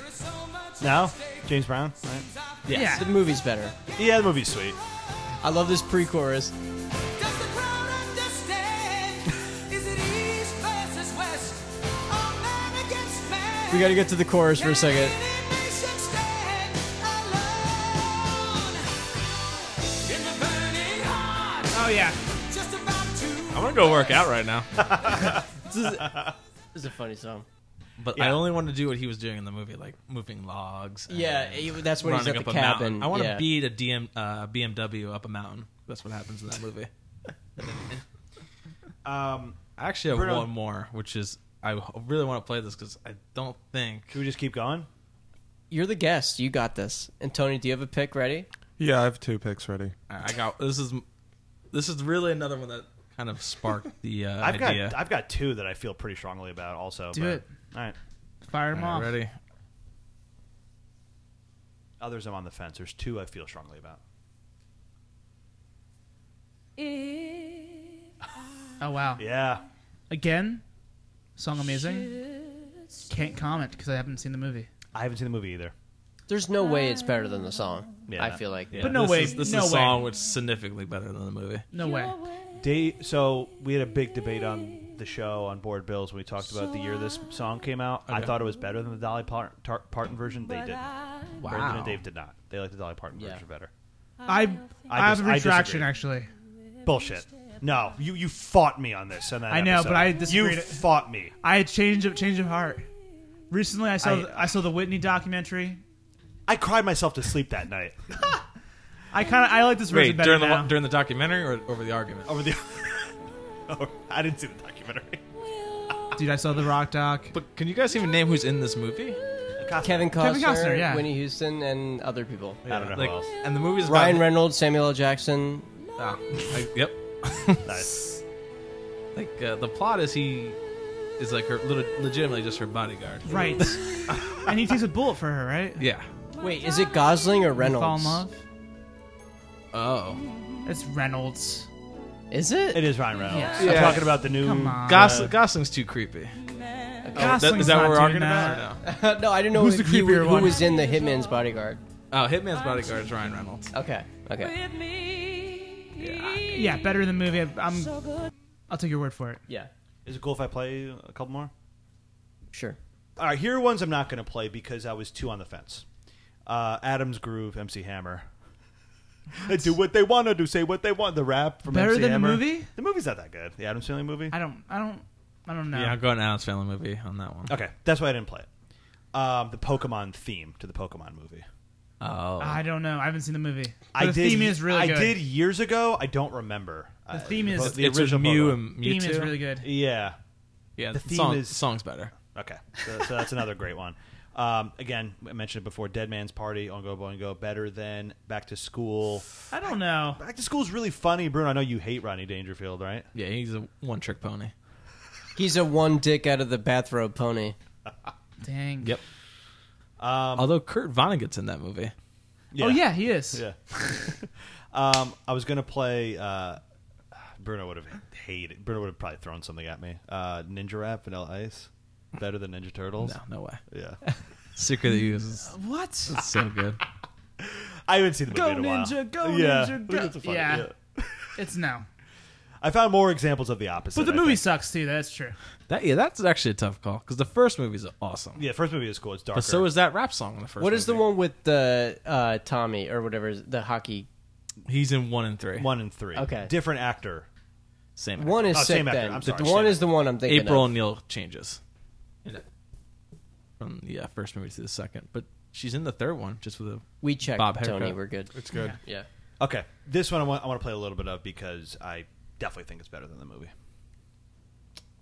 [SPEAKER 5] No, James Brown. Right?
[SPEAKER 3] Yeah.
[SPEAKER 4] The movie's better.
[SPEAKER 5] Yeah, the movie's sweet.
[SPEAKER 4] I love this pre-chorus.
[SPEAKER 7] Does the crowd understand? Is it east versus west? All man against man?
[SPEAKER 4] We got to get to the chorus for a second.
[SPEAKER 7] Can any nation stand alone? In the burning heart,
[SPEAKER 3] Oh yeah.
[SPEAKER 7] just about to
[SPEAKER 6] I want to go work out right now,
[SPEAKER 4] This is a funny song.
[SPEAKER 6] but I only want to do what he was doing in the movie, like moving logs. and
[SPEAKER 4] Yeah, he- that's when he's
[SPEAKER 6] running
[SPEAKER 4] at
[SPEAKER 6] up
[SPEAKER 4] the
[SPEAKER 6] a
[SPEAKER 4] cabin.
[SPEAKER 6] mountain. I want to
[SPEAKER 4] yeah.
[SPEAKER 6] beat a DM, uh,
[SPEAKER 5] Um,
[SPEAKER 6] BMW up a mountain. That's what happens in that movie. I actually have
[SPEAKER 5] Bruno-
[SPEAKER 6] one more, which is I really want to play this because I don't think. Should
[SPEAKER 5] we just keep going?
[SPEAKER 4] You're the guest. You got this. And Tony, do you have a pick ready?
[SPEAKER 10] Yeah, I have two picks ready.
[SPEAKER 6] I I got this is this is really another one that kind of sparked the uh,
[SPEAKER 5] I've
[SPEAKER 6] idea.
[SPEAKER 5] got I've got two that I feel pretty strongly about also.
[SPEAKER 6] Do
[SPEAKER 5] but,
[SPEAKER 6] it.
[SPEAKER 5] All right.
[SPEAKER 3] Fire
[SPEAKER 6] them All right, off. ready?
[SPEAKER 5] Others I'm on the fence. There's two I feel strongly about.
[SPEAKER 3] Oh wow.
[SPEAKER 5] Yeah.
[SPEAKER 3] Again, song amazing. Can't comment because I haven't seen the movie.
[SPEAKER 5] I haven't seen the movie either.
[SPEAKER 4] There's no way it's better than the song.
[SPEAKER 5] Yeah.
[SPEAKER 4] I feel like.
[SPEAKER 5] Yeah.
[SPEAKER 3] But no
[SPEAKER 6] this
[SPEAKER 3] way,
[SPEAKER 6] Is, this
[SPEAKER 3] no
[SPEAKER 6] is a
[SPEAKER 3] way.
[SPEAKER 6] song which is significantly better than the movie.
[SPEAKER 3] No way.
[SPEAKER 5] Day, so we had a big debate on the show on Board Bills when we talked about the year this song came out. I
[SPEAKER 6] Okay.
[SPEAKER 5] thought it was better than the Dolly Par- Tar- Parton version. They didn't. Brandon
[SPEAKER 6] Wow.
[SPEAKER 5] and Dave did not. They like the Dolly Parton
[SPEAKER 4] Yeah.
[SPEAKER 5] version better.
[SPEAKER 3] I I, have
[SPEAKER 5] dis-
[SPEAKER 3] a retraction
[SPEAKER 5] disagree.
[SPEAKER 3] actually.
[SPEAKER 5] Bullshit. No, you you fought me on this. And that
[SPEAKER 3] I know,
[SPEAKER 5] episode.
[SPEAKER 3] but I disagreed.
[SPEAKER 5] You fought me.
[SPEAKER 3] I had change of change of heart. Recently, I saw
[SPEAKER 5] I-
[SPEAKER 3] I, saw the Whitney documentary.
[SPEAKER 5] I cried myself to sleep that night.
[SPEAKER 3] I kind of I like this version
[SPEAKER 6] Wait,
[SPEAKER 3] better
[SPEAKER 6] during
[SPEAKER 3] now.
[SPEAKER 6] the during the documentary or over the argument?
[SPEAKER 5] Over the. Oh, I didn't see the documentary.
[SPEAKER 3] Dude, I saw the Rock doc.
[SPEAKER 6] But can you guys even name who's in this movie?
[SPEAKER 4] Kevin Costner,
[SPEAKER 3] Kevin Costner, yeah.
[SPEAKER 4] Winnie Houston, and other people.
[SPEAKER 5] I don't know
[SPEAKER 6] Like,
[SPEAKER 5] who else.
[SPEAKER 6] and the movie's
[SPEAKER 4] Ryan
[SPEAKER 6] about,
[SPEAKER 4] Reynolds, Samuel L. Jackson.
[SPEAKER 6] Ah, I- yep.
[SPEAKER 5] Nice.
[SPEAKER 6] Like uh, the plot is he is like her lit- legitimately just her bodyguard.
[SPEAKER 3] Right. and he takes a bullet for her, right?
[SPEAKER 6] Yeah.
[SPEAKER 4] Wait, is it Gosling or
[SPEAKER 3] They Fall in
[SPEAKER 4] Reynolds?
[SPEAKER 3] love.
[SPEAKER 6] Oh.
[SPEAKER 3] It's Reynolds.
[SPEAKER 4] Is it?
[SPEAKER 5] It is Ryan Reynolds.
[SPEAKER 3] Yeah.
[SPEAKER 5] I'm
[SPEAKER 6] Yeah.
[SPEAKER 5] talking about the new.
[SPEAKER 3] Come on.
[SPEAKER 6] Gosling, Gosling's too creepy. Oh, That,
[SPEAKER 3] Gosling's
[SPEAKER 6] is that
[SPEAKER 3] not
[SPEAKER 6] what we're
[SPEAKER 3] doing
[SPEAKER 6] arguing
[SPEAKER 3] that.
[SPEAKER 6] about? Or no?
[SPEAKER 4] no, I didn't know
[SPEAKER 3] Who's the
[SPEAKER 4] if you-
[SPEAKER 3] creepier
[SPEAKER 4] who
[SPEAKER 3] one?
[SPEAKER 4] was in the Hitman's Bodyguard.
[SPEAKER 6] Oh, Hitman's bodyguard is Ryan Reynolds.
[SPEAKER 4] Okay, okay,
[SPEAKER 3] Yeah, better than the movie. I- I'm. I'll take your word for it.
[SPEAKER 4] yeah,
[SPEAKER 5] Is it cool if I play a couple more?
[SPEAKER 4] sure.
[SPEAKER 5] All right, here are ones I'm not going to play because I was too on the fence. Uh, Adam's Groove, MC Hammer. They do what they want to do, say what they want. The rap from
[SPEAKER 3] Better
[SPEAKER 5] MC
[SPEAKER 3] than the
[SPEAKER 5] Hammer.
[SPEAKER 3] movie?
[SPEAKER 5] The movie's not that good. The Adam's Family movie.
[SPEAKER 3] I don't. I don't. I don't know.
[SPEAKER 6] Yeah, I'm going to Adam's Family movie on that one.
[SPEAKER 5] Okay, that's why I didn't play it. Um, the Pokemon theme to the Pokemon movie.
[SPEAKER 6] Oh.
[SPEAKER 3] I don't know. I haven't seen the movie. But
[SPEAKER 5] I
[SPEAKER 3] the
[SPEAKER 5] did,
[SPEAKER 3] theme is really
[SPEAKER 5] I
[SPEAKER 3] good.
[SPEAKER 5] did years ago. I don't remember.
[SPEAKER 3] The theme is-
[SPEAKER 5] the
[SPEAKER 6] it's with
[SPEAKER 5] original
[SPEAKER 6] Mew
[SPEAKER 5] Pokemon.
[SPEAKER 6] and
[SPEAKER 3] The theme
[SPEAKER 6] Mewtwo.
[SPEAKER 3] is really good.
[SPEAKER 5] Yeah.
[SPEAKER 6] Yeah,
[SPEAKER 5] The
[SPEAKER 6] the,
[SPEAKER 5] theme
[SPEAKER 6] song,
[SPEAKER 5] is-
[SPEAKER 6] the song's better.
[SPEAKER 5] Okay, so, so that's another great one. Um, again, I mentioned it before. Dead Man's Party, On Go Boy and Go, better than Back to School.
[SPEAKER 3] I don't know.
[SPEAKER 5] Back to School is really funny, Bruno. I know you hate Ronnie Dangerfield, right?
[SPEAKER 6] Yeah, he's a one-trick pony.
[SPEAKER 4] He's a one dick out of the bathrobe pony.
[SPEAKER 3] Dang.
[SPEAKER 6] Yep. Although Kurt Vonnegut's in that movie.
[SPEAKER 3] Oh yeah, he is.
[SPEAKER 5] yeah. um, I was gonna play. Uh, Bruno would have hated. Bruno would have probably thrown something at me. Uh, Ninja Rap, Vanilla Ice, better than Ninja Turtles.
[SPEAKER 6] No, no way.
[SPEAKER 5] Yeah,
[SPEAKER 6] Secret of the Ooze is
[SPEAKER 3] What?
[SPEAKER 6] is so good.
[SPEAKER 5] I haven't seen the
[SPEAKER 3] Go
[SPEAKER 5] movie in a while.
[SPEAKER 3] Ninja, go
[SPEAKER 5] yeah.
[SPEAKER 3] Ninja, go-
[SPEAKER 5] It's funny,
[SPEAKER 3] Yeah. It's no.
[SPEAKER 5] I found more examples of the opposite.
[SPEAKER 3] But the
[SPEAKER 5] I
[SPEAKER 3] movie
[SPEAKER 5] think.
[SPEAKER 3] sucks too. That's true.
[SPEAKER 6] That yeah, that's actually a tough call because the first movie's awesome.
[SPEAKER 5] Yeah, first movie is cool. It's darker.
[SPEAKER 6] But so is that rap song in the first.
[SPEAKER 4] What is the
[SPEAKER 6] movie.
[SPEAKER 4] one with the uh, Tommy or whatever the hockey?
[SPEAKER 6] He's in one and three.
[SPEAKER 5] one and three.
[SPEAKER 4] Okay.
[SPEAKER 5] different actor.
[SPEAKER 6] Same.
[SPEAKER 4] One is
[SPEAKER 5] Oh,
[SPEAKER 4] sick.
[SPEAKER 5] same actor.
[SPEAKER 4] Then
[SPEAKER 5] I'm
[SPEAKER 4] The-
[SPEAKER 5] sorry,
[SPEAKER 4] the
[SPEAKER 5] same
[SPEAKER 4] one is the one I'm thinking
[SPEAKER 6] April
[SPEAKER 4] of.
[SPEAKER 6] O'Neil changes in it. from the uh, first movie to the second, but she's in the third one just with a
[SPEAKER 4] We checked
[SPEAKER 6] Bob
[SPEAKER 4] Tony.
[SPEAKER 6] haircut.
[SPEAKER 4] We're good.
[SPEAKER 10] It's good.
[SPEAKER 4] Yeah.
[SPEAKER 5] Okay, this one I want, I want to play a little bit of because I definitely think it's better than the movie.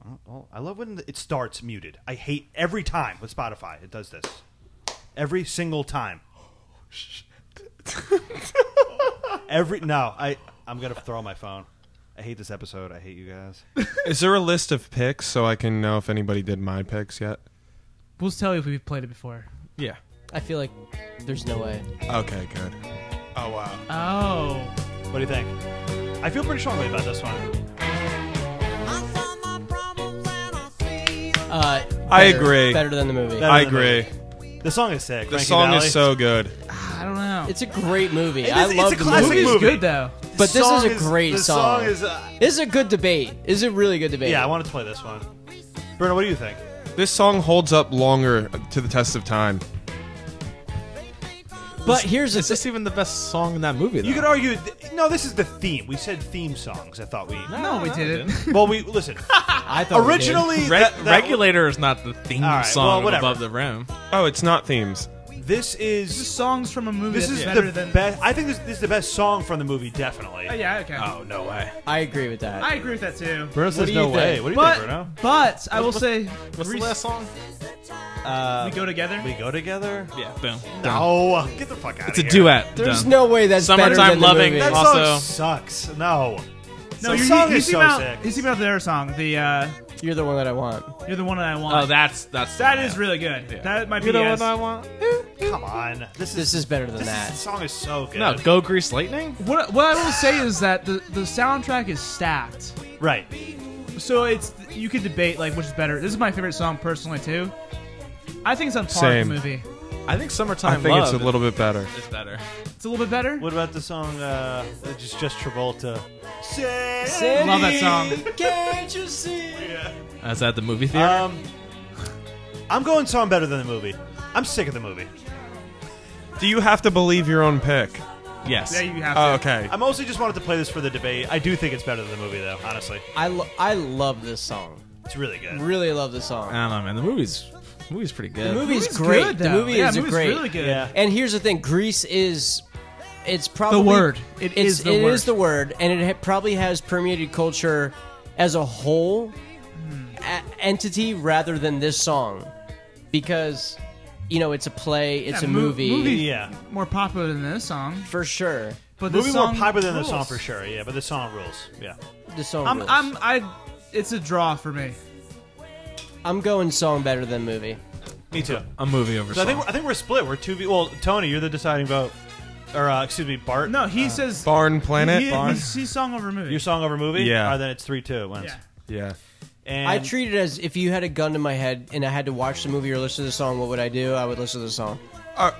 [SPEAKER 5] Oh, oh, I love when the- it starts muted. I hate every time with Spotify. It does this every single time. every no, I I'm gonna throw my phone. I hate this episode. I hate you guys.
[SPEAKER 10] Is there a list of picks so I can know if anybody did my picks yet?
[SPEAKER 3] We'll tell you if we've played it before.
[SPEAKER 6] Yeah.
[SPEAKER 4] I feel like there's no way.
[SPEAKER 10] Okay, good. Oh wow.
[SPEAKER 3] Oh.
[SPEAKER 5] What do you think? I feel pretty strongly about this one.
[SPEAKER 4] Uh,
[SPEAKER 10] I
[SPEAKER 4] better-
[SPEAKER 10] agree.
[SPEAKER 4] Better than the movie.
[SPEAKER 5] Better
[SPEAKER 10] I
[SPEAKER 5] than the
[SPEAKER 10] agree.
[SPEAKER 5] The song is sick.
[SPEAKER 10] The song is so good.
[SPEAKER 3] I don't know.
[SPEAKER 4] It's a great movie.
[SPEAKER 5] It
[SPEAKER 4] I
[SPEAKER 5] is- it's
[SPEAKER 4] love
[SPEAKER 5] a
[SPEAKER 4] the
[SPEAKER 5] classic
[SPEAKER 4] movie.
[SPEAKER 3] movie's
[SPEAKER 5] movie.
[SPEAKER 3] good though.
[SPEAKER 4] But this
[SPEAKER 5] Song
[SPEAKER 4] is a great
[SPEAKER 5] the
[SPEAKER 4] song.
[SPEAKER 5] song is uh,
[SPEAKER 4] This is a good debate. This is a really good debate.
[SPEAKER 5] yeah. I want to play this one. Bruno, what do you think?
[SPEAKER 10] This song holds up longer to the test of time.
[SPEAKER 4] but here's the
[SPEAKER 6] Is this even the best song in that movie? Though?
[SPEAKER 5] You could argue. Th- no, this is the theme. We said theme songs. I thought we.
[SPEAKER 3] No, we didn't.
[SPEAKER 5] well, we listen.
[SPEAKER 4] I thought we did.
[SPEAKER 5] Originally,
[SPEAKER 6] Re-
[SPEAKER 5] that- that-
[SPEAKER 6] Regulator is not the theme
[SPEAKER 5] All right, well,
[SPEAKER 6] song of
[SPEAKER 5] whatever.
[SPEAKER 6] above the rim.
[SPEAKER 10] Oh, it's not themes.
[SPEAKER 5] The, This is
[SPEAKER 3] songs from a movie.
[SPEAKER 5] This
[SPEAKER 3] that's
[SPEAKER 5] is
[SPEAKER 3] better
[SPEAKER 5] the
[SPEAKER 3] than.
[SPEAKER 5] best. I think this, this is the best song from the movie, definitely.
[SPEAKER 3] Oh, yeah, okay.
[SPEAKER 5] Oh no way.
[SPEAKER 4] I agree with that.
[SPEAKER 3] I agree with that too.
[SPEAKER 5] Bruno says
[SPEAKER 4] do you
[SPEAKER 5] no
[SPEAKER 4] think?
[SPEAKER 5] way. What do you
[SPEAKER 3] but,
[SPEAKER 5] think, Bruno?
[SPEAKER 3] But I will
[SPEAKER 6] What's-
[SPEAKER 3] say,
[SPEAKER 6] What's the
[SPEAKER 3] Reese-
[SPEAKER 6] last song?
[SPEAKER 5] Uh,
[SPEAKER 3] we go together.
[SPEAKER 5] we go together.
[SPEAKER 6] Yeah, boom.
[SPEAKER 5] No, get the fuck out
[SPEAKER 6] It's
[SPEAKER 5] of
[SPEAKER 6] a
[SPEAKER 5] here.
[SPEAKER 6] duet.
[SPEAKER 4] There's
[SPEAKER 6] Done.
[SPEAKER 4] no way that's better
[SPEAKER 6] Summertime
[SPEAKER 4] than the
[SPEAKER 6] Loving.
[SPEAKER 4] movie.
[SPEAKER 5] That
[SPEAKER 6] Also-
[SPEAKER 5] song sucks. No.
[SPEAKER 3] no,
[SPEAKER 5] the
[SPEAKER 3] you're,
[SPEAKER 5] song
[SPEAKER 3] you,
[SPEAKER 5] is so
[SPEAKER 3] about,
[SPEAKER 5] sick.
[SPEAKER 3] He's thinking about their song. The uh,
[SPEAKER 4] You're the one that I want.
[SPEAKER 3] you're the one that I want.
[SPEAKER 6] Oh, that's that's
[SPEAKER 3] that is really good. That might be.
[SPEAKER 6] You know
[SPEAKER 3] yes.
[SPEAKER 6] what I want?
[SPEAKER 5] Come on. This is
[SPEAKER 4] This is better than
[SPEAKER 5] this
[SPEAKER 4] that.
[SPEAKER 5] is- song is so good.
[SPEAKER 6] No, Go Grease Lightning.
[SPEAKER 3] What, what I will say is that the, the soundtrack is stacked.
[SPEAKER 5] Right.
[SPEAKER 3] So it's you could debate like which is better. This is my favorite song personally too. I think it's on par
[SPEAKER 10] Same.
[SPEAKER 3] with the movie.
[SPEAKER 6] I think
[SPEAKER 10] I
[SPEAKER 6] Summertime
[SPEAKER 10] think it's
[SPEAKER 6] Love
[SPEAKER 10] a little bit better.
[SPEAKER 6] is better.
[SPEAKER 3] It's a little bit better.
[SPEAKER 5] What about the song? Uh, just just Travolta.
[SPEAKER 4] Sandy,
[SPEAKER 3] Love that song.
[SPEAKER 4] Can't you see?
[SPEAKER 6] Uh, Is that the movie theater?
[SPEAKER 5] Um, I'm going song better than the movie. I'm sick of the movie.
[SPEAKER 10] Do you have to believe your own pick?
[SPEAKER 6] yes.
[SPEAKER 3] Yeah, you have to.
[SPEAKER 10] Oh, okay.
[SPEAKER 5] I mostly just wanted to play this for the debate. I do think it's better than the movie, though. Honestly,
[SPEAKER 4] I, lo- I love this song.
[SPEAKER 5] it's really good.
[SPEAKER 4] Really love this song.
[SPEAKER 6] I don't know, man. The movie's the movie's pretty good.
[SPEAKER 4] the movie's,
[SPEAKER 3] It's
[SPEAKER 4] great.
[SPEAKER 3] Uh, Good,
[SPEAKER 4] the
[SPEAKER 3] though.
[SPEAKER 4] movie
[SPEAKER 3] yeah,
[SPEAKER 4] is
[SPEAKER 3] the
[SPEAKER 4] a
[SPEAKER 3] movie's
[SPEAKER 4] great.
[SPEAKER 3] really good.
[SPEAKER 5] Yeah.
[SPEAKER 4] And here's the thing: Greece is, it's probably
[SPEAKER 3] word. It
[SPEAKER 4] it's,
[SPEAKER 3] is the
[SPEAKER 4] it
[SPEAKER 3] word.
[SPEAKER 4] is the word, and it ha- probably has permeated culture as a whole
[SPEAKER 3] Hmm.
[SPEAKER 4] a- entity rather than this song, because you know it's a play, it's
[SPEAKER 3] Yeah,
[SPEAKER 4] a
[SPEAKER 3] mo-
[SPEAKER 4] movie,
[SPEAKER 3] movie
[SPEAKER 5] Yeah.
[SPEAKER 3] More popular than this song,
[SPEAKER 4] for sure.
[SPEAKER 3] but this
[SPEAKER 5] movie more
[SPEAKER 3] song
[SPEAKER 5] popular than the
[SPEAKER 3] rules.
[SPEAKER 5] song for sure. Yeah, but the song rules. Yeah.
[SPEAKER 4] The song.
[SPEAKER 3] I'm,
[SPEAKER 4] rules.
[SPEAKER 3] I'm, I. It's a draw for me.
[SPEAKER 4] I'm going song better than movie.
[SPEAKER 5] Me too.
[SPEAKER 6] a movie over
[SPEAKER 5] So I think
[SPEAKER 6] song.
[SPEAKER 5] we're, I think we're split. We're two. v- Well, Tony, you're the deciding vote, or uh, excuse me, Bart.
[SPEAKER 3] No, he says
[SPEAKER 10] Barn Planet.
[SPEAKER 3] He, he,
[SPEAKER 10] Barn.
[SPEAKER 3] he's- he's song over movie.
[SPEAKER 5] your song over movie.
[SPEAKER 10] Yeah.
[SPEAKER 5] All right, then it's three two. It wins.
[SPEAKER 3] Yeah.
[SPEAKER 10] Yeah.
[SPEAKER 5] And
[SPEAKER 4] I treat it as if you had a gun to my head and I had to watch the movie or listen to the song. What would I do? I would listen to the song.
[SPEAKER 10] Uh,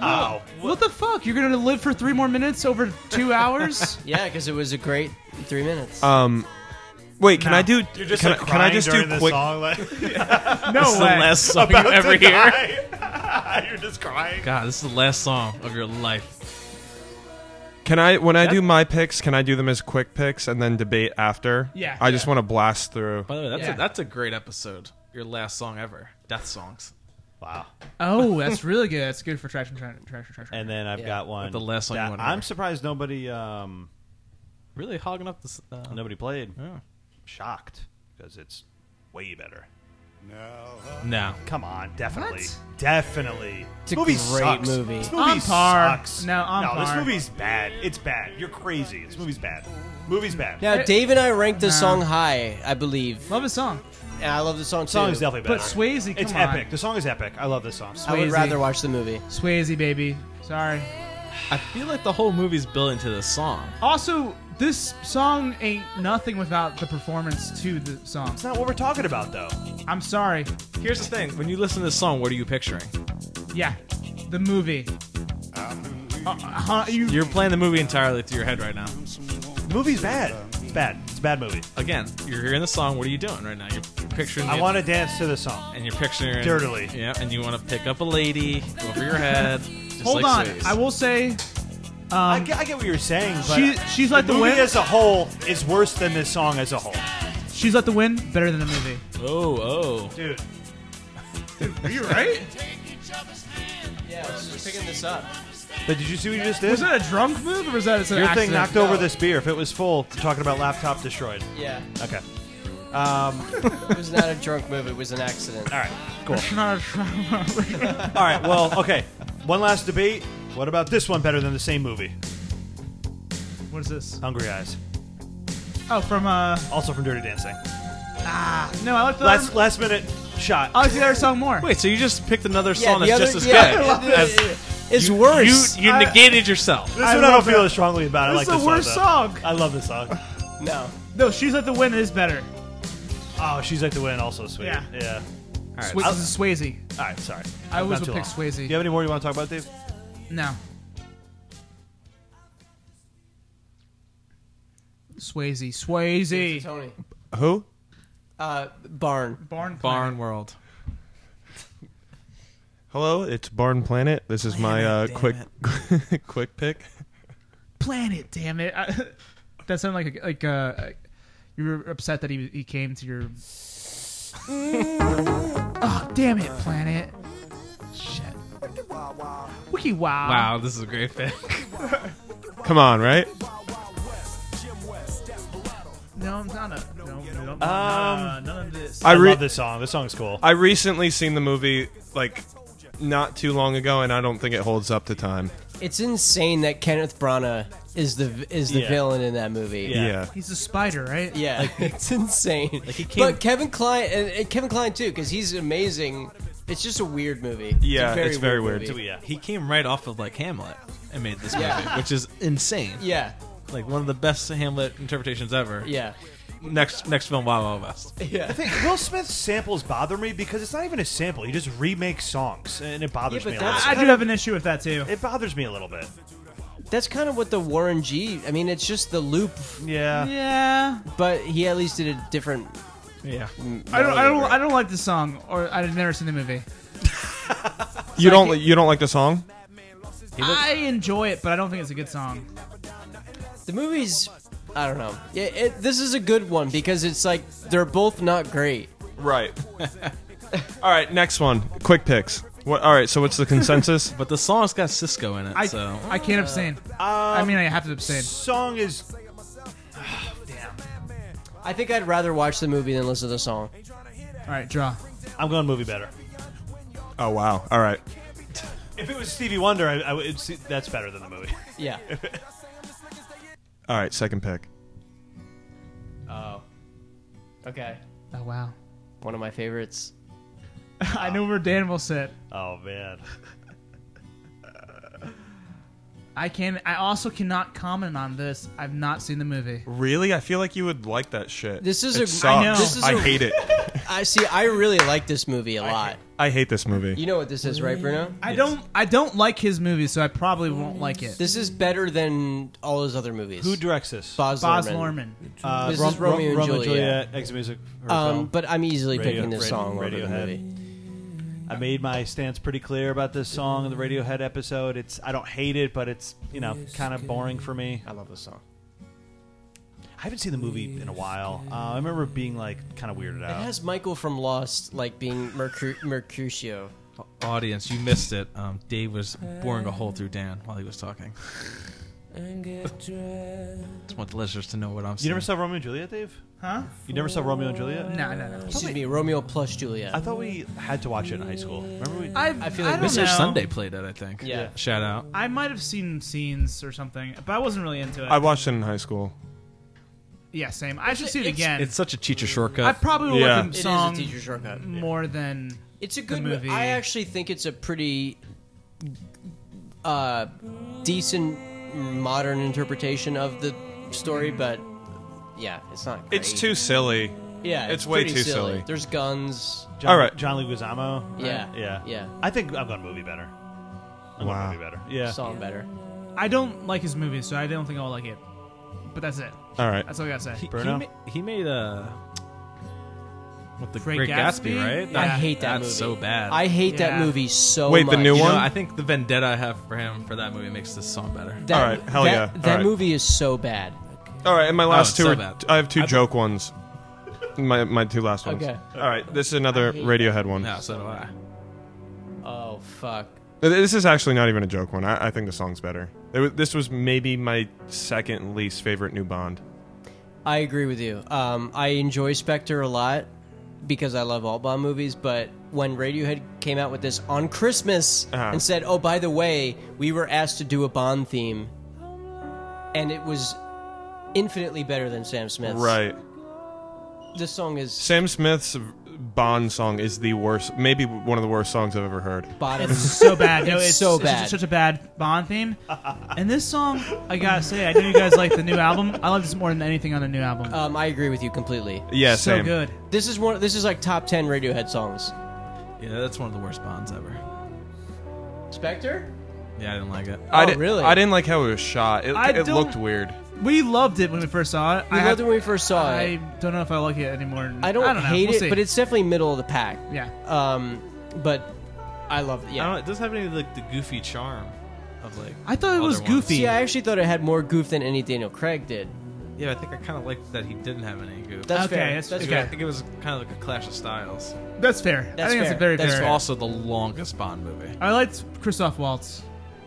[SPEAKER 5] oh,
[SPEAKER 3] What the fuck? You're gonna live for three more minutes over two hours?
[SPEAKER 4] Yeah, because it was a great three minutes.
[SPEAKER 10] Um. Wait, can I do?
[SPEAKER 5] you're just
[SPEAKER 10] can,
[SPEAKER 5] like,
[SPEAKER 10] I, can I
[SPEAKER 5] crying
[SPEAKER 10] just do
[SPEAKER 5] during the
[SPEAKER 10] quick?
[SPEAKER 5] Song, like,
[SPEAKER 3] no
[SPEAKER 6] This is the
[SPEAKER 3] way.
[SPEAKER 6] last song you
[SPEAKER 5] Oh, about
[SPEAKER 6] ever
[SPEAKER 5] to
[SPEAKER 6] hear.
[SPEAKER 5] die. you're just crying.
[SPEAKER 6] God, this is the last song of your life.
[SPEAKER 10] Can I when I do my picks? Can I do them as quick picks and then debate after?
[SPEAKER 3] Yeah.
[SPEAKER 10] I just want to blast through.
[SPEAKER 6] By the way, that's
[SPEAKER 3] Yeah.
[SPEAKER 6] a, that's a great episode. Your last song ever. Death songs.
[SPEAKER 5] Wow.
[SPEAKER 3] Oh, that's really good. That's good for traction, traction, traction, traction.
[SPEAKER 5] And then I've got one.
[SPEAKER 6] the last song you
[SPEAKER 5] that
[SPEAKER 6] wanna
[SPEAKER 5] I'm
[SPEAKER 6] hear.
[SPEAKER 5] surprised nobody um,
[SPEAKER 6] Really hogging up this. Uh,
[SPEAKER 5] nobody played.
[SPEAKER 6] Yeah.
[SPEAKER 5] Shocked because it's way better.
[SPEAKER 6] No.
[SPEAKER 5] Come on, definitely,
[SPEAKER 3] What?
[SPEAKER 5] definitely.
[SPEAKER 4] a
[SPEAKER 5] This movie
[SPEAKER 4] great
[SPEAKER 5] sucks.
[SPEAKER 4] movie.
[SPEAKER 5] This movie
[SPEAKER 3] On par.
[SPEAKER 5] sucks.
[SPEAKER 3] No, on
[SPEAKER 5] no, this
[SPEAKER 3] par.
[SPEAKER 5] movie's bad. It's bad. You're crazy. This movie's bad. Movie's bad.
[SPEAKER 4] now,
[SPEAKER 3] it-
[SPEAKER 4] Dave and I ranked this
[SPEAKER 3] Nah.
[SPEAKER 4] song high, I believe.
[SPEAKER 3] Love his song.
[SPEAKER 4] And I love the song too.
[SPEAKER 5] The song is definitely better.
[SPEAKER 3] But Swayze,
[SPEAKER 5] it's
[SPEAKER 3] come on.
[SPEAKER 5] epic. The song is epic. I love this song.
[SPEAKER 4] I would
[SPEAKER 3] Swayze.
[SPEAKER 4] rather watch the movie.
[SPEAKER 3] Swayze, baby. Sorry.
[SPEAKER 6] I feel like the whole movie's built into this song.
[SPEAKER 3] Also, this song ain't nothing without the performance to the song.
[SPEAKER 5] It's not what we're talking about though.
[SPEAKER 3] I'm sorry.
[SPEAKER 6] Here's the thing: when you listen to this song, what are you picturing?
[SPEAKER 3] Yeah, the movie. Uh, huh, you-
[SPEAKER 6] You're playing the movie entirely through your head right now.
[SPEAKER 5] The movie's bad. It's bad. It's a bad movie.
[SPEAKER 6] Again, you're hearing the song. What are you doing right now? You're picturing.
[SPEAKER 5] I
[SPEAKER 6] the-
[SPEAKER 5] want to dance to this song.
[SPEAKER 6] And you're picturing
[SPEAKER 5] Dirtily.
[SPEAKER 6] Yeah, and you want to pick up a lady over your head. just
[SPEAKER 3] hold on.
[SPEAKER 6] like Swayze.
[SPEAKER 3] I will say,
[SPEAKER 5] I, get, I get what you're saying, but
[SPEAKER 3] Um, She- she's like the
[SPEAKER 5] movie
[SPEAKER 3] wind.
[SPEAKER 5] as a whole is worse than this song as a whole.
[SPEAKER 3] she's let the win better than the movie.
[SPEAKER 6] Oh, oh.
[SPEAKER 5] Dude,
[SPEAKER 3] Are you right?
[SPEAKER 4] Yeah, I was just picking this up.
[SPEAKER 5] but did you see what you just did?
[SPEAKER 3] was that a drunk move or was that an
[SPEAKER 5] Your
[SPEAKER 3] accident?
[SPEAKER 5] thing knocked over this beer. If it was full, you're talking about laptop destroyed.
[SPEAKER 4] Yeah,
[SPEAKER 5] Okay.
[SPEAKER 4] it was not a drunk move. It was an accident.
[SPEAKER 5] All right. Cool.
[SPEAKER 3] It's not a drunk move.
[SPEAKER 5] All right. Well, okay. One last debate. What about this one better than the same movie?
[SPEAKER 3] what is this?
[SPEAKER 5] Hungry Eyes.
[SPEAKER 3] Oh, from uh, ah,
[SPEAKER 5] Also from Dirty Dancing.
[SPEAKER 3] no, I like the.
[SPEAKER 5] Last
[SPEAKER 4] Um,
[SPEAKER 3] other-
[SPEAKER 5] last minute shot.
[SPEAKER 3] I like the other song more.
[SPEAKER 6] Oh, Wait, so you just picked another
[SPEAKER 4] Yeah,
[SPEAKER 6] song
[SPEAKER 4] the
[SPEAKER 6] that's
[SPEAKER 4] other-
[SPEAKER 6] just as
[SPEAKER 4] yeah,
[SPEAKER 6] good? as-
[SPEAKER 4] It's
[SPEAKER 6] you
[SPEAKER 4] worse.
[SPEAKER 6] you
[SPEAKER 3] I-
[SPEAKER 6] negated yourself.
[SPEAKER 5] this one I don't feel as strongly about.
[SPEAKER 3] This
[SPEAKER 5] I like
[SPEAKER 3] is
[SPEAKER 5] this
[SPEAKER 3] the worst
[SPEAKER 5] song,
[SPEAKER 3] song.
[SPEAKER 5] though. I love this song.
[SPEAKER 4] no,
[SPEAKER 3] No, she's let the win is better.
[SPEAKER 5] Oh, she's like the win. Also sweet.
[SPEAKER 3] Yeah.
[SPEAKER 5] Yeah.
[SPEAKER 3] Swa-
[SPEAKER 5] I'll-
[SPEAKER 3] this is Swayze.
[SPEAKER 5] All right. Sorry.
[SPEAKER 3] I
[SPEAKER 5] Not
[SPEAKER 3] always would
[SPEAKER 5] too
[SPEAKER 3] pick
[SPEAKER 5] long.
[SPEAKER 3] Swayze.
[SPEAKER 5] Do you have any more you want to talk about, Dave?
[SPEAKER 3] No. Swayze, Swayze,
[SPEAKER 4] Tony.
[SPEAKER 10] Who?
[SPEAKER 4] Uh, Barn.
[SPEAKER 3] Barn,
[SPEAKER 6] Barn World.
[SPEAKER 10] Hello, it's Barn Planet. This is my uh, quick quick pick.
[SPEAKER 3] planet. Damn it! I, that sounded like a, like uh, you were upset that he he came to your. oh damn it, planet! Shit. Wiki wow.
[SPEAKER 6] Wow, this is a great pick.
[SPEAKER 10] Come on, right?
[SPEAKER 3] No, I'm not a. No, no, no, none of this.
[SPEAKER 5] I,
[SPEAKER 10] re-
[SPEAKER 5] love this song. This song's cool.
[SPEAKER 10] I recently seen the movie like not too long ago, and I don't think it holds up to time.
[SPEAKER 4] It's insane that Kenneth Branagh is the is the
[SPEAKER 10] Yeah.
[SPEAKER 4] villain in that movie.
[SPEAKER 10] Yeah. Yeah.
[SPEAKER 3] He's a spider, right?
[SPEAKER 4] Yeah, it's insane.
[SPEAKER 6] Like he came-
[SPEAKER 4] but Kevin Klein and, and Kevin Klein too, because he's amazing. It's just a weird movie. it's, a movie.
[SPEAKER 6] yeah. He came right off of like Hamlet and made this
[SPEAKER 4] Yeah.
[SPEAKER 6] movie, which is insane.
[SPEAKER 4] Yeah.
[SPEAKER 6] like one of the best Hamlet interpretations ever.
[SPEAKER 4] Yeah.
[SPEAKER 6] Next next film, Wild Wild West.
[SPEAKER 5] I think Will Smith's samples bother me because it's not even a sample. He just remakes songs, and it bothers
[SPEAKER 4] Yeah, but
[SPEAKER 5] me.
[SPEAKER 4] that's
[SPEAKER 5] a
[SPEAKER 3] I
[SPEAKER 5] little
[SPEAKER 3] do
[SPEAKER 5] bit.
[SPEAKER 3] have an issue with that too.
[SPEAKER 5] It bothers me a little bit.
[SPEAKER 4] That's kind of what the Warren G. I mean, it's just the loop,
[SPEAKER 5] Yeah.
[SPEAKER 3] Yeah.
[SPEAKER 4] but he at least did a different.
[SPEAKER 6] Yeah.
[SPEAKER 3] I don't. I don't. I don't like the song, or I've never seen the movie.
[SPEAKER 10] You don't. li- You don't like the song?
[SPEAKER 3] I enjoy it, but I don't think it's a good song.
[SPEAKER 4] The movie's. I don't know. It, it, this is a good one because it's like they're both not great.
[SPEAKER 10] Right. All right. Next one. Quick picks. What? All right. So what's the consensus?
[SPEAKER 6] But the song's got Cisco in it,
[SPEAKER 3] I
[SPEAKER 6] so
[SPEAKER 3] I can't abstain. I mean, I have to abstain.
[SPEAKER 5] Song is
[SPEAKER 4] I think I'd rather watch the movie than listen to the song.
[SPEAKER 3] All right, draw.
[SPEAKER 5] I'm going movie better.
[SPEAKER 10] oh wow. All right.
[SPEAKER 5] If it was Stevie Wonder, I, I would, it's, that's better than the movie.
[SPEAKER 4] Yeah.
[SPEAKER 10] All right. Second pick.
[SPEAKER 4] Oh. Okay.
[SPEAKER 3] Oh wow.
[SPEAKER 4] One of my favorites.
[SPEAKER 3] I know where Dan will sit.
[SPEAKER 5] Oh man,
[SPEAKER 3] I can. I also cannot comment on this. I've not seen the movie.
[SPEAKER 10] Really? I feel like you would like that shit.
[SPEAKER 4] This is
[SPEAKER 10] It
[SPEAKER 4] a- I
[SPEAKER 10] sucks.
[SPEAKER 3] know.
[SPEAKER 4] This is
[SPEAKER 10] I
[SPEAKER 4] a-
[SPEAKER 10] hate it.
[SPEAKER 4] I see. I really like this movie a lot.
[SPEAKER 10] I hate this movie.
[SPEAKER 4] You know what this is, right, Bruno?
[SPEAKER 3] I don't. I don't like his movie, so I probably won't like it.
[SPEAKER 4] This is better than all his other movies.
[SPEAKER 5] who directs this?
[SPEAKER 4] Boz,
[SPEAKER 3] Boz
[SPEAKER 4] Luhrmann.
[SPEAKER 3] Luhrmann.
[SPEAKER 5] Uh,
[SPEAKER 4] This is Romeo and Juliet.
[SPEAKER 5] Exit music. or
[SPEAKER 4] Um,
[SPEAKER 5] film.
[SPEAKER 4] but I'm easily
[SPEAKER 5] Radio-
[SPEAKER 4] picking this
[SPEAKER 5] Radio-
[SPEAKER 4] song over the
[SPEAKER 5] Radiohead.
[SPEAKER 4] movie.
[SPEAKER 5] I made my stance pretty clear about this song in the Radiohead episode. It's I don't hate it, but it's you know kind of boring for me.
[SPEAKER 4] I love this song.
[SPEAKER 5] I haven't seen the movie in a while. Uh, I remember being like kind of weirded
[SPEAKER 4] It
[SPEAKER 5] out.
[SPEAKER 4] has Michael from Lost, like being Mercur- Mercutio.
[SPEAKER 6] audience, you missed it. Um, Dave was boring a hole through Dan while he was talking. Just want the listeners to know what I'm
[SPEAKER 5] you
[SPEAKER 6] saying.
[SPEAKER 5] never saw Romeo and Juliet, Dave?
[SPEAKER 3] Huh?
[SPEAKER 5] You never saw Romeo and Juliet?
[SPEAKER 3] No, no, no.
[SPEAKER 4] Excuse me, Romeo plus Juliet.
[SPEAKER 5] I thought we had to watch it in high school. Remember we?
[SPEAKER 3] I,
[SPEAKER 4] I feel like
[SPEAKER 3] I don't
[SPEAKER 6] Mr.
[SPEAKER 3] know.
[SPEAKER 6] Sunday played it, I think.
[SPEAKER 4] Yeah.
[SPEAKER 6] Shout out.
[SPEAKER 3] I might have seen scenes or something, but I wasn't really into it.
[SPEAKER 10] I watched it in high school.
[SPEAKER 3] yeah, same. I should see it
[SPEAKER 4] It's-
[SPEAKER 3] again.
[SPEAKER 6] It's such a teacher shortcut.
[SPEAKER 3] I probably will
[SPEAKER 10] Yeah.
[SPEAKER 3] like
[SPEAKER 4] It
[SPEAKER 3] the
[SPEAKER 4] is
[SPEAKER 3] song
[SPEAKER 4] a teacher shortcut.
[SPEAKER 3] more than
[SPEAKER 4] It's a good
[SPEAKER 3] the
[SPEAKER 4] Mm. movie.
[SPEAKER 3] movie.
[SPEAKER 4] I actually think it's a pretty uh, decent modern interpretation of the story, but yeah, it's not. Great.
[SPEAKER 10] It's too silly.
[SPEAKER 4] Yeah,
[SPEAKER 10] it's way
[SPEAKER 4] pretty
[SPEAKER 10] too silly.
[SPEAKER 4] There's guns.
[SPEAKER 5] John,
[SPEAKER 10] All right.
[SPEAKER 5] John Leguizamo. right?
[SPEAKER 4] Yeah.
[SPEAKER 5] Yeah.
[SPEAKER 4] Yeah.
[SPEAKER 5] I think I've gone movie better. I'm
[SPEAKER 10] Wow.
[SPEAKER 5] going movie better. Yeah.
[SPEAKER 4] Song better.
[SPEAKER 3] I don't like his movies, so I don't think I'll like it. But that's it.
[SPEAKER 10] All right.
[SPEAKER 3] That's all I gotta say.
[SPEAKER 6] He, he,
[SPEAKER 5] Bruno?
[SPEAKER 6] ma- he made uh, what the
[SPEAKER 3] Great
[SPEAKER 6] Great, Gatsby,
[SPEAKER 3] Gatsby?
[SPEAKER 6] right?
[SPEAKER 3] Yeah.
[SPEAKER 4] I hate that
[SPEAKER 6] That's
[SPEAKER 4] movie.
[SPEAKER 6] so bad.
[SPEAKER 4] I hate that
[SPEAKER 3] Yeah.
[SPEAKER 4] movie so
[SPEAKER 10] Wait,
[SPEAKER 4] much.
[SPEAKER 10] the new
[SPEAKER 6] you know,
[SPEAKER 10] one?
[SPEAKER 6] I think the vendetta I have for him for that movie makes this song better.
[SPEAKER 4] That,
[SPEAKER 10] All right, hell
[SPEAKER 4] that,
[SPEAKER 10] yeah. All
[SPEAKER 4] that
[SPEAKER 10] right.
[SPEAKER 4] movie is so bad.
[SPEAKER 10] All right, and my
[SPEAKER 4] Oh,
[SPEAKER 10] last
[SPEAKER 6] it's
[SPEAKER 10] two
[SPEAKER 6] so
[SPEAKER 10] are,
[SPEAKER 6] bad.
[SPEAKER 10] I have two joke ones. My my two last ones.
[SPEAKER 4] Okay.
[SPEAKER 10] All right, this is another Radiohead one.
[SPEAKER 6] Yeah, so do I.
[SPEAKER 4] Oh fuck.
[SPEAKER 10] This is actually not even a joke one. I, I think the song's better. It was, this was maybe my second least favorite new Bond.
[SPEAKER 4] I agree with you. Um, I enjoy Spectre a lot because I love all Bond movies, but when Radiohead came out with this on Christmas
[SPEAKER 10] Uh-huh.
[SPEAKER 4] and said, "Oh, by the way, we were asked to do a Bond theme," and it was infinitely better than Sam Smith's.
[SPEAKER 10] Right.
[SPEAKER 4] This song is
[SPEAKER 10] Sam Smith's Bond song is the worst, maybe one of the worst songs I've ever heard.
[SPEAKER 4] bottom.
[SPEAKER 3] It's so bad. No,
[SPEAKER 4] It's
[SPEAKER 3] it's,
[SPEAKER 4] so
[SPEAKER 3] it's just
[SPEAKER 4] bad.
[SPEAKER 3] such a bad Bond theme. And this song, I gotta say, I know you guys like the new album. I love this more than anything on the new album.
[SPEAKER 4] um, I agree with you completely.
[SPEAKER 10] Yeah,
[SPEAKER 3] so
[SPEAKER 10] same.
[SPEAKER 3] good.
[SPEAKER 4] This is one. This is like top ten Radiohead songs.
[SPEAKER 6] Yeah, that's one of the worst Bonds ever.
[SPEAKER 4] Spectre.
[SPEAKER 6] Yeah, I didn't like it.
[SPEAKER 10] I
[SPEAKER 4] Oh,
[SPEAKER 10] di-
[SPEAKER 4] really?
[SPEAKER 10] I didn't like how it was shot. It,
[SPEAKER 3] I
[SPEAKER 10] it
[SPEAKER 3] don't-
[SPEAKER 10] looked weird.
[SPEAKER 3] We loved it when we first saw it.
[SPEAKER 4] We
[SPEAKER 3] I
[SPEAKER 4] loved
[SPEAKER 3] have-
[SPEAKER 4] it when we first saw
[SPEAKER 3] I
[SPEAKER 4] it.
[SPEAKER 3] don't know if I like it anymore.
[SPEAKER 4] I don't,
[SPEAKER 3] know.
[SPEAKER 4] hate
[SPEAKER 3] We'll
[SPEAKER 4] it,
[SPEAKER 3] see.
[SPEAKER 4] but it's definitely middle of the pack.
[SPEAKER 3] yeah.
[SPEAKER 4] Um, but I love it.
[SPEAKER 6] I
[SPEAKER 4] Yeah.
[SPEAKER 6] don't know, it doesn't have any of like the goofy charm of like
[SPEAKER 3] I thought it was
[SPEAKER 6] other ones.
[SPEAKER 3] goofy.
[SPEAKER 4] See, I actually thought it had more goof than any Daniel Craig did.
[SPEAKER 6] Yeah, I think I kind of liked that he didn't have any goof.
[SPEAKER 3] That's Okay, fair. that's- That's
[SPEAKER 6] I
[SPEAKER 3] fair.
[SPEAKER 6] think it was kind of like a clash of styles.
[SPEAKER 3] That's fair. I think that's a very fair.
[SPEAKER 6] also the longest Bond movie.
[SPEAKER 3] I liked Christoph Waltz.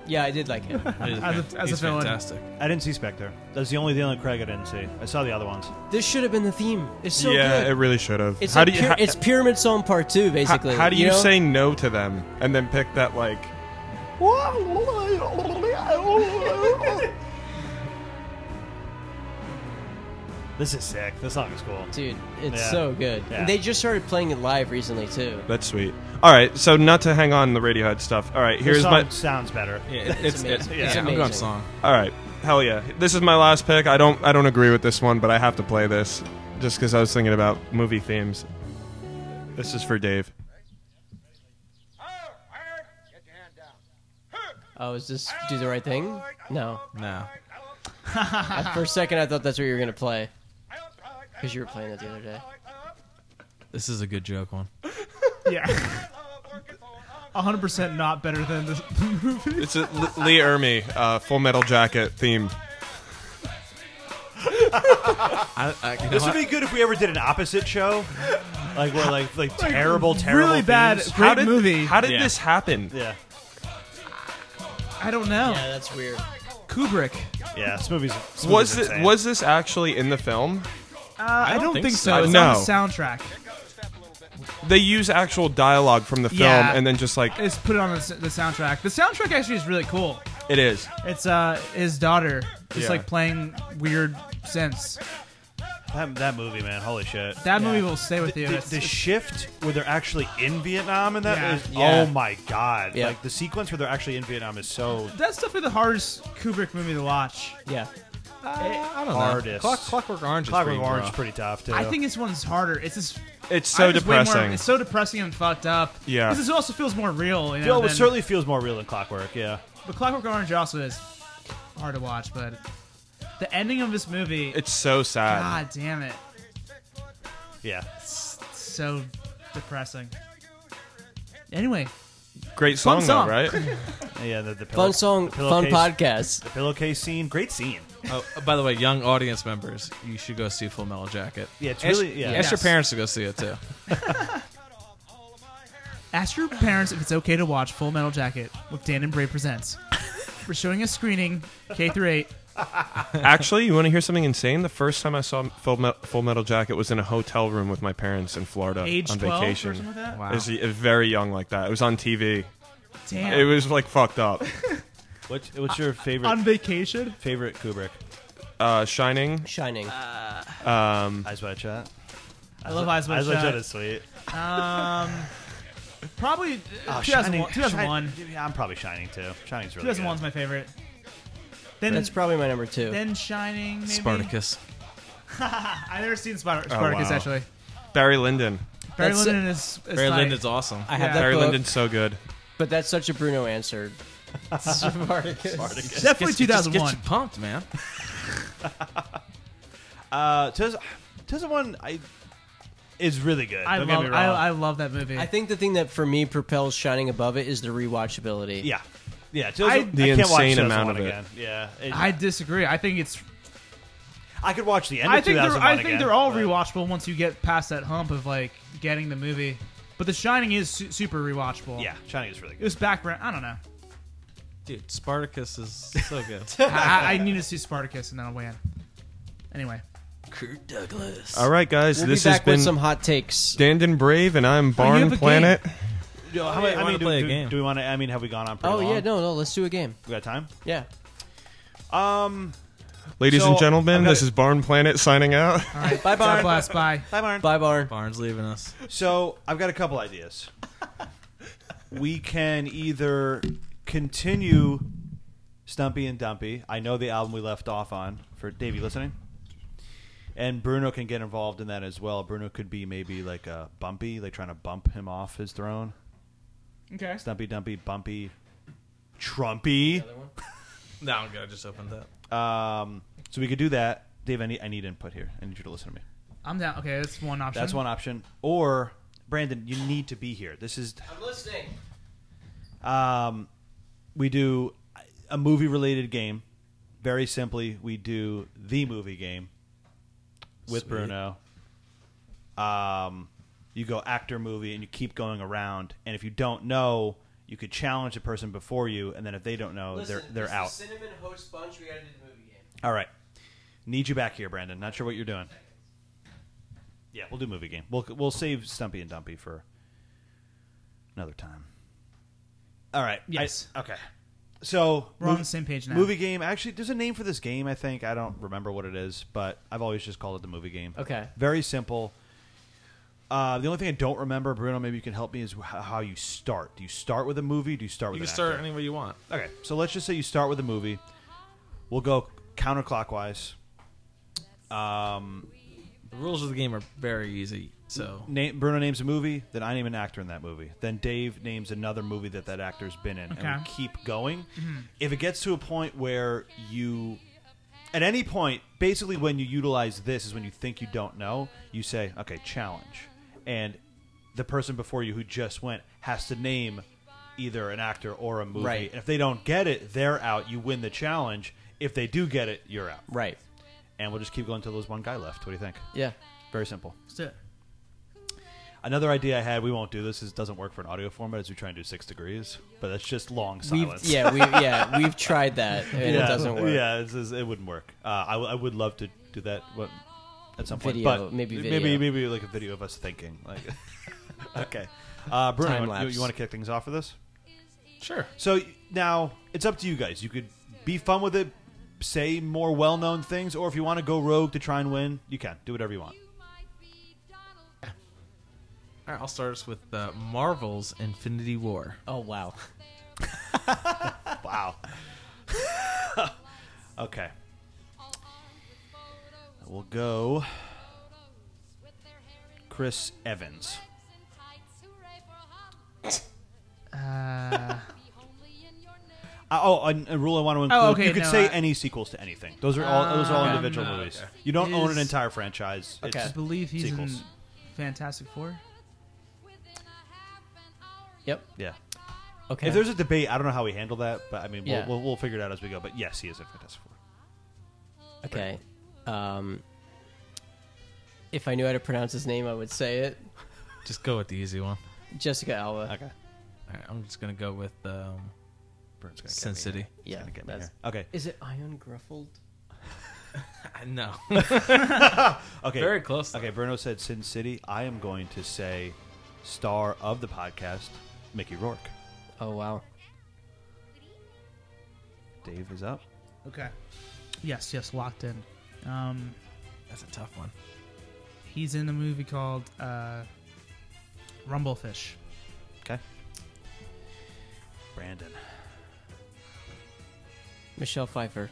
[SPEAKER 4] Yeah, I did like him.
[SPEAKER 3] as a, as a villain.
[SPEAKER 5] I didn't see Spectre. That's the only the only Craig I didn't see. I saw the other ones.
[SPEAKER 4] This should have been the theme. It's so
[SPEAKER 10] yeah,
[SPEAKER 4] good.
[SPEAKER 10] it really should have.
[SPEAKER 4] It's
[SPEAKER 10] How
[SPEAKER 4] like
[SPEAKER 10] do you-
[SPEAKER 4] pyra-
[SPEAKER 10] how-
[SPEAKER 4] it's Pyramid Song Part Two, basically.
[SPEAKER 10] How, how do you,
[SPEAKER 4] know?
[SPEAKER 10] say no to them and then pick that like?
[SPEAKER 5] This is sick. This song is cool,
[SPEAKER 4] dude. It's
[SPEAKER 5] Yeah.
[SPEAKER 4] so good.
[SPEAKER 5] Yeah.
[SPEAKER 4] They just started playing it live recently too.
[SPEAKER 10] That's sweet. All right, so not to hang on the Radiohead stuff. All right,
[SPEAKER 5] This
[SPEAKER 10] here's
[SPEAKER 5] song
[SPEAKER 10] my
[SPEAKER 5] sounds better.
[SPEAKER 6] Yeah, it- it's- it's-
[SPEAKER 5] amazing.
[SPEAKER 6] it's Yeah, I'm going amazing. song.
[SPEAKER 10] All right, hell yeah. This is my last pick. I don't I don't agree with this one, but I have to play this just because I was thinking about movie themes. This is for Dave.
[SPEAKER 4] Oh, is this do the right thing? No.
[SPEAKER 6] No.
[SPEAKER 4] I- For a second, I thought that's what you were gonna play, because you were playing that the other day.
[SPEAKER 6] This is a good joke one.
[SPEAKER 3] Yeah. 100% not better than this movie.
[SPEAKER 10] It's a L- Lee Ermey, uh, Full Metal Jacket theme.
[SPEAKER 6] I, I, you know
[SPEAKER 5] this
[SPEAKER 6] what?
[SPEAKER 5] would be good if we ever did an opposite show, like where like like
[SPEAKER 3] Like,
[SPEAKER 5] terrible,
[SPEAKER 3] really
[SPEAKER 5] terrible,
[SPEAKER 3] bad,
[SPEAKER 5] themes.
[SPEAKER 3] great How did- movie.
[SPEAKER 10] How did this happen?
[SPEAKER 5] Yeah,
[SPEAKER 3] I don't know.
[SPEAKER 4] Yeah, that's weird.
[SPEAKER 3] Kubrick.
[SPEAKER 5] yeah. This movie's this
[SPEAKER 10] Was
[SPEAKER 5] movie's
[SPEAKER 10] it
[SPEAKER 5] insane.
[SPEAKER 10] was this actually in the film?
[SPEAKER 3] Uh, I, don't think, so.
[SPEAKER 10] so.
[SPEAKER 3] It's
[SPEAKER 10] No.
[SPEAKER 3] on the soundtrack.
[SPEAKER 10] They use actual dialogue from the film
[SPEAKER 3] Yeah.
[SPEAKER 10] and then just like
[SPEAKER 3] It's put it on the, s- the soundtrack. The soundtrack actually is really cool.
[SPEAKER 10] it is.
[SPEAKER 3] It's uh his daughter just
[SPEAKER 10] Yeah.
[SPEAKER 3] like playing weird synths.
[SPEAKER 5] That, that movie, man, holy shit!
[SPEAKER 3] That movie will stay with
[SPEAKER 5] the,
[SPEAKER 3] you.
[SPEAKER 5] The,
[SPEAKER 3] It's-
[SPEAKER 5] the
[SPEAKER 3] it's-
[SPEAKER 5] shift where they're actually in Vietnam and that
[SPEAKER 3] Yeah.
[SPEAKER 5] is
[SPEAKER 4] Yeah.
[SPEAKER 5] oh my god!
[SPEAKER 4] Yeah.
[SPEAKER 5] Like the sequence where they're actually in Vietnam is so
[SPEAKER 3] That's definitely the hardest Kubrick movie to watch.
[SPEAKER 4] Yeah.
[SPEAKER 6] I don't know.
[SPEAKER 5] hardest.
[SPEAKER 6] Clock, Clockwork Orange. is
[SPEAKER 5] Clockwork
[SPEAKER 6] pretty
[SPEAKER 5] Orange is
[SPEAKER 6] rough.
[SPEAKER 5] pretty tough too.
[SPEAKER 3] I think this one's harder. It's just
[SPEAKER 10] It's so
[SPEAKER 3] I'm just way more-
[SPEAKER 10] depressing.
[SPEAKER 3] it's so depressing and fucked up.
[SPEAKER 10] Yeah.
[SPEAKER 3] This is also feels more real. You know,
[SPEAKER 5] Feel- it
[SPEAKER 3] than-
[SPEAKER 5] certainly feels more real than Clockwork. Yeah,
[SPEAKER 3] But Clockwork Orange also is hard to watch, but the ending of this movie,
[SPEAKER 10] It's so sad.
[SPEAKER 3] god damn it,
[SPEAKER 5] yeah.
[SPEAKER 3] it's so depressing. Anyway,
[SPEAKER 10] Great
[SPEAKER 3] Fun
[SPEAKER 10] song,
[SPEAKER 3] song.
[SPEAKER 10] though, right?
[SPEAKER 5] Yeah, the, the pillow,
[SPEAKER 4] Fun song,
[SPEAKER 5] the
[SPEAKER 4] fun
[SPEAKER 5] pillowcase-
[SPEAKER 4] podcast.
[SPEAKER 5] The pillowcase scene, great scene.
[SPEAKER 6] Oh, by the way, young audience members, you should go see Full Metal Jacket.
[SPEAKER 5] Yeah, it's
[SPEAKER 6] Ask-
[SPEAKER 5] really- yeah.
[SPEAKER 6] Ask your
[SPEAKER 3] Yes.
[SPEAKER 6] parents to go see it too.
[SPEAKER 3] ask your parents if it's okay to watch Full Metal Jacket with Dan and Bray presents. We're showing a screening K through eight.
[SPEAKER 10] Actually, you want to hear something insane? The first time I saw Full, Me- Full Metal Jacket was in a hotel room with my parents in Florida
[SPEAKER 3] Age
[SPEAKER 10] on
[SPEAKER 3] 12 or
[SPEAKER 10] vacation.
[SPEAKER 3] something like that?
[SPEAKER 6] Wow.
[SPEAKER 10] It was uh, very young like that. It was on TV.
[SPEAKER 3] Damn.
[SPEAKER 10] It was like fucked up.
[SPEAKER 5] What's, what's your favorite
[SPEAKER 3] on vacation.
[SPEAKER 5] favorite Kubrick?
[SPEAKER 10] Uh, Shining.
[SPEAKER 4] Shining. Mm.
[SPEAKER 5] Eyes Wide Shut.
[SPEAKER 3] I love Eyes Wide
[SPEAKER 5] Eyes Wide Shut
[SPEAKER 3] Shut.
[SPEAKER 5] is sweet.
[SPEAKER 3] Probably uh,
[SPEAKER 5] Oh,
[SPEAKER 3] 2001.
[SPEAKER 5] Shining-
[SPEAKER 3] 2001.
[SPEAKER 5] Shining- yeah, I'm probably Shining too. Shining's really
[SPEAKER 3] 2001 is
[SPEAKER 5] good.
[SPEAKER 3] my favorite. Then
[SPEAKER 4] That's probably my number two.
[SPEAKER 3] then Shining. Maybe?
[SPEAKER 6] Spartacus.
[SPEAKER 3] I've never seen Spart- Spartacus
[SPEAKER 10] wow.
[SPEAKER 3] actually.
[SPEAKER 10] Barry Lyndon.
[SPEAKER 3] Barry
[SPEAKER 4] That's-
[SPEAKER 3] Lyndon is, is
[SPEAKER 6] Barry
[SPEAKER 3] tight.
[SPEAKER 6] Lyndon's awesome.
[SPEAKER 4] I have
[SPEAKER 3] Yeah.
[SPEAKER 4] that
[SPEAKER 10] Barry
[SPEAKER 4] book,
[SPEAKER 10] Lyndon's so good.
[SPEAKER 4] but that's such a Bruno answer. Spartacus.
[SPEAKER 3] Definitely
[SPEAKER 6] Gets- it just
[SPEAKER 3] 2001.
[SPEAKER 6] Gets you pumped, man.
[SPEAKER 5] Uh, 2000- 2001 I, is really good.
[SPEAKER 3] I
[SPEAKER 5] Don't
[SPEAKER 3] love,
[SPEAKER 5] get me
[SPEAKER 3] I,
[SPEAKER 5] wrong.
[SPEAKER 3] I love that movie.
[SPEAKER 4] I think the thing that for me propels Shining above it is the rewatchability.
[SPEAKER 5] yeah, yeah. 2000 I,
[SPEAKER 10] The
[SPEAKER 5] can't watch
[SPEAKER 10] insane
[SPEAKER 5] 2001
[SPEAKER 10] amount of it.
[SPEAKER 5] again. Yeah, it-
[SPEAKER 3] I disagree. I think it's.
[SPEAKER 5] I could watch the end.
[SPEAKER 3] I
[SPEAKER 5] of
[SPEAKER 3] think they're.
[SPEAKER 5] 2001
[SPEAKER 3] I think
[SPEAKER 5] again,
[SPEAKER 3] they're all
[SPEAKER 5] but-
[SPEAKER 3] rewatchable once you get past that hump of like getting the movie. But The Shining is su- super rewatchable.
[SPEAKER 5] Yeah, Shining is really
[SPEAKER 3] It
[SPEAKER 5] good.
[SPEAKER 3] was background. I don't know.
[SPEAKER 6] Dude, Spartacus is so good.
[SPEAKER 3] I, I need to see Spartacus and then I'll weigh in. Anyway,
[SPEAKER 4] Kirk Douglas.
[SPEAKER 10] All right, guys.
[SPEAKER 4] We'll
[SPEAKER 10] this
[SPEAKER 4] be
[SPEAKER 10] has
[SPEAKER 4] back
[SPEAKER 10] been
[SPEAKER 4] with some hot takes.
[SPEAKER 10] Dandin Brave, and I'm
[SPEAKER 3] you
[SPEAKER 10] Barn
[SPEAKER 3] have a
[SPEAKER 10] Planet.
[SPEAKER 5] Yo, how
[SPEAKER 6] yeah,
[SPEAKER 5] many-
[SPEAKER 6] I
[SPEAKER 5] I
[SPEAKER 6] wanna
[SPEAKER 5] mean, do,
[SPEAKER 6] play a
[SPEAKER 5] do-
[SPEAKER 6] game.
[SPEAKER 5] do we want to? I mean, have we gone on pretty
[SPEAKER 4] Oh
[SPEAKER 5] long?
[SPEAKER 4] yeah, no, no. Let's do a game.
[SPEAKER 5] We got time?
[SPEAKER 4] Yeah.
[SPEAKER 5] Um,
[SPEAKER 10] Ladies
[SPEAKER 5] So,
[SPEAKER 10] and gentlemen,
[SPEAKER 5] I've got
[SPEAKER 10] this
[SPEAKER 5] it.
[SPEAKER 10] is Barn Planet signing out.
[SPEAKER 4] Bye,
[SPEAKER 3] God
[SPEAKER 4] Barn.
[SPEAKER 3] bless. Bye.
[SPEAKER 5] hi, Marn.
[SPEAKER 4] Bye, Barn.
[SPEAKER 6] Barnes leaving us.
[SPEAKER 5] So I've got a couple ideas. we can either continue Stumpy and Dumpy. I know the album we left off on for Davey listening. And Bruno can get involved in that as well. Bruno could be maybe like a bumpy, like trying to bump him off his throne.
[SPEAKER 3] Okay.
[SPEAKER 5] Stumpy Dumpy, bumpy, Trumpy.
[SPEAKER 6] No, I'm good. I just opened that.
[SPEAKER 5] Um, so we could do that. Dave, I need, I need input here. I need you to listen to me.
[SPEAKER 3] I'm down. Okay, that's one option.
[SPEAKER 5] That's one option. Or Brandon, you need to be here. This is
[SPEAKER 4] I'm listening.
[SPEAKER 5] Um, we do a movie related game. Very simply, we do the movie game. with
[SPEAKER 6] Sweet.
[SPEAKER 5] Bruno. Um, you go actor movie and you keep going around. And if you don't know, you could challenge the person before you, and then if they don't know, they're they're out.
[SPEAKER 4] Cinnamon host bunch. We gotta do the movie game.
[SPEAKER 5] All right, need you back here, Brandon. Not sure what you're doing. Yeah, we'll do movie game. We'll we'll save Stumpy and Dumpy for another time. All right.
[SPEAKER 3] Yes.
[SPEAKER 5] okay. So
[SPEAKER 3] We're on
[SPEAKER 5] mov-
[SPEAKER 3] the same page now.
[SPEAKER 5] Movie game. Actually, there's a name for this game. I think I don't remember what it is, but I've always just called it the movie game.
[SPEAKER 4] Okay.
[SPEAKER 5] Very simple. Uh, the only thing I don't remember, Bruno, maybe you can help me, is wh- how you start. Do you start with a movie? Do you start
[SPEAKER 6] You
[SPEAKER 5] with
[SPEAKER 6] can
[SPEAKER 5] an
[SPEAKER 6] start
[SPEAKER 5] actor?
[SPEAKER 6] any way you want.
[SPEAKER 5] Okay, so let's just say you start with a movie. We'll go counterclockwise. Um,
[SPEAKER 6] the rules of the game are very easy. So
[SPEAKER 5] name, Bruno names a movie, then I name an actor in that movie. Then Dave names another movie that that actor's been in, and
[SPEAKER 3] Okay.
[SPEAKER 5] we keep going.
[SPEAKER 3] Mhm.
[SPEAKER 5] If it gets to a point where you, at any point, basically when you utilize this is when you think you don't know, you say, "Okay, challenge," and the person before you who just went has to name either an actor or a movie.
[SPEAKER 4] Right.
[SPEAKER 5] And if they don't get it, they're out. You win the challenge. If they do get it, you're out.
[SPEAKER 4] Right.
[SPEAKER 5] And we'll just keep going until there's one guy left. What do you think?
[SPEAKER 4] Yeah.
[SPEAKER 5] Very simple.
[SPEAKER 3] Let's do it.
[SPEAKER 5] Another idea I had, we won't do this, is doesn't work for an audio format, is we try and do six degrees, but that's just long
[SPEAKER 4] We've-
[SPEAKER 5] silence.
[SPEAKER 4] yeah, we- yeah, we've tried that, and it doesn't work.
[SPEAKER 5] Yeah, it's, it's- it wouldn't work. Uh, I, w- I would love to do that what, at some
[SPEAKER 4] Video,
[SPEAKER 5] point, but
[SPEAKER 4] maybe
[SPEAKER 5] maybe
[SPEAKER 4] video.
[SPEAKER 5] maybe like a video of us thinking. Like, okay, uh,
[SPEAKER 4] Time
[SPEAKER 5] Bruno, you,
[SPEAKER 4] lapse.
[SPEAKER 5] you want to kick things off with this?
[SPEAKER 6] Sure.
[SPEAKER 5] So y- now it's up to you guys. You could be fun with it, say more well-known things, or if you want to go rogue to try and win, you can do whatever you want.
[SPEAKER 6] All right, I'll start us with uh, Marvel's Infinity War.
[SPEAKER 4] Oh wow.
[SPEAKER 5] wow. okay. We'll go Chris Evans.
[SPEAKER 3] Uh,
[SPEAKER 5] Uh, oh, a, a rule I want to include.
[SPEAKER 3] Oh, okay,
[SPEAKER 5] you could
[SPEAKER 3] no,
[SPEAKER 5] say
[SPEAKER 3] I-
[SPEAKER 5] any sequels to anything. Those are all those are all
[SPEAKER 3] Ah,
[SPEAKER 5] individual
[SPEAKER 3] okay.
[SPEAKER 5] movies. You don't own an
[SPEAKER 3] Is-
[SPEAKER 5] entire franchise.
[SPEAKER 3] I
[SPEAKER 5] It's
[SPEAKER 3] believe he's
[SPEAKER 5] sequels.
[SPEAKER 3] in Fantastic Four.
[SPEAKER 4] Yep.
[SPEAKER 5] Yeah.
[SPEAKER 4] Okay.
[SPEAKER 5] If there's a debate, I don't know how we handle that, but I mean, we'll,
[SPEAKER 4] Yeah.
[SPEAKER 5] we'll, we'll figure it out as we go. But yes, he is in Fantastic Four.
[SPEAKER 4] Okay. Um, if I knew how to pronounce his name, I would say it.
[SPEAKER 6] Just go with the easy one.
[SPEAKER 4] Jessica Alba.
[SPEAKER 5] Okay.
[SPEAKER 6] All right, I'm just gonna go with um,
[SPEAKER 5] Burns gonna
[SPEAKER 6] Sin City.
[SPEAKER 4] Yeah.
[SPEAKER 5] Get me
[SPEAKER 4] That's,
[SPEAKER 5] here. Okay.
[SPEAKER 4] Is it Ion Gruffled?
[SPEAKER 6] no.
[SPEAKER 5] okay.
[SPEAKER 6] Very close. though.
[SPEAKER 5] Okay, Bruno said Sin City. I am going to say star of the podcast, Mickey Rourke.
[SPEAKER 4] Oh wow.
[SPEAKER 5] Dave is up.
[SPEAKER 3] Okay. Yes, yes, locked in. Um,
[SPEAKER 6] That's a tough one.
[SPEAKER 3] he's in a movie called uh, Rumblefish.
[SPEAKER 5] Okay. Brandon.
[SPEAKER 4] Michelle Pfeiffer.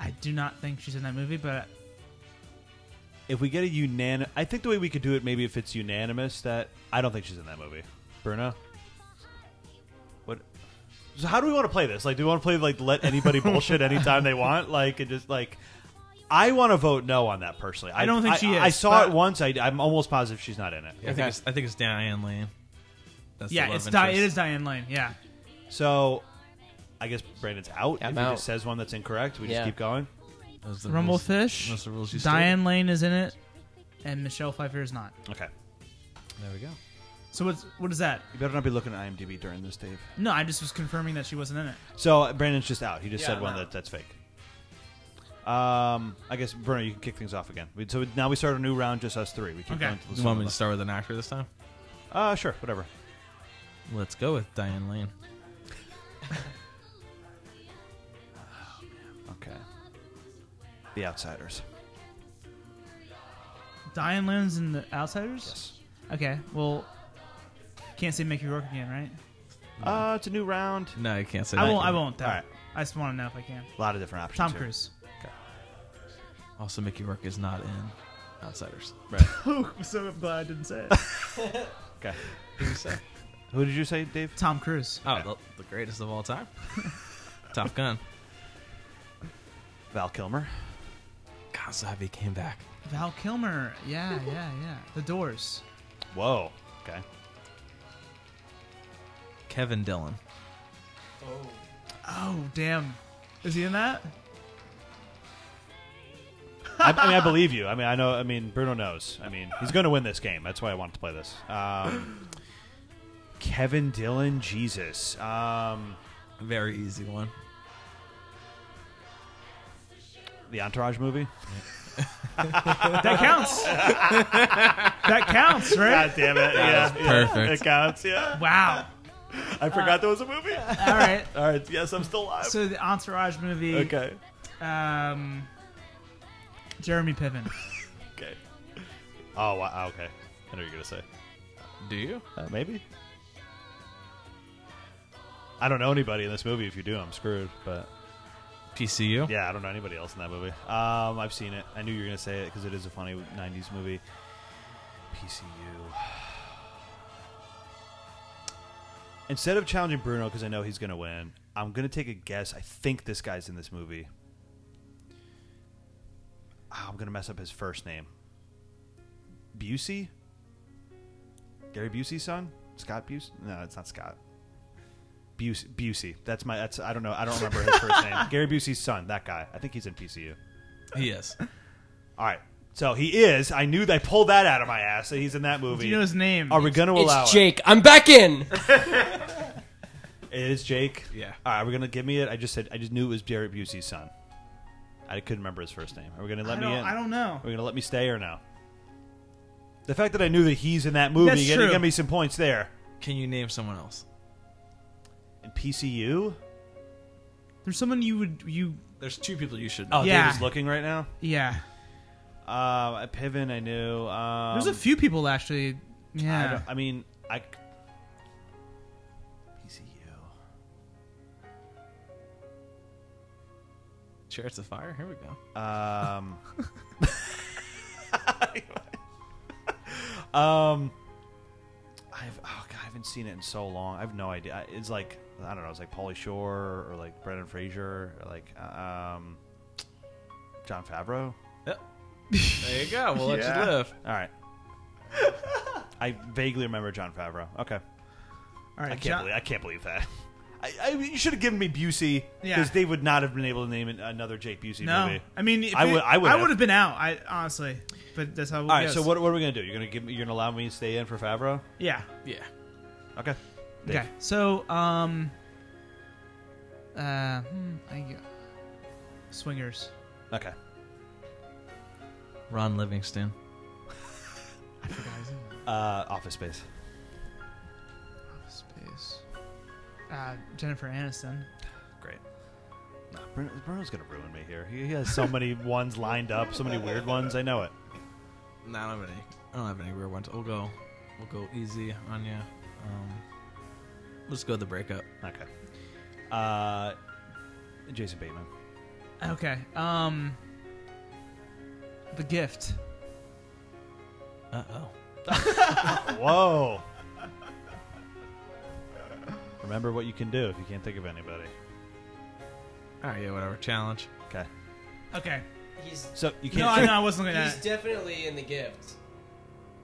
[SPEAKER 3] I do not think she's in that movie, but
[SPEAKER 5] If we get a unanimous, I think the way we could do it, maybe if it's unanimous, that I don't think she's in that movie. Bruno. What? So how do we want to play this? Like, do we want to play like let anybody bullshit anytime they want? Like, and just like. I want to vote no on that personally.
[SPEAKER 3] I don't think she is,
[SPEAKER 5] I saw it
[SPEAKER 3] but-
[SPEAKER 5] once. I, I'm almost positive she's not in it.
[SPEAKER 6] I think it's, I think it's Diane Lane. That's the
[SPEAKER 3] yeah,
[SPEAKER 6] love
[SPEAKER 3] it's Di- it
[SPEAKER 6] interest.
[SPEAKER 3] is Diane Lane. Yeah.
[SPEAKER 5] So, I guess Brandon's out.
[SPEAKER 4] I'm
[SPEAKER 5] if he
[SPEAKER 4] out.
[SPEAKER 5] just says one that's incorrect, we
[SPEAKER 4] Yeah.
[SPEAKER 5] just keep going.
[SPEAKER 6] Those are the rules- those are the rules you
[SPEAKER 3] Rumblefish.
[SPEAKER 6] stated.
[SPEAKER 3] Diane Lane is in it, and Michelle Pfeiffer is not.
[SPEAKER 5] Okay. There we go.
[SPEAKER 3] So what's what is that?
[SPEAKER 5] You better not be looking at IMDb during this, Dave.
[SPEAKER 3] No, I just was confirming that she wasn't in it.
[SPEAKER 5] So uh, Brandon's just out. He just
[SPEAKER 6] Yeah,
[SPEAKER 5] said
[SPEAKER 6] I'm
[SPEAKER 5] one
[SPEAKER 6] out.
[SPEAKER 5] that, that's fake. Um, I guess Bruno, you can kick things off again. We, so now we start a new round, just us three. We keep
[SPEAKER 3] Okay.
[SPEAKER 5] going to the
[SPEAKER 6] You want me to start with an actor this time?
[SPEAKER 5] Uh, sure, whatever.
[SPEAKER 6] Let's go with Diane Lane.
[SPEAKER 5] Okay. The Outsiders.
[SPEAKER 3] Diane Lane's in The Outsiders.
[SPEAKER 5] Yes.
[SPEAKER 3] Okay. Well, can't say Mickey Rourke again, right?
[SPEAKER 5] Uh, it's a new round.
[SPEAKER 6] No, you can't say
[SPEAKER 3] I
[SPEAKER 6] that.
[SPEAKER 3] won't. I won't. Though.
[SPEAKER 5] All right.
[SPEAKER 3] I just want to know if I can.
[SPEAKER 5] A lot of different options.
[SPEAKER 3] Tom
[SPEAKER 5] here.
[SPEAKER 3] Cruise.
[SPEAKER 6] Also, Mickey Rourke is not in Outsiders.
[SPEAKER 5] Right.
[SPEAKER 3] Oh, I'm so glad I didn't say it.
[SPEAKER 5] Okay.
[SPEAKER 6] Who you say?
[SPEAKER 5] Who did you say, Dave?
[SPEAKER 3] Tom Cruise.
[SPEAKER 6] Oh, the, the greatest of all time, Top Gun.
[SPEAKER 5] Val Kilmer.
[SPEAKER 6] God, so happy he came back.
[SPEAKER 3] Val Kilmer. Yeah, yeah, yeah. The Doors.
[SPEAKER 5] Whoa. Okay.
[SPEAKER 6] Kevin Dillon.
[SPEAKER 3] Oh, damn. Is he in that?
[SPEAKER 5] I, I mean, I believe you. I mean, I know. I mean, Bruno knows. I mean, he's going to win this game. That's why I wanted to play this. Um, Kevin Dillon, Jesus. Um,
[SPEAKER 6] Very easy one.
[SPEAKER 5] The Entourage movie.
[SPEAKER 3] That counts. that counts, right?
[SPEAKER 5] God damn it! Yeah,
[SPEAKER 6] That is
[SPEAKER 5] yeah.
[SPEAKER 6] perfect.
[SPEAKER 5] It counts. Yeah.
[SPEAKER 3] Wow.
[SPEAKER 5] I forgot there was a movie.
[SPEAKER 3] All right.
[SPEAKER 5] All right. Yes, I'm still alive.
[SPEAKER 3] So the Entourage movie.
[SPEAKER 5] okay.
[SPEAKER 3] Um, Jeremy Piven.
[SPEAKER 5] Okay. Oh, wow. Okay. I know what you're gonna say.
[SPEAKER 6] Do you?
[SPEAKER 5] Uh, maybe. I don't know anybody in this movie. If you do, I'm screwed. But
[SPEAKER 6] PCU?
[SPEAKER 5] yeah, I don't know anybody else in that movie. Um, I've seen it. I knew you were gonna say it because it is a funny '90s movie. PCU. Instead of challenging Bruno because I know he's gonna win, I'm gonna take a guess. I think this guy's in this movie. Ah, I'm gonna mess up his first name. Busey. Gary Busey's son, Scott Busey. No, it's not Scott. Busey. Busey. That's my. That's I don't know. I don't remember his first name. Gary Busey's son. That guy. I think he's in PCU.
[SPEAKER 6] He is.
[SPEAKER 5] All right. So he is. I knew they pulled that out of my ass. That he's in that movie.
[SPEAKER 3] Do you know his name?
[SPEAKER 5] Are we gonna allow
[SPEAKER 4] It's Jake. I'm back in.
[SPEAKER 5] it? It is Jake.
[SPEAKER 6] Yeah.
[SPEAKER 5] All right. We're gonna give me it. I just said. I just knew it was Gary Busey's son. I couldn't remember his first name. Are we gonna let
[SPEAKER 3] I
[SPEAKER 5] me
[SPEAKER 3] don't,
[SPEAKER 5] in?
[SPEAKER 3] I don't know.
[SPEAKER 5] Are we gonna let me stay or no? The fact that I knew that he's in that movie,
[SPEAKER 3] That's
[SPEAKER 5] you're
[SPEAKER 3] true.
[SPEAKER 5] gonna give me some points there.
[SPEAKER 6] Can you name someone else?
[SPEAKER 5] And PCU.
[SPEAKER 3] There's someone you would you
[SPEAKER 6] There's two people you should know.
[SPEAKER 5] Oh,
[SPEAKER 3] Yeah.
[SPEAKER 5] David's looking right now.
[SPEAKER 3] yeah.
[SPEAKER 5] Uh, Piven, I knew. Um,
[SPEAKER 3] There's a few people
[SPEAKER 5] I,
[SPEAKER 3] actually. Yeah.
[SPEAKER 5] don't- I mean, I. c- PCU.
[SPEAKER 6] Chariots of Fire? Here we go.
[SPEAKER 5] Um. um. I've oh god, I haven't seen it in so long. I have no idea. I- It's like I don't know. It's like Pauly Shore or like Brendan Fraser or like um, John Favreau.
[SPEAKER 6] Yep. There you go. We'll let
[SPEAKER 5] Yeah.
[SPEAKER 6] you live.
[SPEAKER 5] All right. I vaguely remember John Favreau. Okay.
[SPEAKER 3] All right.
[SPEAKER 5] I can't
[SPEAKER 3] John-
[SPEAKER 5] believe I can't believe that. I, I you should have given me Busey
[SPEAKER 3] Yeah.
[SPEAKER 5] because they would not have been able to name an- another Jake Busey
[SPEAKER 3] no,
[SPEAKER 5] movie.
[SPEAKER 3] I mean, if
[SPEAKER 5] I
[SPEAKER 3] it-
[SPEAKER 5] would- I would have.
[SPEAKER 3] have been out. I honestly, but that's how.
[SPEAKER 5] All right, so what, what are we gonna do? You're gonna give me, you're gonna allow me to stay in for Favreau?
[SPEAKER 3] Yeah.
[SPEAKER 6] Yeah.
[SPEAKER 5] Okay. Dave.
[SPEAKER 3] Okay. So um. Uh, hmm, I, swingers.
[SPEAKER 5] Okay.
[SPEAKER 6] Ron Livingston.
[SPEAKER 5] Uh, office Space.
[SPEAKER 3] Space. Uh, Jennifer Aniston.
[SPEAKER 5] Great. Nah, Bruno, Bruno's gonna ruin me here. He, he has so many ones lined up, so many weird ones. I know it.
[SPEAKER 6] No, I don't have any. I don't have any weird ones. We'll go. We'll go easy on you. Um, let's go the breakup.
[SPEAKER 5] Okay. Uh, Jason Bateman.
[SPEAKER 3] Okay. Um. The gift.
[SPEAKER 6] Uh oh.
[SPEAKER 5] Whoa. Remember what you can do if you can't think of anybody.
[SPEAKER 6] All right. Ah, Yeah. Whatever. Challenge.
[SPEAKER 5] Okay.
[SPEAKER 3] Okay.
[SPEAKER 4] He's
[SPEAKER 5] So you can't.
[SPEAKER 3] No, I know I wasn't looking at.
[SPEAKER 4] he's
[SPEAKER 3] it.
[SPEAKER 4] definitely in the gift.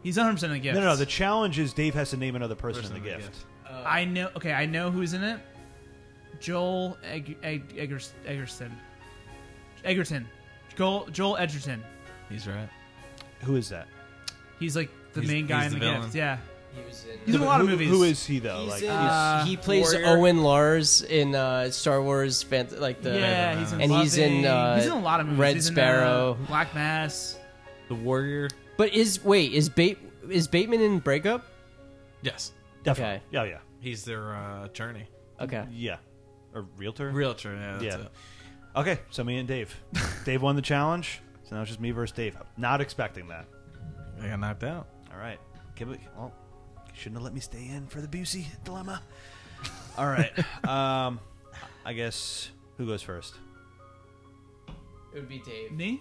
[SPEAKER 3] He's 100 percent in the gift.
[SPEAKER 5] no, no, no. The challenge is Dave has to name another person,
[SPEAKER 6] Person
[SPEAKER 5] in the
[SPEAKER 6] in the
[SPEAKER 5] gift.
[SPEAKER 6] gift.
[SPEAKER 3] Uh, I know. Okay, I know who's in it. Joel Egg, Egg, Eggers, Eggerson. Egerton. Joel Joel Edgerton.
[SPEAKER 6] He's right.
[SPEAKER 5] Who is that?
[SPEAKER 3] He's like the
[SPEAKER 6] He's-
[SPEAKER 3] main guy
[SPEAKER 6] he's
[SPEAKER 3] in the,
[SPEAKER 6] the villain.
[SPEAKER 3] gift. Yeah.
[SPEAKER 4] He was
[SPEAKER 3] He's
[SPEAKER 4] in.
[SPEAKER 3] in a lot of
[SPEAKER 5] Who-
[SPEAKER 3] movies.
[SPEAKER 5] Who is he though?
[SPEAKER 4] He's
[SPEAKER 5] like,
[SPEAKER 4] in-
[SPEAKER 5] he's-
[SPEAKER 3] Uh,
[SPEAKER 4] he plays
[SPEAKER 6] Warrior.
[SPEAKER 4] Owen Lars in uh, Star Wars, fant- like the
[SPEAKER 3] yeah, he's in
[SPEAKER 4] and he's in,
[SPEAKER 3] Loving.
[SPEAKER 4] uh,
[SPEAKER 3] he's in a lot of movies.
[SPEAKER 4] Red
[SPEAKER 3] He's in, uh,
[SPEAKER 4] Sparrow.
[SPEAKER 3] Black Mass.
[SPEAKER 6] The warrior.
[SPEAKER 4] But is wait is Bate is Bateman in Breakup?
[SPEAKER 6] Yes.
[SPEAKER 5] definitely.
[SPEAKER 4] okay.
[SPEAKER 5] Yeah, yeah,
[SPEAKER 6] He's their uh, attorney.
[SPEAKER 4] Okay.
[SPEAKER 5] yeah. A realtor.
[SPEAKER 6] Realtor. Yeah. That's
[SPEAKER 5] Yeah.
[SPEAKER 6] It.
[SPEAKER 5] Okay, so me and Dave. Dave won the challenge, so now it's just me versus Dave. Not expecting that.
[SPEAKER 6] I got knocked out.
[SPEAKER 5] All right. Give it, well, you shouldn't have let me stay in for the Busey dilemma. All right. um, I guess who goes first?
[SPEAKER 4] It would be Dave.
[SPEAKER 3] Me.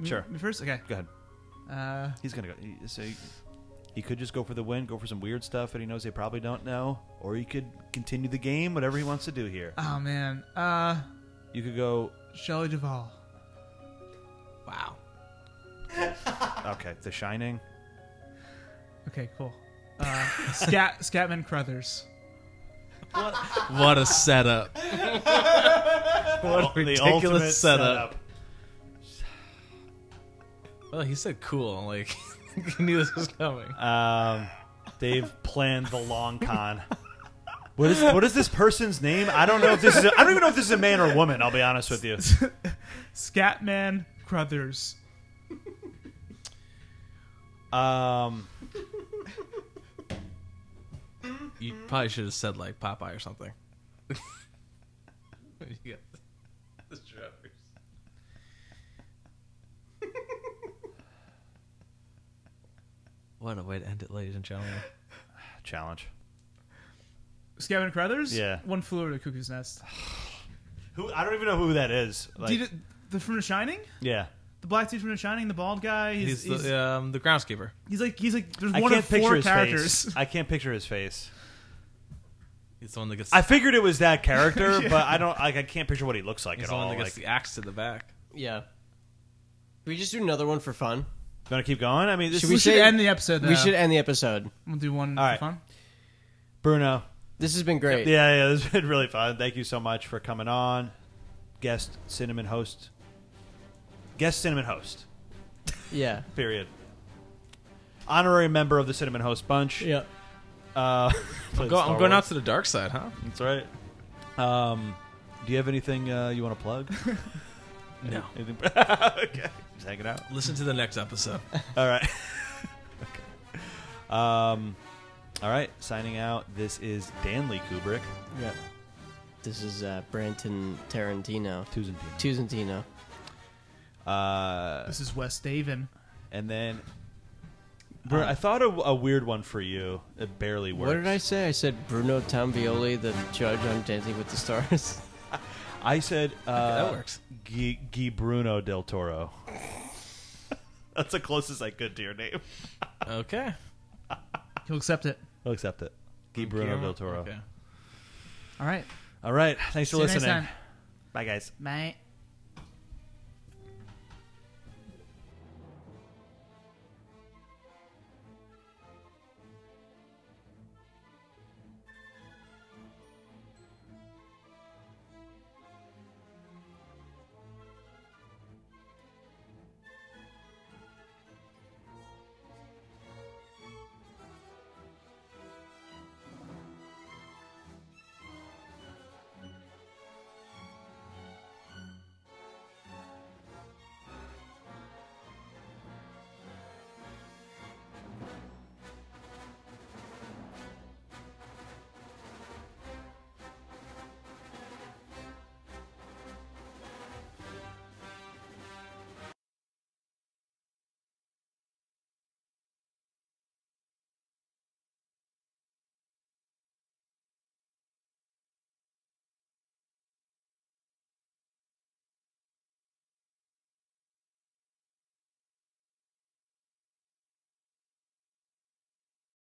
[SPEAKER 3] Me-
[SPEAKER 5] Sure.
[SPEAKER 3] Me first. Okay.
[SPEAKER 5] Go ahead.
[SPEAKER 3] Uh,
[SPEAKER 5] He's gonna go. he- So he, he could just go for the win, go for some weird stuff that he knows they probably don't know, or he could continue the game, whatever he wants to do here.
[SPEAKER 3] oh man. Uh,
[SPEAKER 5] You could go.
[SPEAKER 3] Shelley Duvall.
[SPEAKER 6] Wow.
[SPEAKER 5] Okay, The Shining.
[SPEAKER 3] Okay, cool. Uh, Scat Scatman Crothers.
[SPEAKER 6] What a setup. what a
[SPEAKER 5] The
[SPEAKER 6] ridiculous
[SPEAKER 5] ultimate
[SPEAKER 6] setup. Well, he said cool. Like he knew this was coming.
[SPEAKER 5] Um, they've planned the long con. What is what is this person's name? I don't know if this is. A, I don't even know if this is a man or a woman. I'll be honest with you.
[SPEAKER 3] Scatman Crothers.
[SPEAKER 5] Um,
[SPEAKER 6] You probably should have said like Popeye or something. you got the strawberries. What a way to end it, ladies and gentlemen.
[SPEAKER 5] Challenge.
[SPEAKER 3] Scatman Crothers?
[SPEAKER 5] Yeah.
[SPEAKER 3] One flew over the cuckoo's nest.
[SPEAKER 5] Who I don't even know who that is. Like,
[SPEAKER 3] Dude, the from The Shining?
[SPEAKER 5] yeah,
[SPEAKER 3] The black dude from The Shining, the bald guy. He's,
[SPEAKER 6] He's,
[SPEAKER 3] he's,
[SPEAKER 6] the, um, the groundskeeper.
[SPEAKER 3] he's like he's like there's
[SPEAKER 5] I
[SPEAKER 3] one
[SPEAKER 5] can't
[SPEAKER 3] of
[SPEAKER 5] picture
[SPEAKER 3] four
[SPEAKER 5] his
[SPEAKER 3] characters.
[SPEAKER 5] face. I can't picture his face.
[SPEAKER 6] He's the one that gets.
[SPEAKER 5] I figured it was that character,
[SPEAKER 6] Yeah.
[SPEAKER 5] but I don't. Like, I can't picture what he looks like
[SPEAKER 6] he's
[SPEAKER 5] at
[SPEAKER 6] the
[SPEAKER 5] all.
[SPEAKER 6] one that
[SPEAKER 5] Like,
[SPEAKER 6] gets the axe to the back.
[SPEAKER 4] Yeah. Can we just do another one for fun?
[SPEAKER 5] gonna keep going. I mean, this
[SPEAKER 4] Should
[SPEAKER 5] is
[SPEAKER 4] we,
[SPEAKER 3] should
[SPEAKER 4] say-
[SPEAKER 3] end the episode,
[SPEAKER 4] We
[SPEAKER 3] though.
[SPEAKER 4] should end the episode.
[SPEAKER 3] We'll do one
[SPEAKER 5] All right.
[SPEAKER 3] for fun.
[SPEAKER 5] Bruno.
[SPEAKER 4] This has been great.
[SPEAKER 5] Yeah, yeah, this has been really fun. Thank you so much for coming on, guest cinnamon host. Guest cinnamon host.
[SPEAKER 4] Yeah.
[SPEAKER 5] Period. Honorary member of the cinnamon host bunch.
[SPEAKER 4] Yeah.
[SPEAKER 5] Uh,
[SPEAKER 6] I'm, go- I'm going out to the dark side, huh?
[SPEAKER 5] That's right. Um, do you have anything uh, you want to plug?
[SPEAKER 6] No.
[SPEAKER 5] Anything? okay, just hanging out.
[SPEAKER 6] Listen to the next episode.
[SPEAKER 5] All right. okay. Um, all right. Signing out. This is Danley Kubrick.
[SPEAKER 4] Yeah. This is uh, Branton Tarantino.
[SPEAKER 5] Tuesday.
[SPEAKER 4] Tuzentino.
[SPEAKER 5] Uh,
[SPEAKER 3] This is Wes Daven.
[SPEAKER 5] and then Bru- I thought a, a weird one for you. It barely works.
[SPEAKER 4] What did I say? I said Bruno Tambioli, the judge on Dancing with the Stars.
[SPEAKER 5] I said uh,
[SPEAKER 6] that works.
[SPEAKER 5] Guy, Guy Bruno del Toro. That's the closest I could to your name.
[SPEAKER 6] Okay.
[SPEAKER 3] He'll accept it.
[SPEAKER 5] I'll accept it. Guy Bruno del Toro.
[SPEAKER 6] Okay.
[SPEAKER 3] All right.
[SPEAKER 5] All right. Thanks for
[SPEAKER 3] See you next
[SPEAKER 5] listening.
[SPEAKER 3] time.
[SPEAKER 5] Bye, guys.
[SPEAKER 3] Bye.